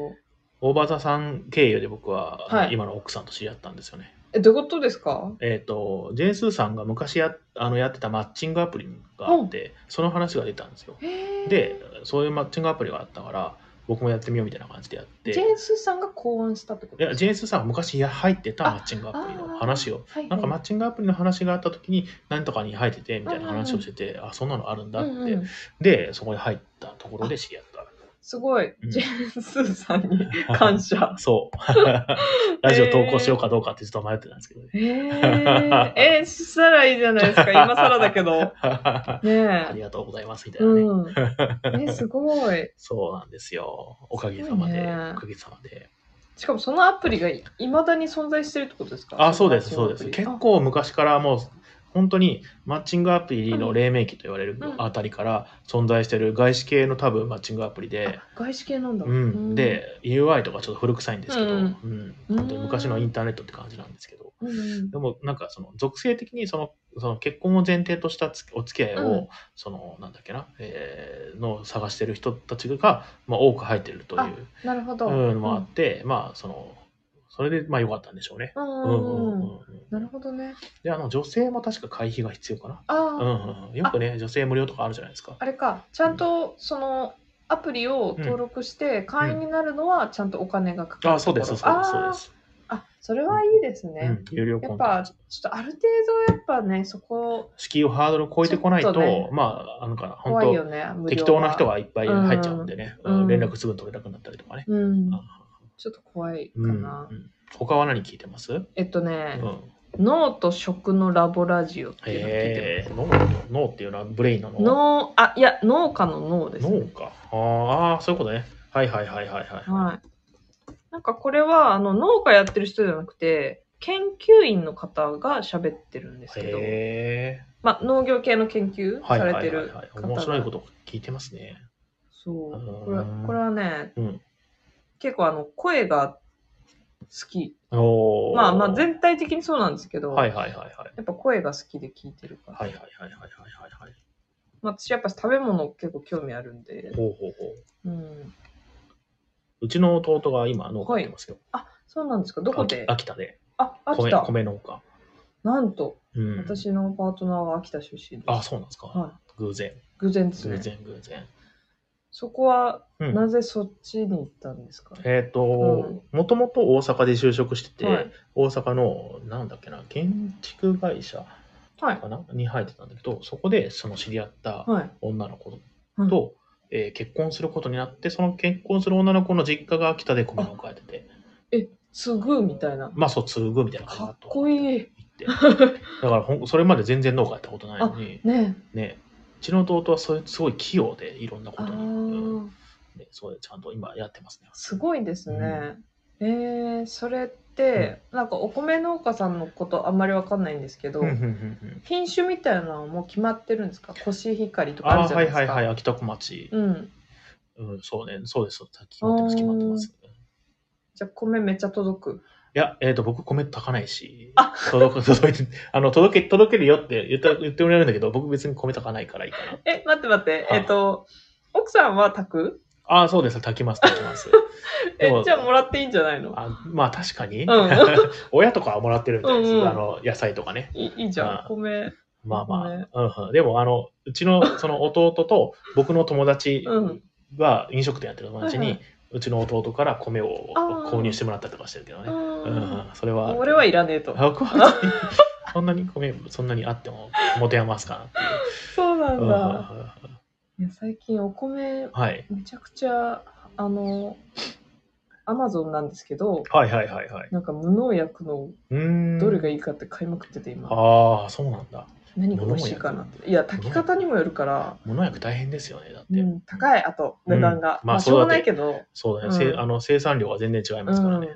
[SPEAKER 1] オーバーザさん経由で僕は、
[SPEAKER 2] はい
[SPEAKER 1] 今の奥さんと知り合ったんですよね。
[SPEAKER 2] え、どういうことですか
[SPEAKER 1] えっ、と、ジェーンスーさんが昔やあのやってたマッチングアプリがあって、その話が出たんですよ。
[SPEAKER 2] へー
[SPEAKER 1] で、そういうマッチングアプリがあったから、僕もやってみようみたいな感じでやって、い
[SPEAKER 2] ジェーンスーさんが考案したってこと
[SPEAKER 1] やジェーンスーさんが昔や入ってたマッチングアプリの話を、
[SPEAKER 2] はいはい
[SPEAKER 1] なんかマッチングアプリの話があった時に、何とかに入っててみたいな話をしてて、あ、そんなのあるんだって、
[SPEAKER 2] うんうん
[SPEAKER 1] で、そこに入ったところで知り合った。
[SPEAKER 2] すごい、
[SPEAKER 1] うん
[SPEAKER 2] ジェーンスーさんに感謝。
[SPEAKER 1] そう。ラジオ投稿しようかどうかってずっと迷ってたんですけど ね。
[SPEAKER 2] えー、 えしたらいいじゃないですか、今更だ けど。
[SPEAKER 1] あり
[SPEAKER 2] ね
[SPEAKER 1] がとうございますみたい
[SPEAKER 2] え。
[SPEAKER 1] なね。
[SPEAKER 2] う ん、えすごい
[SPEAKER 1] そうなんですよ。おかげさます
[SPEAKER 2] ごい
[SPEAKER 1] で、
[SPEAKER 2] ね
[SPEAKER 1] おかげさまで。
[SPEAKER 2] しかもそのアプリがいまだに存在してるってことですか
[SPEAKER 1] あ、そうです、
[SPEAKER 2] の
[SPEAKER 1] そう
[SPEAKER 2] マ
[SPEAKER 1] で
[SPEAKER 2] ッチ
[SPEAKER 1] す。
[SPEAKER 2] ング
[SPEAKER 1] 結
[SPEAKER 2] アプリ
[SPEAKER 1] 構昔からもう、本当にマッチングアプリの黎明期と言われる
[SPEAKER 2] うん
[SPEAKER 1] あたりから存在してる外資系の多分マッチングアプリで
[SPEAKER 2] あ、外資系なんだ、
[SPEAKER 1] うん、で、UI とかちょっと古臭いんですけど、
[SPEAKER 2] う
[SPEAKER 1] うんん、本当に昔のインターネットって感じなんですけど、
[SPEAKER 2] うんうん
[SPEAKER 1] でもなんかその属性的にそのその結婚を前提としたつお付き合いを、
[SPEAKER 2] うん
[SPEAKER 1] そのなんだっけな、えーのを探してる人たちが、まあ、多く入ってるという
[SPEAKER 2] なるほど、
[SPEAKER 1] うん、もあって、まあ、その、それで、まあ、良かったんでしょうね。
[SPEAKER 2] うん
[SPEAKER 1] うう
[SPEAKER 2] うんんうん
[SPEAKER 1] んう
[SPEAKER 2] うん
[SPEAKER 1] ん
[SPEAKER 2] なるほどね
[SPEAKER 1] で、あの、女性も確か会費が必要かな。
[SPEAKER 2] あ
[SPEAKER 1] う
[SPEAKER 2] ー、
[SPEAKER 1] んうんうん。よくね、女性無料とかあるじゃないですか。
[SPEAKER 2] あれかちゃんとそのアプリを登録して会員になるのはちゃんとお金がかかる
[SPEAKER 1] あ、そうです、そうです、そうですす。
[SPEAKER 2] あそれはいいです
[SPEAKER 1] う
[SPEAKER 2] ね、
[SPEAKER 1] ん、有料
[SPEAKER 2] や
[SPEAKER 1] コ
[SPEAKER 2] っ
[SPEAKER 1] ンテ
[SPEAKER 2] ぱ
[SPEAKER 1] ン
[SPEAKER 2] ち
[SPEAKER 1] ツ
[SPEAKER 2] ょ。っとある程度やっぱねそこ
[SPEAKER 1] 敷居をハードルを超えてこないと、
[SPEAKER 2] ちょっとね
[SPEAKER 1] まあ、あのかな、
[SPEAKER 2] 怖いよ
[SPEAKER 1] 本
[SPEAKER 2] ね無料
[SPEAKER 1] 当
[SPEAKER 2] は
[SPEAKER 1] 適当な人がいっぱい入っちゃうんでね、
[SPEAKER 2] うん
[SPEAKER 1] うん
[SPEAKER 2] うん
[SPEAKER 1] 連絡すぐ取れなくなったりとかね。
[SPEAKER 2] うん
[SPEAKER 1] あ
[SPEAKER 2] ちょっと怖いか
[SPEAKER 1] うんうん
[SPEAKER 2] な、
[SPEAKER 1] 他は何聞いてますうん。
[SPEAKER 2] えっとね、脳と食のラボラジオっていうのを聞いて
[SPEAKER 1] へえ、脳の脳っていうのはブレインの
[SPEAKER 2] ます脳あいや農家の脳です、ね
[SPEAKER 1] 脳か。ああ、そういうことね。はいはいはいはいはい。
[SPEAKER 2] はいなんかこれはあの農家やってる人じゃなくて研究員の方が喋ってるんですけど、
[SPEAKER 1] へえ。
[SPEAKER 2] まあ、農業系の研究
[SPEAKER 1] はい
[SPEAKER 2] さ
[SPEAKER 1] はい
[SPEAKER 2] れ
[SPEAKER 1] は
[SPEAKER 2] て
[SPEAKER 1] いは
[SPEAKER 2] る
[SPEAKER 1] い。
[SPEAKER 2] 方が
[SPEAKER 1] 面白いこと聞いてますね。
[SPEAKER 2] そう
[SPEAKER 1] うん
[SPEAKER 2] これこれはね、
[SPEAKER 1] うん
[SPEAKER 2] 結構あの声が好き
[SPEAKER 1] おお。
[SPEAKER 2] まあまあ全体的にそうなんですけど、
[SPEAKER 1] はいはいはいはい。
[SPEAKER 2] やっぱ声が好きで聞いてるから、
[SPEAKER 1] はいはいはいはいはいはいはい。
[SPEAKER 2] まあ、私やっぱ食べ物結構興味あるんで、
[SPEAKER 1] ほうほうほう。
[SPEAKER 2] うん、
[SPEAKER 1] うちの弟が今農家やってますよ。
[SPEAKER 2] あそうなんですかどこで
[SPEAKER 1] 秋秋田で。
[SPEAKER 2] あ秋
[SPEAKER 1] 米
[SPEAKER 2] 田
[SPEAKER 1] 米農家。
[SPEAKER 2] なんと
[SPEAKER 1] うん。
[SPEAKER 2] 私のパートナーは秋田出身です、
[SPEAKER 1] あ、そうなんですか。
[SPEAKER 2] はい、
[SPEAKER 1] 偶然。
[SPEAKER 2] 偶然です
[SPEAKER 1] 偶
[SPEAKER 2] ね
[SPEAKER 1] 然偶然。
[SPEAKER 2] そこは
[SPEAKER 1] うん
[SPEAKER 2] なぜそっちに行ったんですか、
[SPEAKER 1] えっと、もともと大阪で就職して
[SPEAKER 2] は
[SPEAKER 1] て
[SPEAKER 2] い、
[SPEAKER 1] 大阪の、なんだっけな、建築会社
[SPEAKER 2] はい
[SPEAKER 1] かなに入ってたんだけど、そこでその知り合った
[SPEAKER 2] はい
[SPEAKER 1] 女の子
[SPEAKER 2] うん
[SPEAKER 1] と、えー結婚することになって、その結婚する女の子の実家が秋田で米農家やってて、
[SPEAKER 2] えすぐみたいな
[SPEAKER 1] まあそう、継ぐみたいな感じ
[SPEAKER 2] か
[SPEAKER 1] だ
[SPEAKER 2] っ
[SPEAKER 1] と
[SPEAKER 2] こいい
[SPEAKER 1] 言って。だからほん、それまで全然農家やったことないのに、
[SPEAKER 2] ね
[SPEAKER 1] ね、うちの弟はそういうすごい器用で、いろんなこ
[SPEAKER 2] あ
[SPEAKER 1] とに。うん
[SPEAKER 2] ー
[SPEAKER 1] でそうちゃんと今やってますね。
[SPEAKER 2] すごいですね。えーそれって、なんかお米農家さんのことあんまりわかんないんですけど、
[SPEAKER 1] うんうんうんうん
[SPEAKER 2] 品種みたいなのはもう決まってるんですかコシヒカリとかあ
[SPEAKER 1] あ
[SPEAKER 2] る
[SPEAKER 1] あ
[SPEAKER 2] じ
[SPEAKER 1] ー、
[SPEAKER 2] ゃ
[SPEAKER 1] は
[SPEAKER 2] ない
[SPEAKER 1] い
[SPEAKER 2] です
[SPEAKER 1] は
[SPEAKER 2] か。
[SPEAKER 1] いはい、秋田小町。
[SPEAKER 2] うん。
[SPEAKER 1] うん、そうね、そうです、そうです決まってます、決まってます。
[SPEAKER 2] じゃあ米めっちゃ届く。
[SPEAKER 1] や、えっ、と、僕コメント書かないし、届く、 届いて、あの、届け、届けるよって言った、言ってもらえるんだけど、僕別にコメント書かないからいいかな。
[SPEAKER 2] え、待って待って。
[SPEAKER 1] はい
[SPEAKER 2] えっと、奥さんは宅
[SPEAKER 1] ああ、そうです。炊きます、炊き ます。で
[SPEAKER 2] え
[SPEAKER 1] も、
[SPEAKER 2] じゃあもらっていいんじゃないの
[SPEAKER 1] あまあ確かに、
[SPEAKER 2] うん
[SPEAKER 1] 親とかはもらってるみたいです、
[SPEAKER 2] うんうん
[SPEAKER 1] あの野菜とかね
[SPEAKER 2] いいいいじゃ
[SPEAKER 1] あ
[SPEAKER 2] ん。米。
[SPEAKER 1] まあまあ、
[SPEAKER 2] ね
[SPEAKER 1] うんうん、でもあのうちのその弟と僕の友達
[SPEAKER 2] うん
[SPEAKER 1] が飲食店やってる友達に、
[SPEAKER 2] はいは
[SPEAKER 1] うちの弟から米を
[SPEAKER 2] あー
[SPEAKER 1] 購入してもらったりとかしてるけどね、うんうん
[SPEAKER 2] あ、
[SPEAKER 1] それは
[SPEAKER 2] 俺はいらねえと。
[SPEAKER 1] 僕は別に そんなに米そんなにあっても持て余すか
[SPEAKER 2] そうな
[SPEAKER 1] なっていう、うんう
[SPEAKER 2] ん
[SPEAKER 1] んう
[SPEAKER 2] だ。
[SPEAKER 1] ん
[SPEAKER 2] いや最近お米
[SPEAKER 1] うんはい、
[SPEAKER 2] めちゃくちゃあのアマゾンなんですけど
[SPEAKER 1] はいはいはいはい
[SPEAKER 2] なんか無農薬の
[SPEAKER 1] うーん
[SPEAKER 2] どれがいいかって買いまくってて今、
[SPEAKER 1] ああそうなんだ
[SPEAKER 2] 何が美味しいかなっていや炊き方にもよるから、
[SPEAKER 1] 物薬大変ですよねだって、
[SPEAKER 2] うん、高いあと値段が、
[SPEAKER 1] うんまあ
[SPEAKER 2] まあしょうがないけど
[SPEAKER 1] そうだね、
[SPEAKER 2] うん
[SPEAKER 1] せあの生産量は全然違いますからね、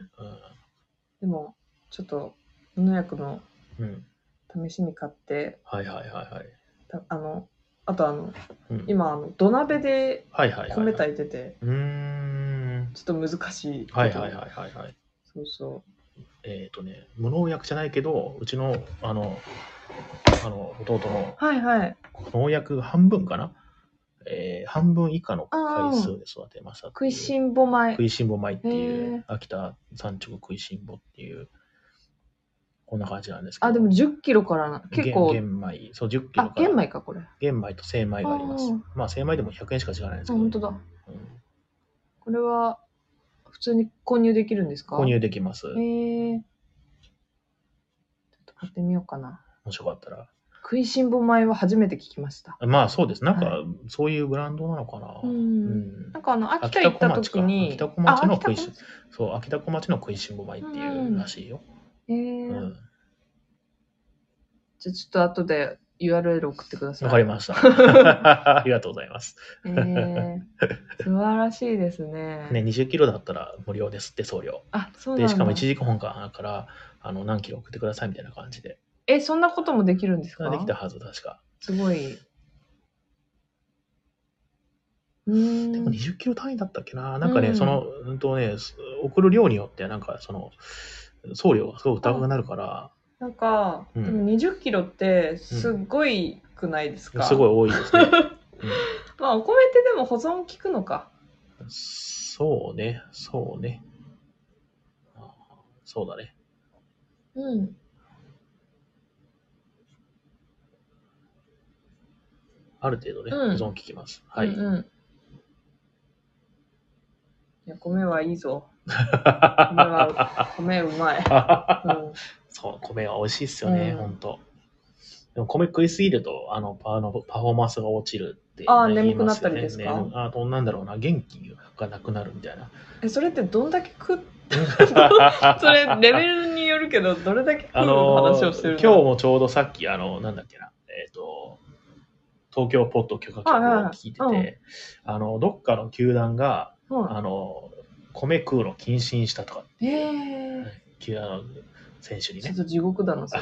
[SPEAKER 2] でもちょっと無農薬の
[SPEAKER 1] うんうん
[SPEAKER 2] 試しに買って
[SPEAKER 1] はいはいはいはい。
[SPEAKER 2] たあのあとあの
[SPEAKER 1] うん、
[SPEAKER 2] 今あの土鍋で
[SPEAKER 1] はいはいはいはい。
[SPEAKER 2] 米炊いてて、
[SPEAKER 1] うーん。
[SPEAKER 2] ちょっと難しいけど
[SPEAKER 1] はいはいはいはいはい。
[SPEAKER 2] そうそ
[SPEAKER 1] えっ、とね、無農薬じゃないけど、うちの、あの、あの、弟の
[SPEAKER 2] うはいはい
[SPEAKER 1] 農薬半分かなえー半分以下の回数で育てましたって
[SPEAKER 2] 食
[SPEAKER 1] いう。
[SPEAKER 2] いしん坊米
[SPEAKER 1] 食いしん坊米ってい
[SPEAKER 2] へ
[SPEAKER 1] う、秋田産直食いしん坊っていう、こんな感じなんですけど。
[SPEAKER 2] あでも1 0キロからな結構
[SPEAKER 1] 玄玄米、そう、10キロ
[SPEAKER 2] あ
[SPEAKER 1] から。
[SPEAKER 2] 玄米かこれ
[SPEAKER 1] 玄米と精米があります
[SPEAKER 2] あー。
[SPEAKER 1] まあ、精米でも100円しか違わないんですけ
[SPEAKER 2] あ
[SPEAKER 1] ど、
[SPEAKER 2] 本当だ
[SPEAKER 1] うん
[SPEAKER 2] これは普通に購入できるんですか
[SPEAKER 1] 購入できます。
[SPEAKER 2] えー、ちょっと買ってみようかな
[SPEAKER 1] もしよかったら。
[SPEAKER 2] 食いしん坊米は初めて聞きました
[SPEAKER 1] まあそうです。なんか、
[SPEAKER 2] は
[SPEAKER 1] そういうブランドなのかな。
[SPEAKER 2] うん
[SPEAKER 1] ん
[SPEAKER 2] なんかあの秋田行った時に
[SPEAKER 1] 秋田小町か秋田小町の
[SPEAKER 2] あ
[SPEAKER 1] 食いし
[SPEAKER 2] 秋田小
[SPEAKER 1] そう、秋田小町の食いしん坊米っていうらしいよ。
[SPEAKER 2] え
[SPEAKER 1] うん。
[SPEAKER 2] ー
[SPEAKER 1] わ、
[SPEAKER 2] じゃあちょっと後で URL 送ってください
[SPEAKER 1] かり ました。ありがとうございます。
[SPEAKER 2] えー、素晴らしいですね
[SPEAKER 1] ね、20キロだったら無料ですって送料。
[SPEAKER 2] あそうな
[SPEAKER 1] で、
[SPEAKER 2] んだ
[SPEAKER 1] しかも1時間間から、あの、何キロ送ってくださいみたいな感じで。
[SPEAKER 2] えそんなこともできるんですか
[SPEAKER 1] できたはず、確か。
[SPEAKER 2] すごいうーん
[SPEAKER 1] でも20キロ単位だったっけな。なんかね、
[SPEAKER 2] うん
[SPEAKER 1] その、うんとね、す送る量によって、なんかその、送料がすごく高くなるから、
[SPEAKER 2] なんか、
[SPEAKER 1] うん
[SPEAKER 2] でも20キロってすっごいくないですか、
[SPEAKER 1] すごい多いですね。うん
[SPEAKER 2] まあお米ってでも保存効くのか
[SPEAKER 1] そうね、そうね。あそうだね。
[SPEAKER 2] うん
[SPEAKER 1] ある程度ね、
[SPEAKER 2] うん
[SPEAKER 1] 保存聞きます。はい。
[SPEAKER 2] うんうんいや米はいいぞ米 は米うまい、うん、
[SPEAKER 1] そう、米は美味しいっすよね、
[SPEAKER 2] うん
[SPEAKER 1] ほんと。でも米食いすぎると、あの、パあのパフォーマンスが落ちるって、
[SPEAKER 2] あー
[SPEAKER 1] ね
[SPEAKER 2] 眠く
[SPEAKER 1] 言いま
[SPEAKER 2] な
[SPEAKER 1] すよ
[SPEAKER 2] ったりですか
[SPEAKER 1] ねうんあーどうなんだろうな、元気がなくなるみたいな。
[SPEAKER 2] えそれってどんだけ食っ それレベルによるけどどれだけ食う
[SPEAKER 1] あ
[SPEAKER 2] の
[SPEAKER 1] のー
[SPEAKER 2] 話をしてる
[SPEAKER 1] 今
[SPEAKER 2] の
[SPEAKER 1] 日もちょうどさっき、あの、なんだっけな、えっ、と、東京ポッド許可局を聞いてて、
[SPEAKER 2] はいはいは
[SPEAKER 1] あの、どっかの球団が、
[SPEAKER 2] は
[SPEAKER 1] あの、米食うの禁止にしたとかっ
[SPEAKER 2] い、えー
[SPEAKER 1] て、あの選手に
[SPEAKER 2] ちょ
[SPEAKER 1] ね
[SPEAKER 2] っ。と地獄だなそ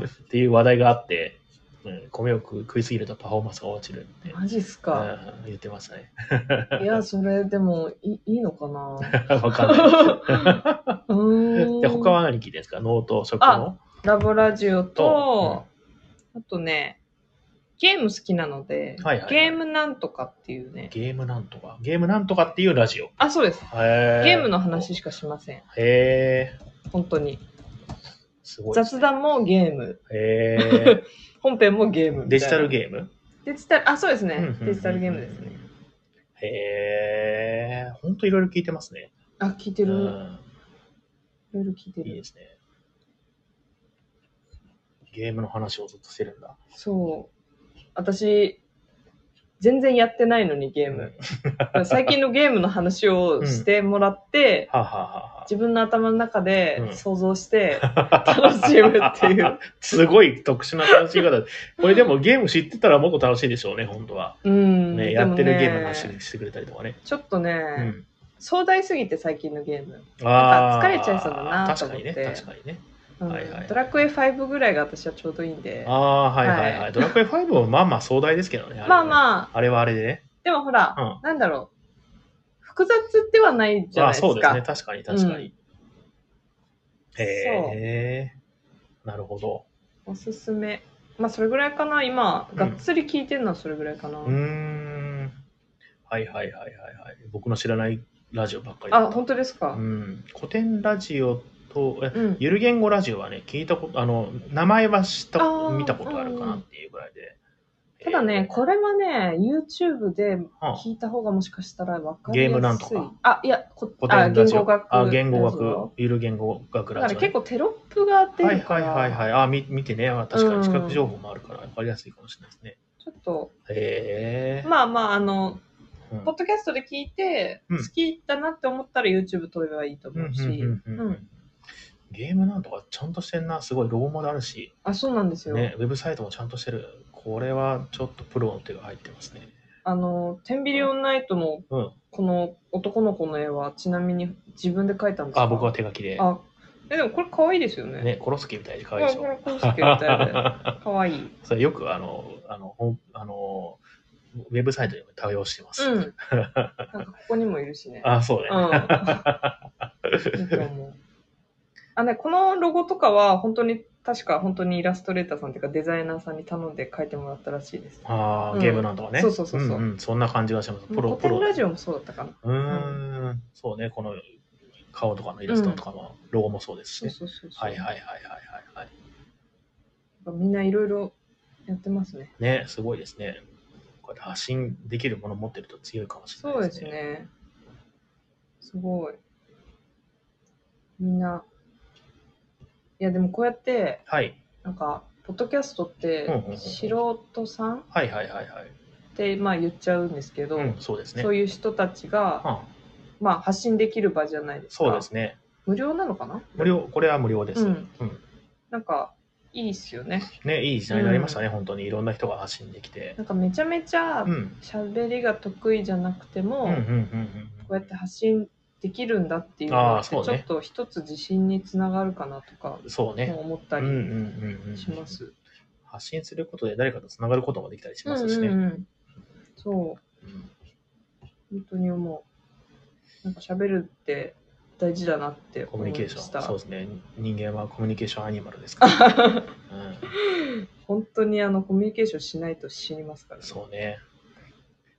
[SPEAKER 2] れ
[SPEAKER 1] っていう話題があって、うん、米を食う食いすぎるとパフォーマンスが落ちるって、
[SPEAKER 2] マジっすか
[SPEAKER 1] うん、言ってましたね。
[SPEAKER 2] いやそれでもいいいいのか な
[SPEAKER 1] わかんない。
[SPEAKER 2] うーん
[SPEAKER 1] で、他は何聞いてるんですか脳と食の
[SPEAKER 2] あラボラジオ
[SPEAKER 1] と
[SPEAKER 2] と、、あとね、ゲーム好きなので、
[SPEAKER 1] はいはいはい
[SPEAKER 2] ゲームなんとかっていう
[SPEAKER 1] うん
[SPEAKER 2] ね。
[SPEAKER 1] ゲームなんとか。ゲームなんとかっていうラジオ。
[SPEAKER 2] あ、そうです。
[SPEAKER 1] へ
[SPEAKER 2] ゲームの話。しかしません。
[SPEAKER 1] へー
[SPEAKER 2] 本当に。
[SPEAKER 1] すごいです
[SPEAKER 2] 雑
[SPEAKER 1] ね。
[SPEAKER 2] 談もゲーム。
[SPEAKER 1] へ ー
[SPEAKER 2] 本編もゲームみたいな。
[SPEAKER 1] デジタルゲーム
[SPEAKER 2] ームデジタル、あ、そうです
[SPEAKER 1] うんうん
[SPEAKER 2] ね
[SPEAKER 1] うん。うん
[SPEAKER 2] デジタルゲームですね。。
[SPEAKER 1] へえ、ほんといろいろ聞いてますね。
[SPEAKER 2] あ、聞いて
[SPEAKER 1] うん
[SPEAKER 2] る。いろいろ聞いて
[SPEAKER 1] いい
[SPEAKER 2] る
[SPEAKER 1] で。すね。ゲームの話をずっとしてるんだ。
[SPEAKER 2] そう。私、全然やってないのにゲーム。最近のゲームの話をしてもらって、
[SPEAKER 1] はあ、はあはあは
[SPEAKER 2] 自分の頭の中
[SPEAKER 1] うん
[SPEAKER 2] で想像して 楽しむっていう
[SPEAKER 1] あ、。 すごい特殊な楽しみ方。これでもゲーム知ってたらもっと楽しいでしょうね、本当は。
[SPEAKER 2] うん
[SPEAKER 1] ね、
[SPEAKER 2] で
[SPEAKER 1] や
[SPEAKER 2] も
[SPEAKER 1] ってるゲームの
[SPEAKER 2] ね
[SPEAKER 1] 話してくれたりとかね。
[SPEAKER 2] ちょっとね、
[SPEAKER 1] うん。
[SPEAKER 2] 壮大すぎて最近のゲーム、
[SPEAKER 1] あー
[SPEAKER 2] 疲れちゃいそうだなと思っ
[SPEAKER 1] 確
[SPEAKER 2] て
[SPEAKER 1] かにね、確かにね。
[SPEAKER 2] うん
[SPEAKER 1] はいはいはい
[SPEAKER 2] ドラクエ5ぐらいが私はちょうどいいんで
[SPEAKER 1] ああ、はいはいは。
[SPEAKER 2] はい
[SPEAKER 1] ドラクエ5もまあまあ壮大ですけどね。れはね
[SPEAKER 2] まあまあ
[SPEAKER 1] あれはあれでね。
[SPEAKER 2] でもほら、
[SPEAKER 1] うん
[SPEAKER 2] なんだろう複雑ではないじゃ
[SPEAKER 1] ま
[SPEAKER 2] な
[SPEAKER 1] あ
[SPEAKER 2] いです
[SPEAKER 1] そうです
[SPEAKER 2] か
[SPEAKER 1] ね、確かに確かに。へえ。なるほど。
[SPEAKER 2] おすすめ。まあ、それぐらいかな。今、
[SPEAKER 1] うん
[SPEAKER 2] がっつり聞いてるのはそれぐらいかな。
[SPEAKER 1] うーん。はいはいはいはいはい。僕の知らないラジオばっかりだ
[SPEAKER 2] あ、
[SPEAKER 1] った
[SPEAKER 2] 本当ですか
[SPEAKER 1] う。ん。古典ラジオと、え
[SPEAKER 2] うん。
[SPEAKER 1] ゆる言語ラジオはね、聞いたこと、あの、名前は知った
[SPEAKER 2] あー
[SPEAKER 1] 見たことあるかなっていうぐらいで。
[SPEAKER 2] ただね、
[SPEAKER 1] えー
[SPEAKER 2] これはね、YouTube で
[SPEAKER 1] はあ
[SPEAKER 2] 聞いた方がもしかしたらわかりやす
[SPEAKER 1] ゲー
[SPEAKER 2] い。
[SPEAKER 1] ムなんとか。
[SPEAKER 2] あ、いや、こ
[SPEAKER 1] 古
[SPEAKER 2] あ
[SPEAKER 1] 典
[SPEAKER 2] 言
[SPEAKER 1] ラジオ
[SPEAKER 2] 語学。
[SPEAKER 1] あ、言語
[SPEAKER 2] ラジ
[SPEAKER 1] 学
[SPEAKER 2] オ。
[SPEAKER 1] ゆる言語学
[SPEAKER 2] だか
[SPEAKER 1] ラ
[SPEAKER 2] ら
[SPEAKER 1] ジオ
[SPEAKER 2] 結
[SPEAKER 1] ね。
[SPEAKER 2] 構テロップが出
[SPEAKER 1] は
[SPEAKER 2] る
[SPEAKER 1] い
[SPEAKER 2] か
[SPEAKER 1] はい
[SPEAKER 2] ら、
[SPEAKER 1] はいはい。あ、み見てね。あ確か
[SPEAKER 2] うん
[SPEAKER 1] に、視覚情報もあるから、わかりやすいかもしれないですね。
[SPEAKER 2] ちょっと、
[SPEAKER 1] へえ。
[SPEAKER 2] まあまあ、あの、
[SPEAKER 1] うん
[SPEAKER 2] ポッドキャストで聞いて、
[SPEAKER 1] うん
[SPEAKER 2] 好きだなって思ったら YouTube 撮ればいいと
[SPEAKER 1] うん
[SPEAKER 2] 思うし、
[SPEAKER 1] うんうんうん
[SPEAKER 2] う
[SPEAKER 1] うんゲームなんとかちゃんとしてんな。すごいロゴもあるし、
[SPEAKER 2] あ、そうなんですよ。
[SPEAKER 1] ね、ウェブサイトもちゃんとしてる。これはちょっとプロの手が入ってますね。
[SPEAKER 2] あの、テンビリオンナイトの
[SPEAKER 1] うん。
[SPEAKER 2] この男の子の絵は、ちなみに自分で描いたんですか
[SPEAKER 1] あ、僕は手書きで。
[SPEAKER 2] あ、え、でもこれ可愛いですよね。
[SPEAKER 1] ね、コロスキみたいで可
[SPEAKER 2] こ
[SPEAKER 1] 愛い
[SPEAKER 2] れ、
[SPEAKER 1] でし
[SPEAKER 2] こ
[SPEAKER 1] ょ。
[SPEAKER 2] れ、コウスケみた いで。可愛い。
[SPEAKER 1] それよくあの、あの、ほんあの、ウェブサイトにも対応してます。
[SPEAKER 2] うん。なんかここにもいるしね。
[SPEAKER 1] あ、そうね。
[SPEAKER 2] うん。いいと思う。あ、ね、このロゴとかは、本当に、確か本当にイラストレーターさんっていうかデザイナーさんに頼んで書いてもらったらしいです。
[SPEAKER 1] ああ、
[SPEAKER 2] うん
[SPEAKER 1] ゲームなんとかね。
[SPEAKER 2] そうそうそうそうん
[SPEAKER 1] んそんな感じがします。プ
[SPEAKER 2] 古
[SPEAKER 1] ロ、プ
[SPEAKER 2] 典
[SPEAKER 1] ロ。
[SPEAKER 2] ラジオもそうだったかな。
[SPEAKER 1] うーん。そうね、この顔とかのイラストとかも、ロゴもそうですし
[SPEAKER 2] そう
[SPEAKER 1] ね。
[SPEAKER 2] そうそうそう。
[SPEAKER 1] はいはいはいはいはいはい。
[SPEAKER 2] みんないろいろやってますね。
[SPEAKER 1] ね、すごいですね。こうやって発信できるもの持ってると強いかもしれ
[SPEAKER 2] そ
[SPEAKER 1] な
[SPEAKER 2] う
[SPEAKER 1] い
[SPEAKER 2] で
[SPEAKER 1] ですすね。
[SPEAKER 2] ね。すごい。みんな。いや、でもこうやって、
[SPEAKER 1] はい。
[SPEAKER 2] なんか、ポッドキャストって
[SPEAKER 1] うんうんう、ん
[SPEAKER 2] 素人さんっ
[SPEAKER 1] はいはいはいはい。
[SPEAKER 2] て、まあ言っちゃうんですけど、
[SPEAKER 1] うん、そうですね。
[SPEAKER 2] そういう人たちが、
[SPEAKER 1] はあ
[SPEAKER 2] まあ発信できる場じゃないですか。
[SPEAKER 1] そうですね。
[SPEAKER 2] 無料なのかな
[SPEAKER 1] 無料、これは無料です。
[SPEAKER 2] う
[SPEAKER 1] うんん。
[SPEAKER 2] なんか、いいっすよね。
[SPEAKER 1] ね、いい時代になりましたね、本当に。いろんな人が発信できて
[SPEAKER 2] な。んかめちゃめちゃ
[SPEAKER 1] うん。
[SPEAKER 2] 喋りが得意じゃなくても、
[SPEAKER 1] うんうんうんう。
[SPEAKER 2] こうんやって発信できるんだっていうの
[SPEAKER 1] あ
[SPEAKER 2] が
[SPEAKER 1] ー
[SPEAKER 2] ち
[SPEAKER 1] そ
[SPEAKER 2] ょ
[SPEAKER 1] うね
[SPEAKER 2] っと一つ自信につながるかなとか
[SPEAKER 1] そうね。
[SPEAKER 2] 思った
[SPEAKER 1] うんうん
[SPEAKER 2] り
[SPEAKER 1] うんうん。
[SPEAKER 2] します。
[SPEAKER 1] 発信することで誰かとつながることもできたりし
[SPEAKER 2] う
[SPEAKER 1] ま
[SPEAKER 2] ん
[SPEAKER 1] す
[SPEAKER 2] う
[SPEAKER 1] しね。
[SPEAKER 2] んうん、そう
[SPEAKER 1] うん
[SPEAKER 2] 本当に思う。なんか喋るって大事だなって
[SPEAKER 1] コ
[SPEAKER 2] 思
[SPEAKER 1] ミュ
[SPEAKER 2] い
[SPEAKER 1] ニ
[SPEAKER 2] ま
[SPEAKER 1] ケーショ
[SPEAKER 2] し
[SPEAKER 1] ン。
[SPEAKER 2] た
[SPEAKER 1] そう。ですね。人間はコミュニケーションアニマルですから。う ん
[SPEAKER 2] 本当にあのコミュニケーションしないと死にますから、ね。
[SPEAKER 1] そうね。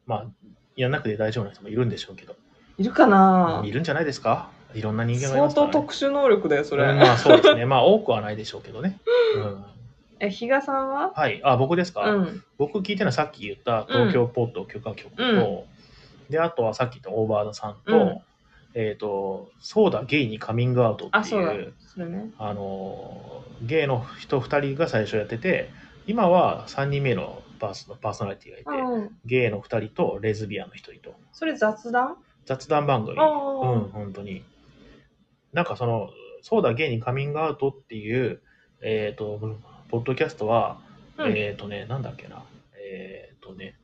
[SPEAKER 1] まあ、やんなくて大丈夫な人もいるんでしょうけど、
[SPEAKER 2] いるかない
[SPEAKER 1] るんじゃないですかいろんな人間がいま
[SPEAKER 2] 相
[SPEAKER 1] すか
[SPEAKER 2] 当
[SPEAKER 1] ら、ね。
[SPEAKER 2] 特殊能力だよ、それ。
[SPEAKER 1] うんまあそうですね。まあ多くはないでしょうけどね。うん、
[SPEAKER 2] え、比嘉さんは
[SPEAKER 1] はい。あ、僕ですか、
[SPEAKER 2] うん。
[SPEAKER 1] 僕聞いてるのはさっき言った東京ポッド許可局と、で、あとはさっき言ったオーバーダさんと、
[SPEAKER 2] うん
[SPEAKER 1] えっ、と、そうだ、ゲイにカミングアウト
[SPEAKER 2] あ、
[SPEAKER 1] って
[SPEAKER 2] そうだ
[SPEAKER 1] いう、。
[SPEAKER 2] それね。
[SPEAKER 1] あのー、ゲイの人2人が最初やってて、今は3人目のパーソパーソナリティがいて、
[SPEAKER 2] うん。
[SPEAKER 1] ゲイの2人とレズビアンの1人と、
[SPEAKER 2] それ雑談
[SPEAKER 1] 雑談番組。
[SPEAKER 2] あ
[SPEAKER 1] う
[SPEAKER 2] あ。
[SPEAKER 1] ん、本当に。なんかその、そうだ、ゲイにカミングアウトっていう、えっ、と、ポッドキャストは、
[SPEAKER 2] うん
[SPEAKER 1] えっ、とね、なんだっけな、えっ、とね、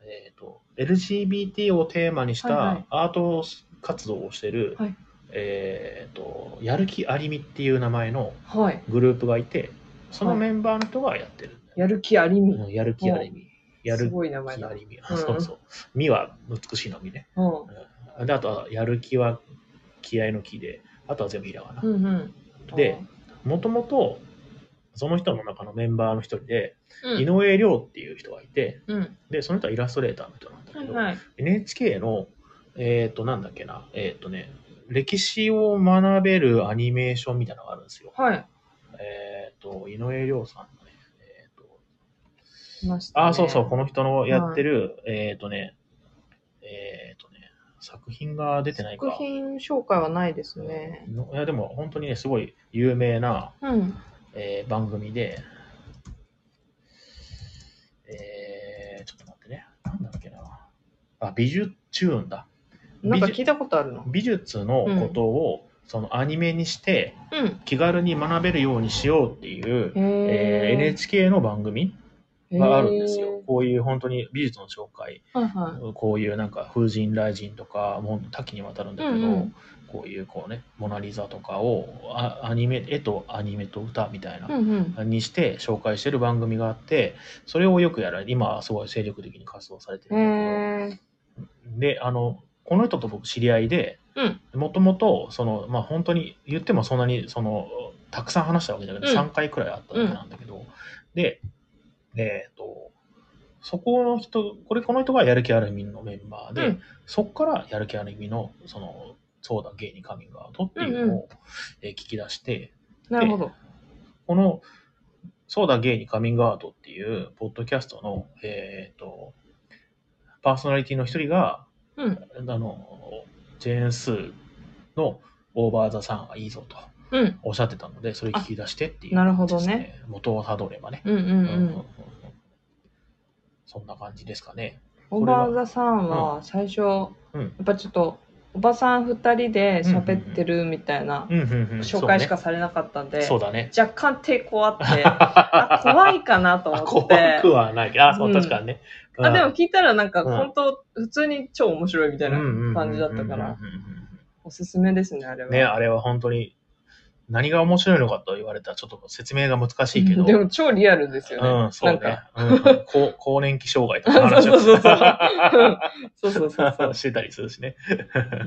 [SPEAKER 1] えっ、と、LGBT をテーマにし
[SPEAKER 2] はいはい
[SPEAKER 1] たアート活動をしてる、
[SPEAKER 2] はい
[SPEAKER 1] えっ、と、やる気ありみっていう名前の
[SPEAKER 2] はい。
[SPEAKER 1] グループがいて、その
[SPEAKER 2] はい
[SPEAKER 1] メンバーの人がやってるんだよ
[SPEAKER 2] やる気ありみ。
[SPEAKER 1] うんやる気ありみ。や
[SPEAKER 2] す
[SPEAKER 1] る
[SPEAKER 2] ごい名前
[SPEAKER 1] 気
[SPEAKER 2] だ
[SPEAKER 1] あ。りみ。
[SPEAKER 2] うん
[SPEAKER 1] そうそう。みは美しいのみね。
[SPEAKER 2] うん。
[SPEAKER 1] うんで、あとは、やる気は気合の気で、あとは全部ひらがな
[SPEAKER 2] う。んうん。
[SPEAKER 1] で、もともと、その人の中のメンバーの一人で、
[SPEAKER 2] うん、
[SPEAKER 1] 井上亮っていう人がいて、
[SPEAKER 2] うん。
[SPEAKER 1] で、その人はイラストレーターの人なんだけ
[SPEAKER 2] はい
[SPEAKER 1] ど、
[SPEAKER 2] はい。
[SPEAKER 1] NHK の、えっ、と、なんだっけな、えっ、とね、歴史を学べるアニメーションみたいなのがあるんですよ。
[SPEAKER 2] はい。
[SPEAKER 1] えっ、と、井上亮さんのね、えっ、と、
[SPEAKER 2] いましたね
[SPEAKER 1] ああ、そうそう、この人のやってる、えっ、とね、えっ、とね、作品が出てないか。
[SPEAKER 2] 作品紹介はないですね。
[SPEAKER 1] のいやでも本当にね、すごい有名な、
[SPEAKER 2] うん。
[SPEAKER 1] えー番組で、えー、ちょっと待ってね、なんだっけな。あ、美術チューンだ。
[SPEAKER 2] なん
[SPEAKER 1] 美
[SPEAKER 2] か
[SPEAKER 1] 術
[SPEAKER 2] 聞いたことあるの。
[SPEAKER 1] 美術のことを、そのアニメにして
[SPEAKER 2] うん。
[SPEAKER 1] 気軽に学べるようにしようっていう、えー
[SPEAKER 2] へ
[SPEAKER 1] NHK の番組
[SPEAKER 2] え。
[SPEAKER 1] があるんですよ
[SPEAKER 2] へ。
[SPEAKER 1] こういう本当に美術の紹介、
[SPEAKER 2] ー。はいは
[SPEAKER 1] こういうなんか風神雷神とか、もう多岐にわたるんだけど、
[SPEAKER 2] うんうん
[SPEAKER 1] こういうこうね、モナリザとかをあアニメ、絵とアニメと歌みたいな、
[SPEAKER 2] い。うんうん。
[SPEAKER 1] にして紹介してる番組があって、それをよくやられ、今はすごい精力的に活動されてるんだけど、
[SPEAKER 2] へえ。
[SPEAKER 1] で、あの、この人と僕知り合いで、
[SPEAKER 2] うん
[SPEAKER 1] もともと、その、まあ本当に言ってもそんなに、その、たくさん話したわけじゃなくて、
[SPEAKER 2] うん
[SPEAKER 1] 3回くらいあっただけなんだけど、で、えっ、と、そこの人、これこの人がやる気あるみのメンバーで、
[SPEAKER 2] うん
[SPEAKER 1] そこからやる気あるみの、その、そうだ、芸にカミングアウトっていうのを、えー聞き出して、
[SPEAKER 2] なるほど。
[SPEAKER 1] この、そうだ、ゲイにカミングアウトっていう、ポッドキャストの、えっ、と、パーソナリティの一人が、
[SPEAKER 2] うん。
[SPEAKER 1] あの、ジェーン・スーのオーバー・ザ・サンはいいぞと
[SPEAKER 2] うん。
[SPEAKER 1] おっしゃってたので、それ聞き出してっていう、
[SPEAKER 2] あなるほどね。
[SPEAKER 1] 元をたどればね。
[SPEAKER 2] うんう
[SPEAKER 1] う
[SPEAKER 2] んうん。
[SPEAKER 1] そんな感じですかね。
[SPEAKER 2] オーバーザさんは最初、や
[SPEAKER 1] うん。
[SPEAKER 2] っぱちょっと、おばさん二人で喋ってるみたいな
[SPEAKER 1] うんうんうん。
[SPEAKER 2] 紹介しか
[SPEAKER 1] そ
[SPEAKER 2] されなかったん
[SPEAKER 1] う,、
[SPEAKER 2] で、
[SPEAKER 1] そうだね。
[SPEAKER 2] 若干抵抗あって、あ怖いかなと
[SPEAKER 1] あ
[SPEAKER 2] 思っ
[SPEAKER 1] 怖
[SPEAKER 2] て
[SPEAKER 1] く。はないけど、あ、そうう、
[SPEAKER 2] ん
[SPEAKER 1] 確かにね。
[SPEAKER 2] あ、でも
[SPEAKER 1] み
[SPEAKER 2] 聞いたらなんか、
[SPEAKER 1] うん
[SPEAKER 2] 本当、普通に超面白いみたいな感じだったから、。おすすめですね、あれは。
[SPEAKER 1] ね、あれは本当に何が面白いのかと言われたらちょっと説明が難しいけど。
[SPEAKER 2] でも超リアルですよね。
[SPEAKER 1] うん、そう
[SPEAKER 2] なん
[SPEAKER 1] ね
[SPEAKER 2] か。
[SPEAKER 1] うんうん 高更年期障害とかの話
[SPEAKER 2] そうそうそう
[SPEAKER 1] を
[SPEAKER 2] そうそうそうそう。
[SPEAKER 1] してたりするしね。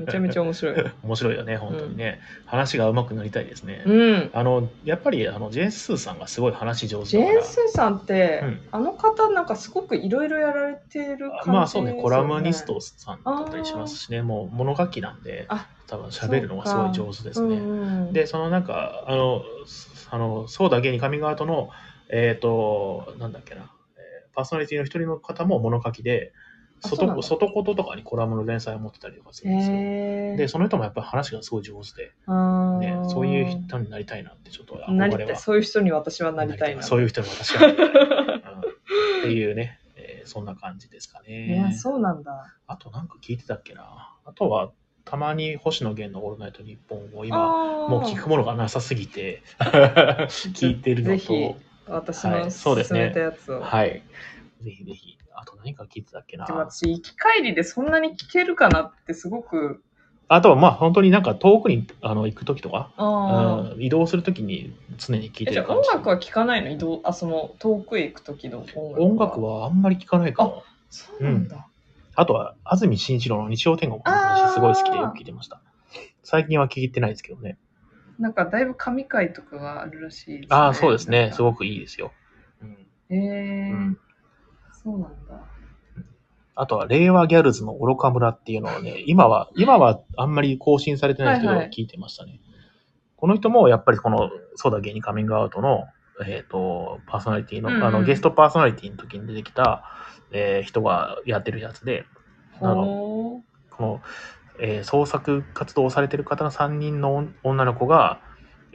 [SPEAKER 2] めちゃめちゃ面白 い。
[SPEAKER 1] 面白いよね、本当にね。話が上手くなりたいですね。
[SPEAKER 2] うん。
[SPEAKER 1] あの、やっぱりあのジェーン・スーさんがすごい話上手
[SPEAKER 2] ジェ
[SPEAKER 1] だか
[SPEAKER 2] ーン・
[SPEAKER 1] ら。
[SPEAKER 2] スーさんって、
[SPEAKER 1] うん
[SPEAKER 2] あの方なんかすごくいろいろやられてる感じですよ、ね、
[SPEAKER 1] まあそうね、コラムニストさんだったりしますしね、もう物書きなんで
[SPEAKER 2] あ、
[SPEAKER 1] 多分喋るのがすごい上手ですね。
[SPEAKER 2] うんうん、
[SPEAKER 1] で、そのなんか、あの、すあのそうだけにカミングアウトの、えっ、と、なんだっけな、えーパーソナリティの一人の方も物書きで、
[SPEAKER 2] あそうなん
[SPEAKER 1] 外
[SPEAKER 2] だ
[SPEAKER 1] 外こととかにコラムの連載を持ってたりとかするんですよ。
[SPEAKER 2] へー
[SPEAKER 1] で、その人もやっぱり話がすごい上手で、
[SPEAKER 2] あ
[SPEAKER 1] ね
[SPEAKER 2] ー、
[SPEAKER 1] そういう人になりたいなって、ちょっと
[SPEAKER 2] な
[SPEAKER 1] 憧
[SPEAKER 2] り
[SPEAKER 1] れ
[SPEAKER 2] たい
[SPEAKER 1] は。
[SPEAKER 2] そういう人に私はなりたいな。
[SPEAKER 1] そういう人に私はなりたい、うんっていうね、 えーそんな感じですか
[SPEAKER 2] いや
[SPEAKER 1] ね。
[SPEAKER 2] そうなんだ。
[SPEAKER 1] あとなんか聞いてたっけな。あとは、たまに星野源のオールナイトニッポンを今、
[SPEAKER 2] あー
[SPEAKER 1] もう聞くものがなさすぎ て、聞いてる
[SPEAKER 2] ぜ
[SPEAKER 1] の
[SPEAKER 2] ひ
[SPEAKER 1] と、
[SPEAKER 2] 私
[SPEAKER 1] は
[SPEAKER 2] の
[SPEAKER 1] いそうです
[SPEAKER 2] 勧
[SPEAKER 1] ね
[SPEAKER 2] めたやつを。
[SPEAKER 1] はい。ぜひぜひ。あと何か聞いてたっけな
[SPEAKER 2] で。も私、行き帰りでそんなに聞けるかなってすごく。
[SPEAKER 1] あとはまあ本当になんか遠くにあの行くときとか、
[SPEAKER 2] あ
[SPEAKER 1] うん移動するときに常に聞い
[SPEAKER 2] え
[SPEAKER 1] て
[SPEAKER 2] じゃ
[SPEAKER 1] る
[SPEAKER 2] あ
[SPEAKER 1] 感
[SPEAKER 2] 音
[SPEAKER 1] じ。
[SPEAKER 2] 楽は聴かないの移動あ、その遠くへ行く時の音楽は。
[SPEAKER 1] 音楽はあんまり聞かないかも。
[SPEAKER 2] そうなんだ。
[SPEAKER 1] あとは安住紳一郎の日曜天国の
[SPEAKER 2] あー
[SPEAKER 1] 話すごい好きでよく聞いてました。最近は聞いてないですけどね。
[SPEAKER 2] なんかだいぶ神回とかがあるらしいです、
[SPEAKER 1] ああ、そうですね。す
[SPEAKER 2] い。
[SPEAKER 1] ごくいいですよ。うん
[SPEAKER 2] へえー
[SPEAKER 1] うん
[SPEAKER 2] そうなんだ。
[SPEAKER 1] あとは、令和ギャルズの愚か村っていうのをね、今は、今はあんまり更新されてないですけど、
[SPEAKER 2] はいはい
[SPEAKER 1] 聞いてましたね。この人も、やっぱりこの、そうだ、芸人カミングアウトの、えっ、と、パーソナリティの、
[SPEAKER 2] うんうん
[SPEAKER 1] あの、ゲストパーソナリティの時に出てきた、えー人がやってるやつで、あの、
[SPEAKER 2] ほう
[SPEAKER 1] この、えー創作活動をされてる方の3人の女の子が、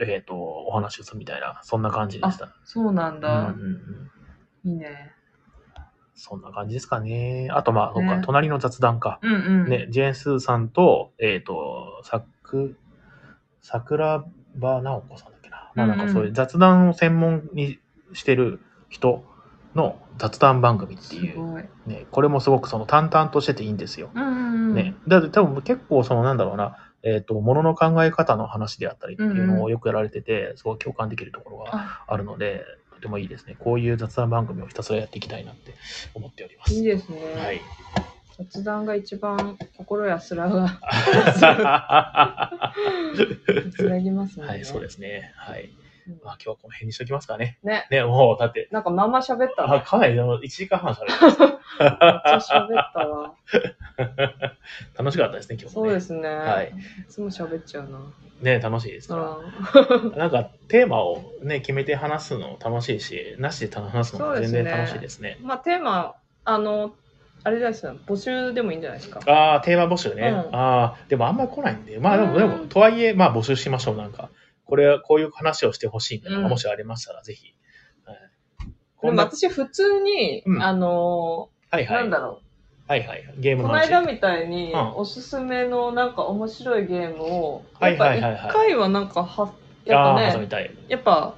[SPEAKER 1] えっ、と、お話をするみたいな、そんな感じでした。
[SPEAKER 2] そうなんだ。
[SPEAKER 1] うんうんうん
[SPEAKER 2] いいね。
[SPEAKER 1] そんな感じですかね。あと、まあ、そうか
[SPEAKER 2] ね
[SPEAKER 1] 隣の雑談か。
[SPEAKER 2] うんうん。
[SPEAKER 1] ね、ジェーン・スーさんと、えっ、と、さく、桜庭直子さんだっけな。まあ
[SPEAKER 2] うんう
[SPEAKER 1] なんんかそういう雑談を専門にしてる人の雑談番組って
[SPEAKER 2] す
[SPEAKER 1] いう、
[SPEAKER 2] ごい。
[SPEAKER 1] ね、これもすごくその淡々としてていいんですよ。
[SPEAKER 2] うんうんうん。
[SPEAKER 1] ね、だって多分結構そのなんだろうな、えっ、と、ものの考え方の話であったりっていうのをよくやられてて、すごい共感できるところが
[SPEAKER 2] あ、
[SPEAKER 1] あるので、とてもいいですね。こういう雑談番組をひたすらやっていきたいなって思っております。
[SPEAKER 2] いいですね。
[SPEAKER 1] はい。
[SPEAKER 2] 雑談が一番心安らが、 安らぎますもんね。
[SPEAKER 1] はい、そうですね。はい。
[SPEAKER 2] うん
[SPEAKER 1] まあ、今日はこの辺にしときますかね。
[SPEAKER 2] ね。
[SPEAKER 1] ね、もう、だって、
[SPEAKER 2] なんかまんま喋った
[SPEAKER 1] あ
[SPEAKER 2] わ。
[SPEAKER 1] かなりあの1時間半しゃべって
[SPEAKER 2] めっちゃ喋った わ。
[SPEAKER 1] ます 楽しかったですね、今日も、
[SPEAKER 2] そう
[SPEAKER 1] ね。
[SPEAKER 2] ですね。
[SPEAKER 1] はい。
[SPEAKER 2] いつも喋っちゃうな。
[SPEAKER 1] ね、楽しいですから。
[SPEAKER 2] う
[SPEAKER 1] なんか、テーマをね、決めて話すの楽しいし、なしで話すのも全然楽しいですね。
[SPEAKER 2] ん。まあテーマ、あの、あれですよ。募集でもいいんじゃないですか。
[SPEAKER 1] ああ、テーマ募集ね。
[SPEAKER 2] うん
[SPEAKER 1] ああ、でもあんまり来ないんで。まあでも、
[SPEAKER 2] うん
[SPEAKER 1] でも、とはいえ、まあ募集しましょう。なんか、これはこういう話をしてほしいみたいなのが、
[SPEAKER 2] うん
[SPEAKER 1] もしありましたら、ぜひ。はい
[SPEAKER 2] で
[SPEAKER 1] こん
[SPEAKER 2] も
[SPEAKER 1] な、
[SPEAKER 2] 私普通に、
[SPEAKER 1] うん
[SPEAKER 2] あの
[SPEAKER 1] はい
[SPEAKER 2] ー、な
[SPEAKER 1] は
[SPEAKER 2] ん
[SPEAKER 1] い。
[SPEAKER 2] だろ
[SPEAKER 1] はいはい。ゲー
[SPEAKER 2] う、
[SPEAKER 1] ム
[SPEAKER 2] こ
[SPEAKER 1] の
[SPEAKER 2] の
[SPEAKER 1] 話。
[SPEAKER 2] 間みたいに、
[SPEAKER 1] うん
[SPEAKER 2] おすすめのなんか面白いゲームを、
[SPEAKER 1] はいはいはいはい
[SPEAKER 2] やっぱ一回はなんかは、や
[SPEAKER 1] あ
[SPEAKER 2] っ
[SPEAKER 1] あー、
[SPEAKER 2] ぱ
[SPEAKER 1] 挟み
[SPEAKER 2] ね、
[SPEAKER 1] たい。
[SPEAKER 2] やっぱ、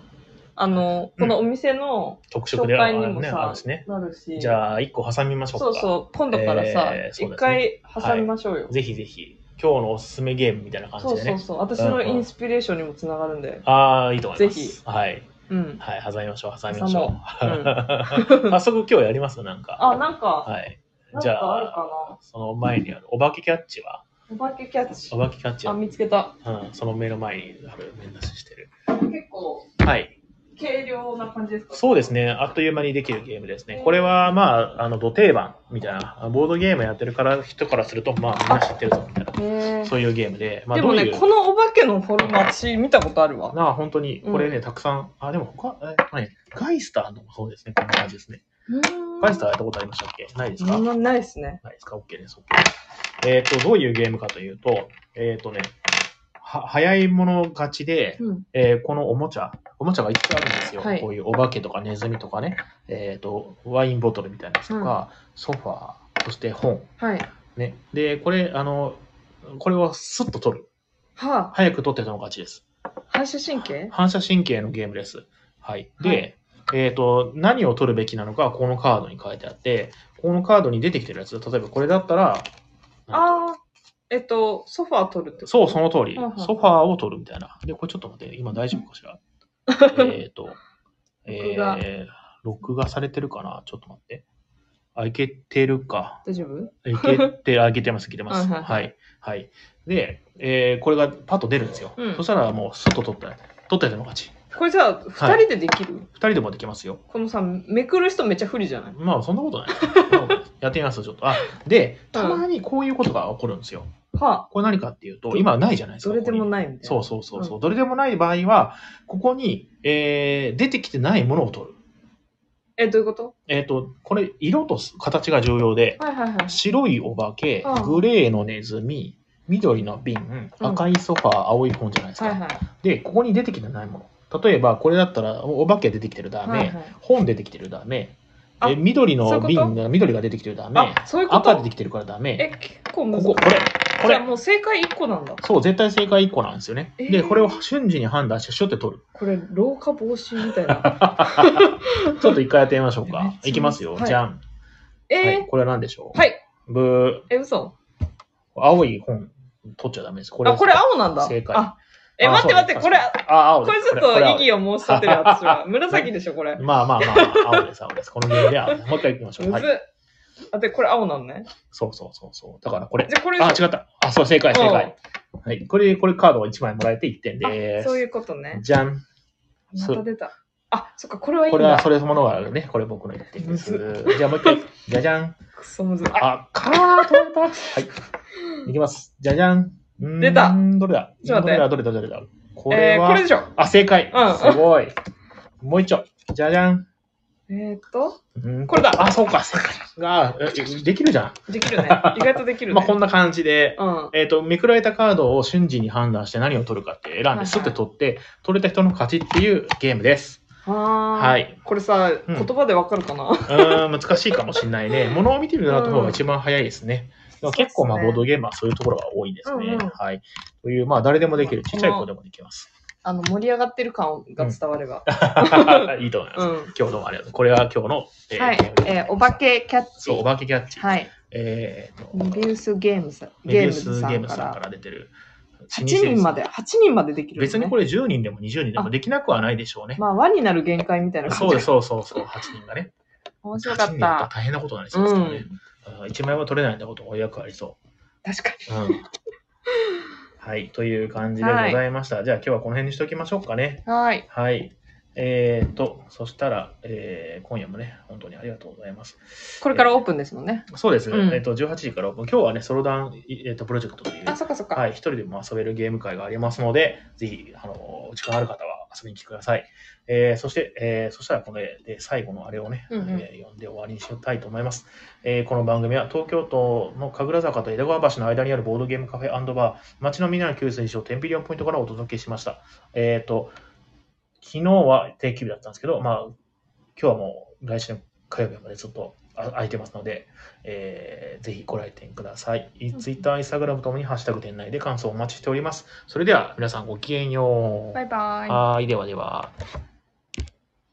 [SPEAKER 2] あの、このお店の
[SPEAKER 1] 特色
[SPEAKER 2] 紹
[SPEAKER 1] ではあ
[SPEAKER 2] 介に
[SPEAKER 1] る
[SPEAKER 2] も
[SPEAKER 1] ね、
[SPEAKER 2] さ、
[SPEAKER 1] あるしね。
[SPEAKER 2] なるし、
[SPEAKER 1] じゃあ、一個挟みましょうか。
[SPEAKER 2] そうそう、今度からさ
[SPEAKER 1] えー、
[SPEAKER 2] 一、
[SPEAKER 1] そうですね
[SPEAKER 2] 回挟みましょうよ。
[SPEAKER 1] ぜひぜひ、今日のおすすめゲームみたいな感じ
[SPEAKER 2] そう
[SPEAKER 1] でね。
[SPEAKER 2] そうそう、私のインスピレーションにもつながるんで。
[SPEAKER 1] ああ、いいと思います。
[SPEAKER 2] ぜひ
[SPEAKER 1] はい。
[SPEAKER 2] うん。
[SPEAKER 1] はい、挟みましょう、挟みましょう。
[SPEAKER 2] 挟も
[SPEAKER 1] 早速今日やりますなんか。
[SPEAKER 2] あ、なんか、
[SPEAKER 1] はい。
[SPEAKER 2] なん
[SPEAKER 1] じゃ
[SPEAKER 2] かある
[SPEAKER 1] あ、
[SPEAKER 2] か
[SPEAKER 1] その前にある、お化けキャッチは
[SPEAKER 2] な。お化けキャッチ
[SPEAKER 1] お。化けキャッチ
[SPEAKER 2] あ、
[SPEAKER 1] は、
[SPEAKER 2] 見つけた。
[SPEAKER 1] うん、その目の前にある、面出ししてる。
[SPEAKER 2] 結構、
[SPEAKER 1] はい。
[SPEAKER 2] 軽量な感じですか
[SPEAKER 1] そうです
[SPEAKER 2] ね。
[SPEAKER 1] ね。あっという間にできるゲームですね。これは、まあ、あの、土定番みたいな、ボードゲームやってるから、人からすると、まあ、みんな知ってるぞ、みたいな。
[SPEAKER 2] へー
[SPEAKER 1] そういうゲームで、まあ、
[SPEAKER 2] で
[SPEAKER 1] ど
[SPEAKER 2] も
[SPEAKER 1] う
[SPEAKER 2] ね、
[SPEAKER 1] いう
[SPEAKER 2] こ。のお化けのフォルマ私見たことあるわ。
[SPEAKER 1] なあ、本当に、これね、たくさん、あ、でも他、えっとね、ガイスターのそうですね、こんな感じですね。ガイスターやったことありましたっけないですか
[SPEAKER 2] そんなないですね。
[SPEAKER 1] ないですか ?OK です。OK です。えっ、と、どういうゲームかというと、えっ、とね、は、早いもの勝ちで、
[SPEAKER 2] うん。
[SPEAKER 1] えーこのおもちゃ、おもちゃがいっぱいあるんですよ。
[SPEAKER 2] はい
[SPEAKER 1] こういうお化けとかネズミとかね、えっ、と、ワインボトルみたいなやつとか、ソファー、そして本。
[SPEAKER 2] はい。
[SPEAKER 1] ね。で、これ、あの、これはスッと取る。
[SPEAKER 2] は
[SPEAKER 1] 早く取ってたの勝ちです。
[SPEAKER 2] あ、反射神経
[SPEAKER 1] 反射神経のゲームです。はい。で、
[SPEAKER 2] はい
[SPEAKER 1] えっ、と、何を取るべきなのかはこのカードに書いてあって、このカードに出てきてるやつ、例えばこれだったら、
[SPEAKER 2] ああ、えっと、ソファー取るってこと
[SPEAKER 1] そう、その通り
[SPEAKER 2] はいは。い
[SPEAKER 1] ソファーを取るみたいな。で、これちょっと待って、今大丈夫かし らえっと、え
[SPEAKER 2] 録画
[SPEAKER 1] ー、録画されてるかなちょっと待って。あ、いけてるか。
[SPEAKER 2] 大丈夫
[SPEAKER 1] いけて、あ、いけてます、いけてます。
[SPEAKER 2] はいはい
[SPEAKER 1] は。
[SPEAKER 2] はい
[SPEAKER 1] はい。で、えーこれがパッと出るんですよ。
[SPEAKER 2] うん
[SPEAKER 1] そしたらもう、すっと取ったら、取ったやつの勝ち。
[SPEAKER 2] これじゃあ、二人でできる、
[SPEAKER 1] 二人でもできますよ。
[SPEAKER 2] このさ、めくる人めっちゃ不利じゃない
[SPEAKER 1] まあ、そんな ことない。やってみますよ、ちょっと。あ、で、たまにこういうことが起こるんですよ。
[SPEAKER 2] はあ、
[SPEAKER 1] これ何かっていうと、今はないじゃないです
[SPEAKER 2] ど
[SPEAKER 1] か。
[SPEAKER 2] れで
[SPEAKER 1] ここ
[SPEAKER 2] も
[SPEAKER 1] に
[SPEAKER 2] ないみたいな。
[SPEAKER 1] そうそうそうそう、どれでもない場合は、ここに、えー出てきてないものを取る。
[SPEAKER 2] え、どういうこと
[SPEAKER 1] えっ、と、これ、色と形が重要で、
[SPEAKER 2] はいはいはい。
[SPEAKER 1] 白いお化け
[SPEAKER 2] う、ん
[SPEAKER 1] グレーのネズミ、緑の瓶、
[SPEAKER 2] うん
[SPEAKER 1] 赤いソファー、青い本じゃないですか。
[SPEAKER 2] はいはい。
[SPEAKER 1] で、ここに出てきてないもの。例えば、これだったら、おお化け出てきてるダメ、
[SPEAKER 2] はいはい
[SPEAKER 1] 本出てきてるダメ、
[SPEAKER 2] あ
[SPEAKER 1] え緑
[SPEAKER 2] そうい
[SPEAKER 1] の
[SPEAKER 2] うこと
[SPEAKER 1] 瓶が、緑が出てきてるダメ、
[SPEAKER 2] あ、そういう こ
[SPEAKER 1] 赤出
[SPEAKER 2] と
[SPEAKER 1] てきてるからダメ、
[SPEAKER 2] え、結構
[SPEAKER 1] こ
[SPEAKER 2] 難し
[SPEAKER 1] こ、
[SPEAKER 2] い。
[SPEAKER 1] これ、こ
[SPEAKER 2] じゃ
[SPEAKER 1] れ
[SPEAKER 2] あ。もう正解一個なんだ。
[SPEAKER 1] そう、絶対正解1個なんですよね。
[SPEAKER 2] えー
[SPEAKER 1] で、これを瞬時に判断して、シュッて取る。
[SPEAKER 2] これ、老化防止みた いな。
[SPEAKER 1] ちょっと一回やってみましょう
[SPEAKER 2] めっ
[SPEAKER 1] か
[SPEAKER 2] ち。ゃ
[SPEAKER 1] いきますよ。
[SPEAKER 2] はい
[SPEAKER 1] じゃん。
[SPEAKER 2] えー、
[SPEAKER 1] はい。これは何でしょう。
[SPEAKER 2] はいい。
[SPEAKER 1] ブ
[SPEAKER 2] え、嘘。
[SPEAKER 1] ー、青い本取っちゃダメです。これ。
[SPEAKER 2] あ、これ青なんだ。
[SPEAKER 1] 正解
[SPEAKER 2] あ、え、
[SPEAKER 1] あ
[SPEAKER 2] 待っ
[SPEAKER 1] そ
[SPEAKER 2] て
[SPEAKER 1] う
[SPEAKER 2] 待って、
[SPEAKER 1] 確
[SPEAKER 2] これ、
[SPEAKER 1] かにあ、青
[SPEAKER 2] こ
[SPEAKER 1] で
[SPEAKER 2] れ
[SPEAKER 1] す。
[SPEAKER 2] ちょっ
[SPEAKER 1] ことれ
[SPEAKER 2] 意義を申し立てる、私は。紫でしょ、これ。
[SPEAKER 1] 青まあまあまあまあ、青です、青です。このゲームで青です。もう一回行きましょう。
[SPEAKER 2] む
[SPEAKER 1] はい
[SPEAKER 2] ず。っ。あ、で、これ青なんね。
[SPEAKER 1] そうそうそうそう。だからこれ。
[SPEAKER 2] じゃあ、これ、
[SPEAKER 1] あ、違った。あ、そう、正解、正解。はい。これ、これカードを1枚もらえて1点
[SPEAKER 2] あ
[SPEAKER 1] で
[SPEAKER 2] そうい
[SPEAKER 1] す。
[SPEAKER 2] うことね。
[SPEAKER 1] じゃん。
[SPEAKER 2] ますた出た。あ、そっか、これはいい
[SPEAKER 1] こ
[SPEAKER 2] ん
[SPEAKER 1] れは、
[SPEAKER 2] だ。
[SPEAKER 1] それそのものがあるね。これ僕の1点で
[SPEAKER 2] む
[SPEAKER 1] す。じゃあもう一回。じゃじゃん。
[SPEAKER 2] クソむずい。あ、
[SPEAKER 1] あ、カー取れた。はい。いきます。じゃじゃん。うーん
[SPEAKER 2] 出た
[SPEAKER 1] どれだ
[SPEAKER 2] ちょっと
[SPEAKER 1] どれ
[SPEAKER 2] 待
[SPEAKER 1] だ
[SPEAKER 2] っ
[SPEAKER 1] どれだどれだこれ
[SPEAKER 2] えー、こ
[SPEAKER 1] は
[SPEAKER 2] れで、しょ。
[SPEAKER 1] あ、正解。
[SPEAKER 2] うん
[SPEAKER 1] すごい。もう一丁。じゃじゃん。
[SPEAKER 2] えーっと、
[SPEAKER 1] うん
[SPEAKER 2] これだ
[SPEAKER 1] あ、そうか、正解。が、えできるじゃ
[SPEAKER 2] で きるね。意外とでき
[SPEAKER 1] ん。
[SPEAKER 2] るね。
[SPEAKER 1] まあ、こんな感じで、
[SPEAKER 2] うん。
[SPEAKER 1] えっ、と、めくられたカードを瞬時に判断して何を取るかって選
[SPEAKER 2] は
[SPEAKER 1] ん
[SPEAKER 2] い
[SPEAKER 1] で、
[SPEAKER 2] はい
[SPEAKER 1] すって取って、取れた人の勝ちっていうゲームです。
[SPEAKER 2] は。
[SPEAKER 1] はいい。
[SPEAKER 2] これさ、
[SPEAKER 1] うん
[SPEAKER 2] 言葉でわかるかな、
[SPEAKER 1] うーん、難しいかもしれないね。物を見てみるなと方が一番早いですね。でも結構、まあ、
[SPEAKER 2] そう
[SPEAKER 1] ボ
[SPEAKER 2] ですね
[SPEAKER 1] ードゲームはそういうところが多いですね。
[SPEAKER 2] うんうん
[SPEAKER 1] はい。という、まあ、誰でもできる。ちっちゃい子でもできます。
[SPEAKER 2] あの、盛り上がってる感が伝われば。
[SPEAKER 1] いいと思います。
[SPEAKER 2] うん。
[SPEAKER 1] 今 日どうもありがとう。これは今日の、え
[SPEAKER 2] はい。えーお化
[SPEAKER 1] け。
[SPEAKER 2] けキャッチ。
[SPEAKER 1] そう、お化けキャッチ。
[SPEAKER 2] はい。
[SPEAKER 1] えーと、
[SPEAKER 2] メビウスゲームさん。
[SPEAKER 1] メビ
[SPEAKER 2] ゲー
[SPEAKER 1] ウ
[SPEAKER 2] ム
[SPEAKER 1] ス
[SPEAKER 2] ズさ
[SPEAKER 1] ゲー
[SPEAKER 2] ん
[SPEAKER 1] ム
[SPEAKER 2] か。
[SPEAKER 1] さんからら出てる。
[SPEAKER 2] 8人まで、8人までできる、
[SPEAKER 1] 別にこれ10人でも20人でも
[SPEAKER 2] あ
[SPEAKER 1] できなくはないでしょうね。
[SPEAKER 2] まあ、輪になる限界みたいな感じ。
[SPEAKER 1] そうです、そうそうそう、8人がね。
[SPEAKER 2] 面白か
[SPEAKER 1] 8
[SPEAKER 2] っ
[SPEAKER 1] 人だ
[SPEAKER 2] た。
[SPEAKER 1] と大変なことになりそうですからね。あ1枚も取れないってこともよくありそ
[SPEAKER 2] 確かに。
[SPEAKER 1] う。うん。はい、という感じでございました。じゃあ今日はこの辺にしておきましょうかね。
[SPEAKER 2] はい。
[SPEAKER 1] はい。えーと、そしたら、えー今夜もね、本当にありがとうございます。
[SPEAKER 2] これからオープンですもんね。
[SPEAKER 1] そうです。
[SPEAKER 2] うん
[SPEAKER 1] えっ、と、18時からオープン、今日はね、ソロダン、いえっ、と、プロジェクトという、
[SPEAKER 2] あ、そっかそっか。
[SPEAKER 1] はい、一人でも遊べるゲーム会がありますので、ぜひ、あの、お時間ある方は遊びに来てください。えーそして、えーそしたらこれで最後のあれをね、
[SPEAKER 2] うんうん
[SPEAKER 1] えー読んで終わりにしようたいと思います。えーこの番組は東京都の神楽坂と江戸川橋の間にあるボードゲームカフェバー、街のみんなの給水所、テンピリオンポイントからお届けしました。えっ、と、昨日は定休日だったんですけど、まあ、今日はもう来週の火曜日までちょっとあ空いてますので、えーぜひご来店ください。
[SPEAKER 2] ん
[SPEAKER 1] Twitter、Instagram ともにハッシュタグ店内で感想をお待ちしております。それでは皆さんごきげんよう。
[SPEAKER 2] バイバイ。
[SPEAKER 1] はい、ではでは。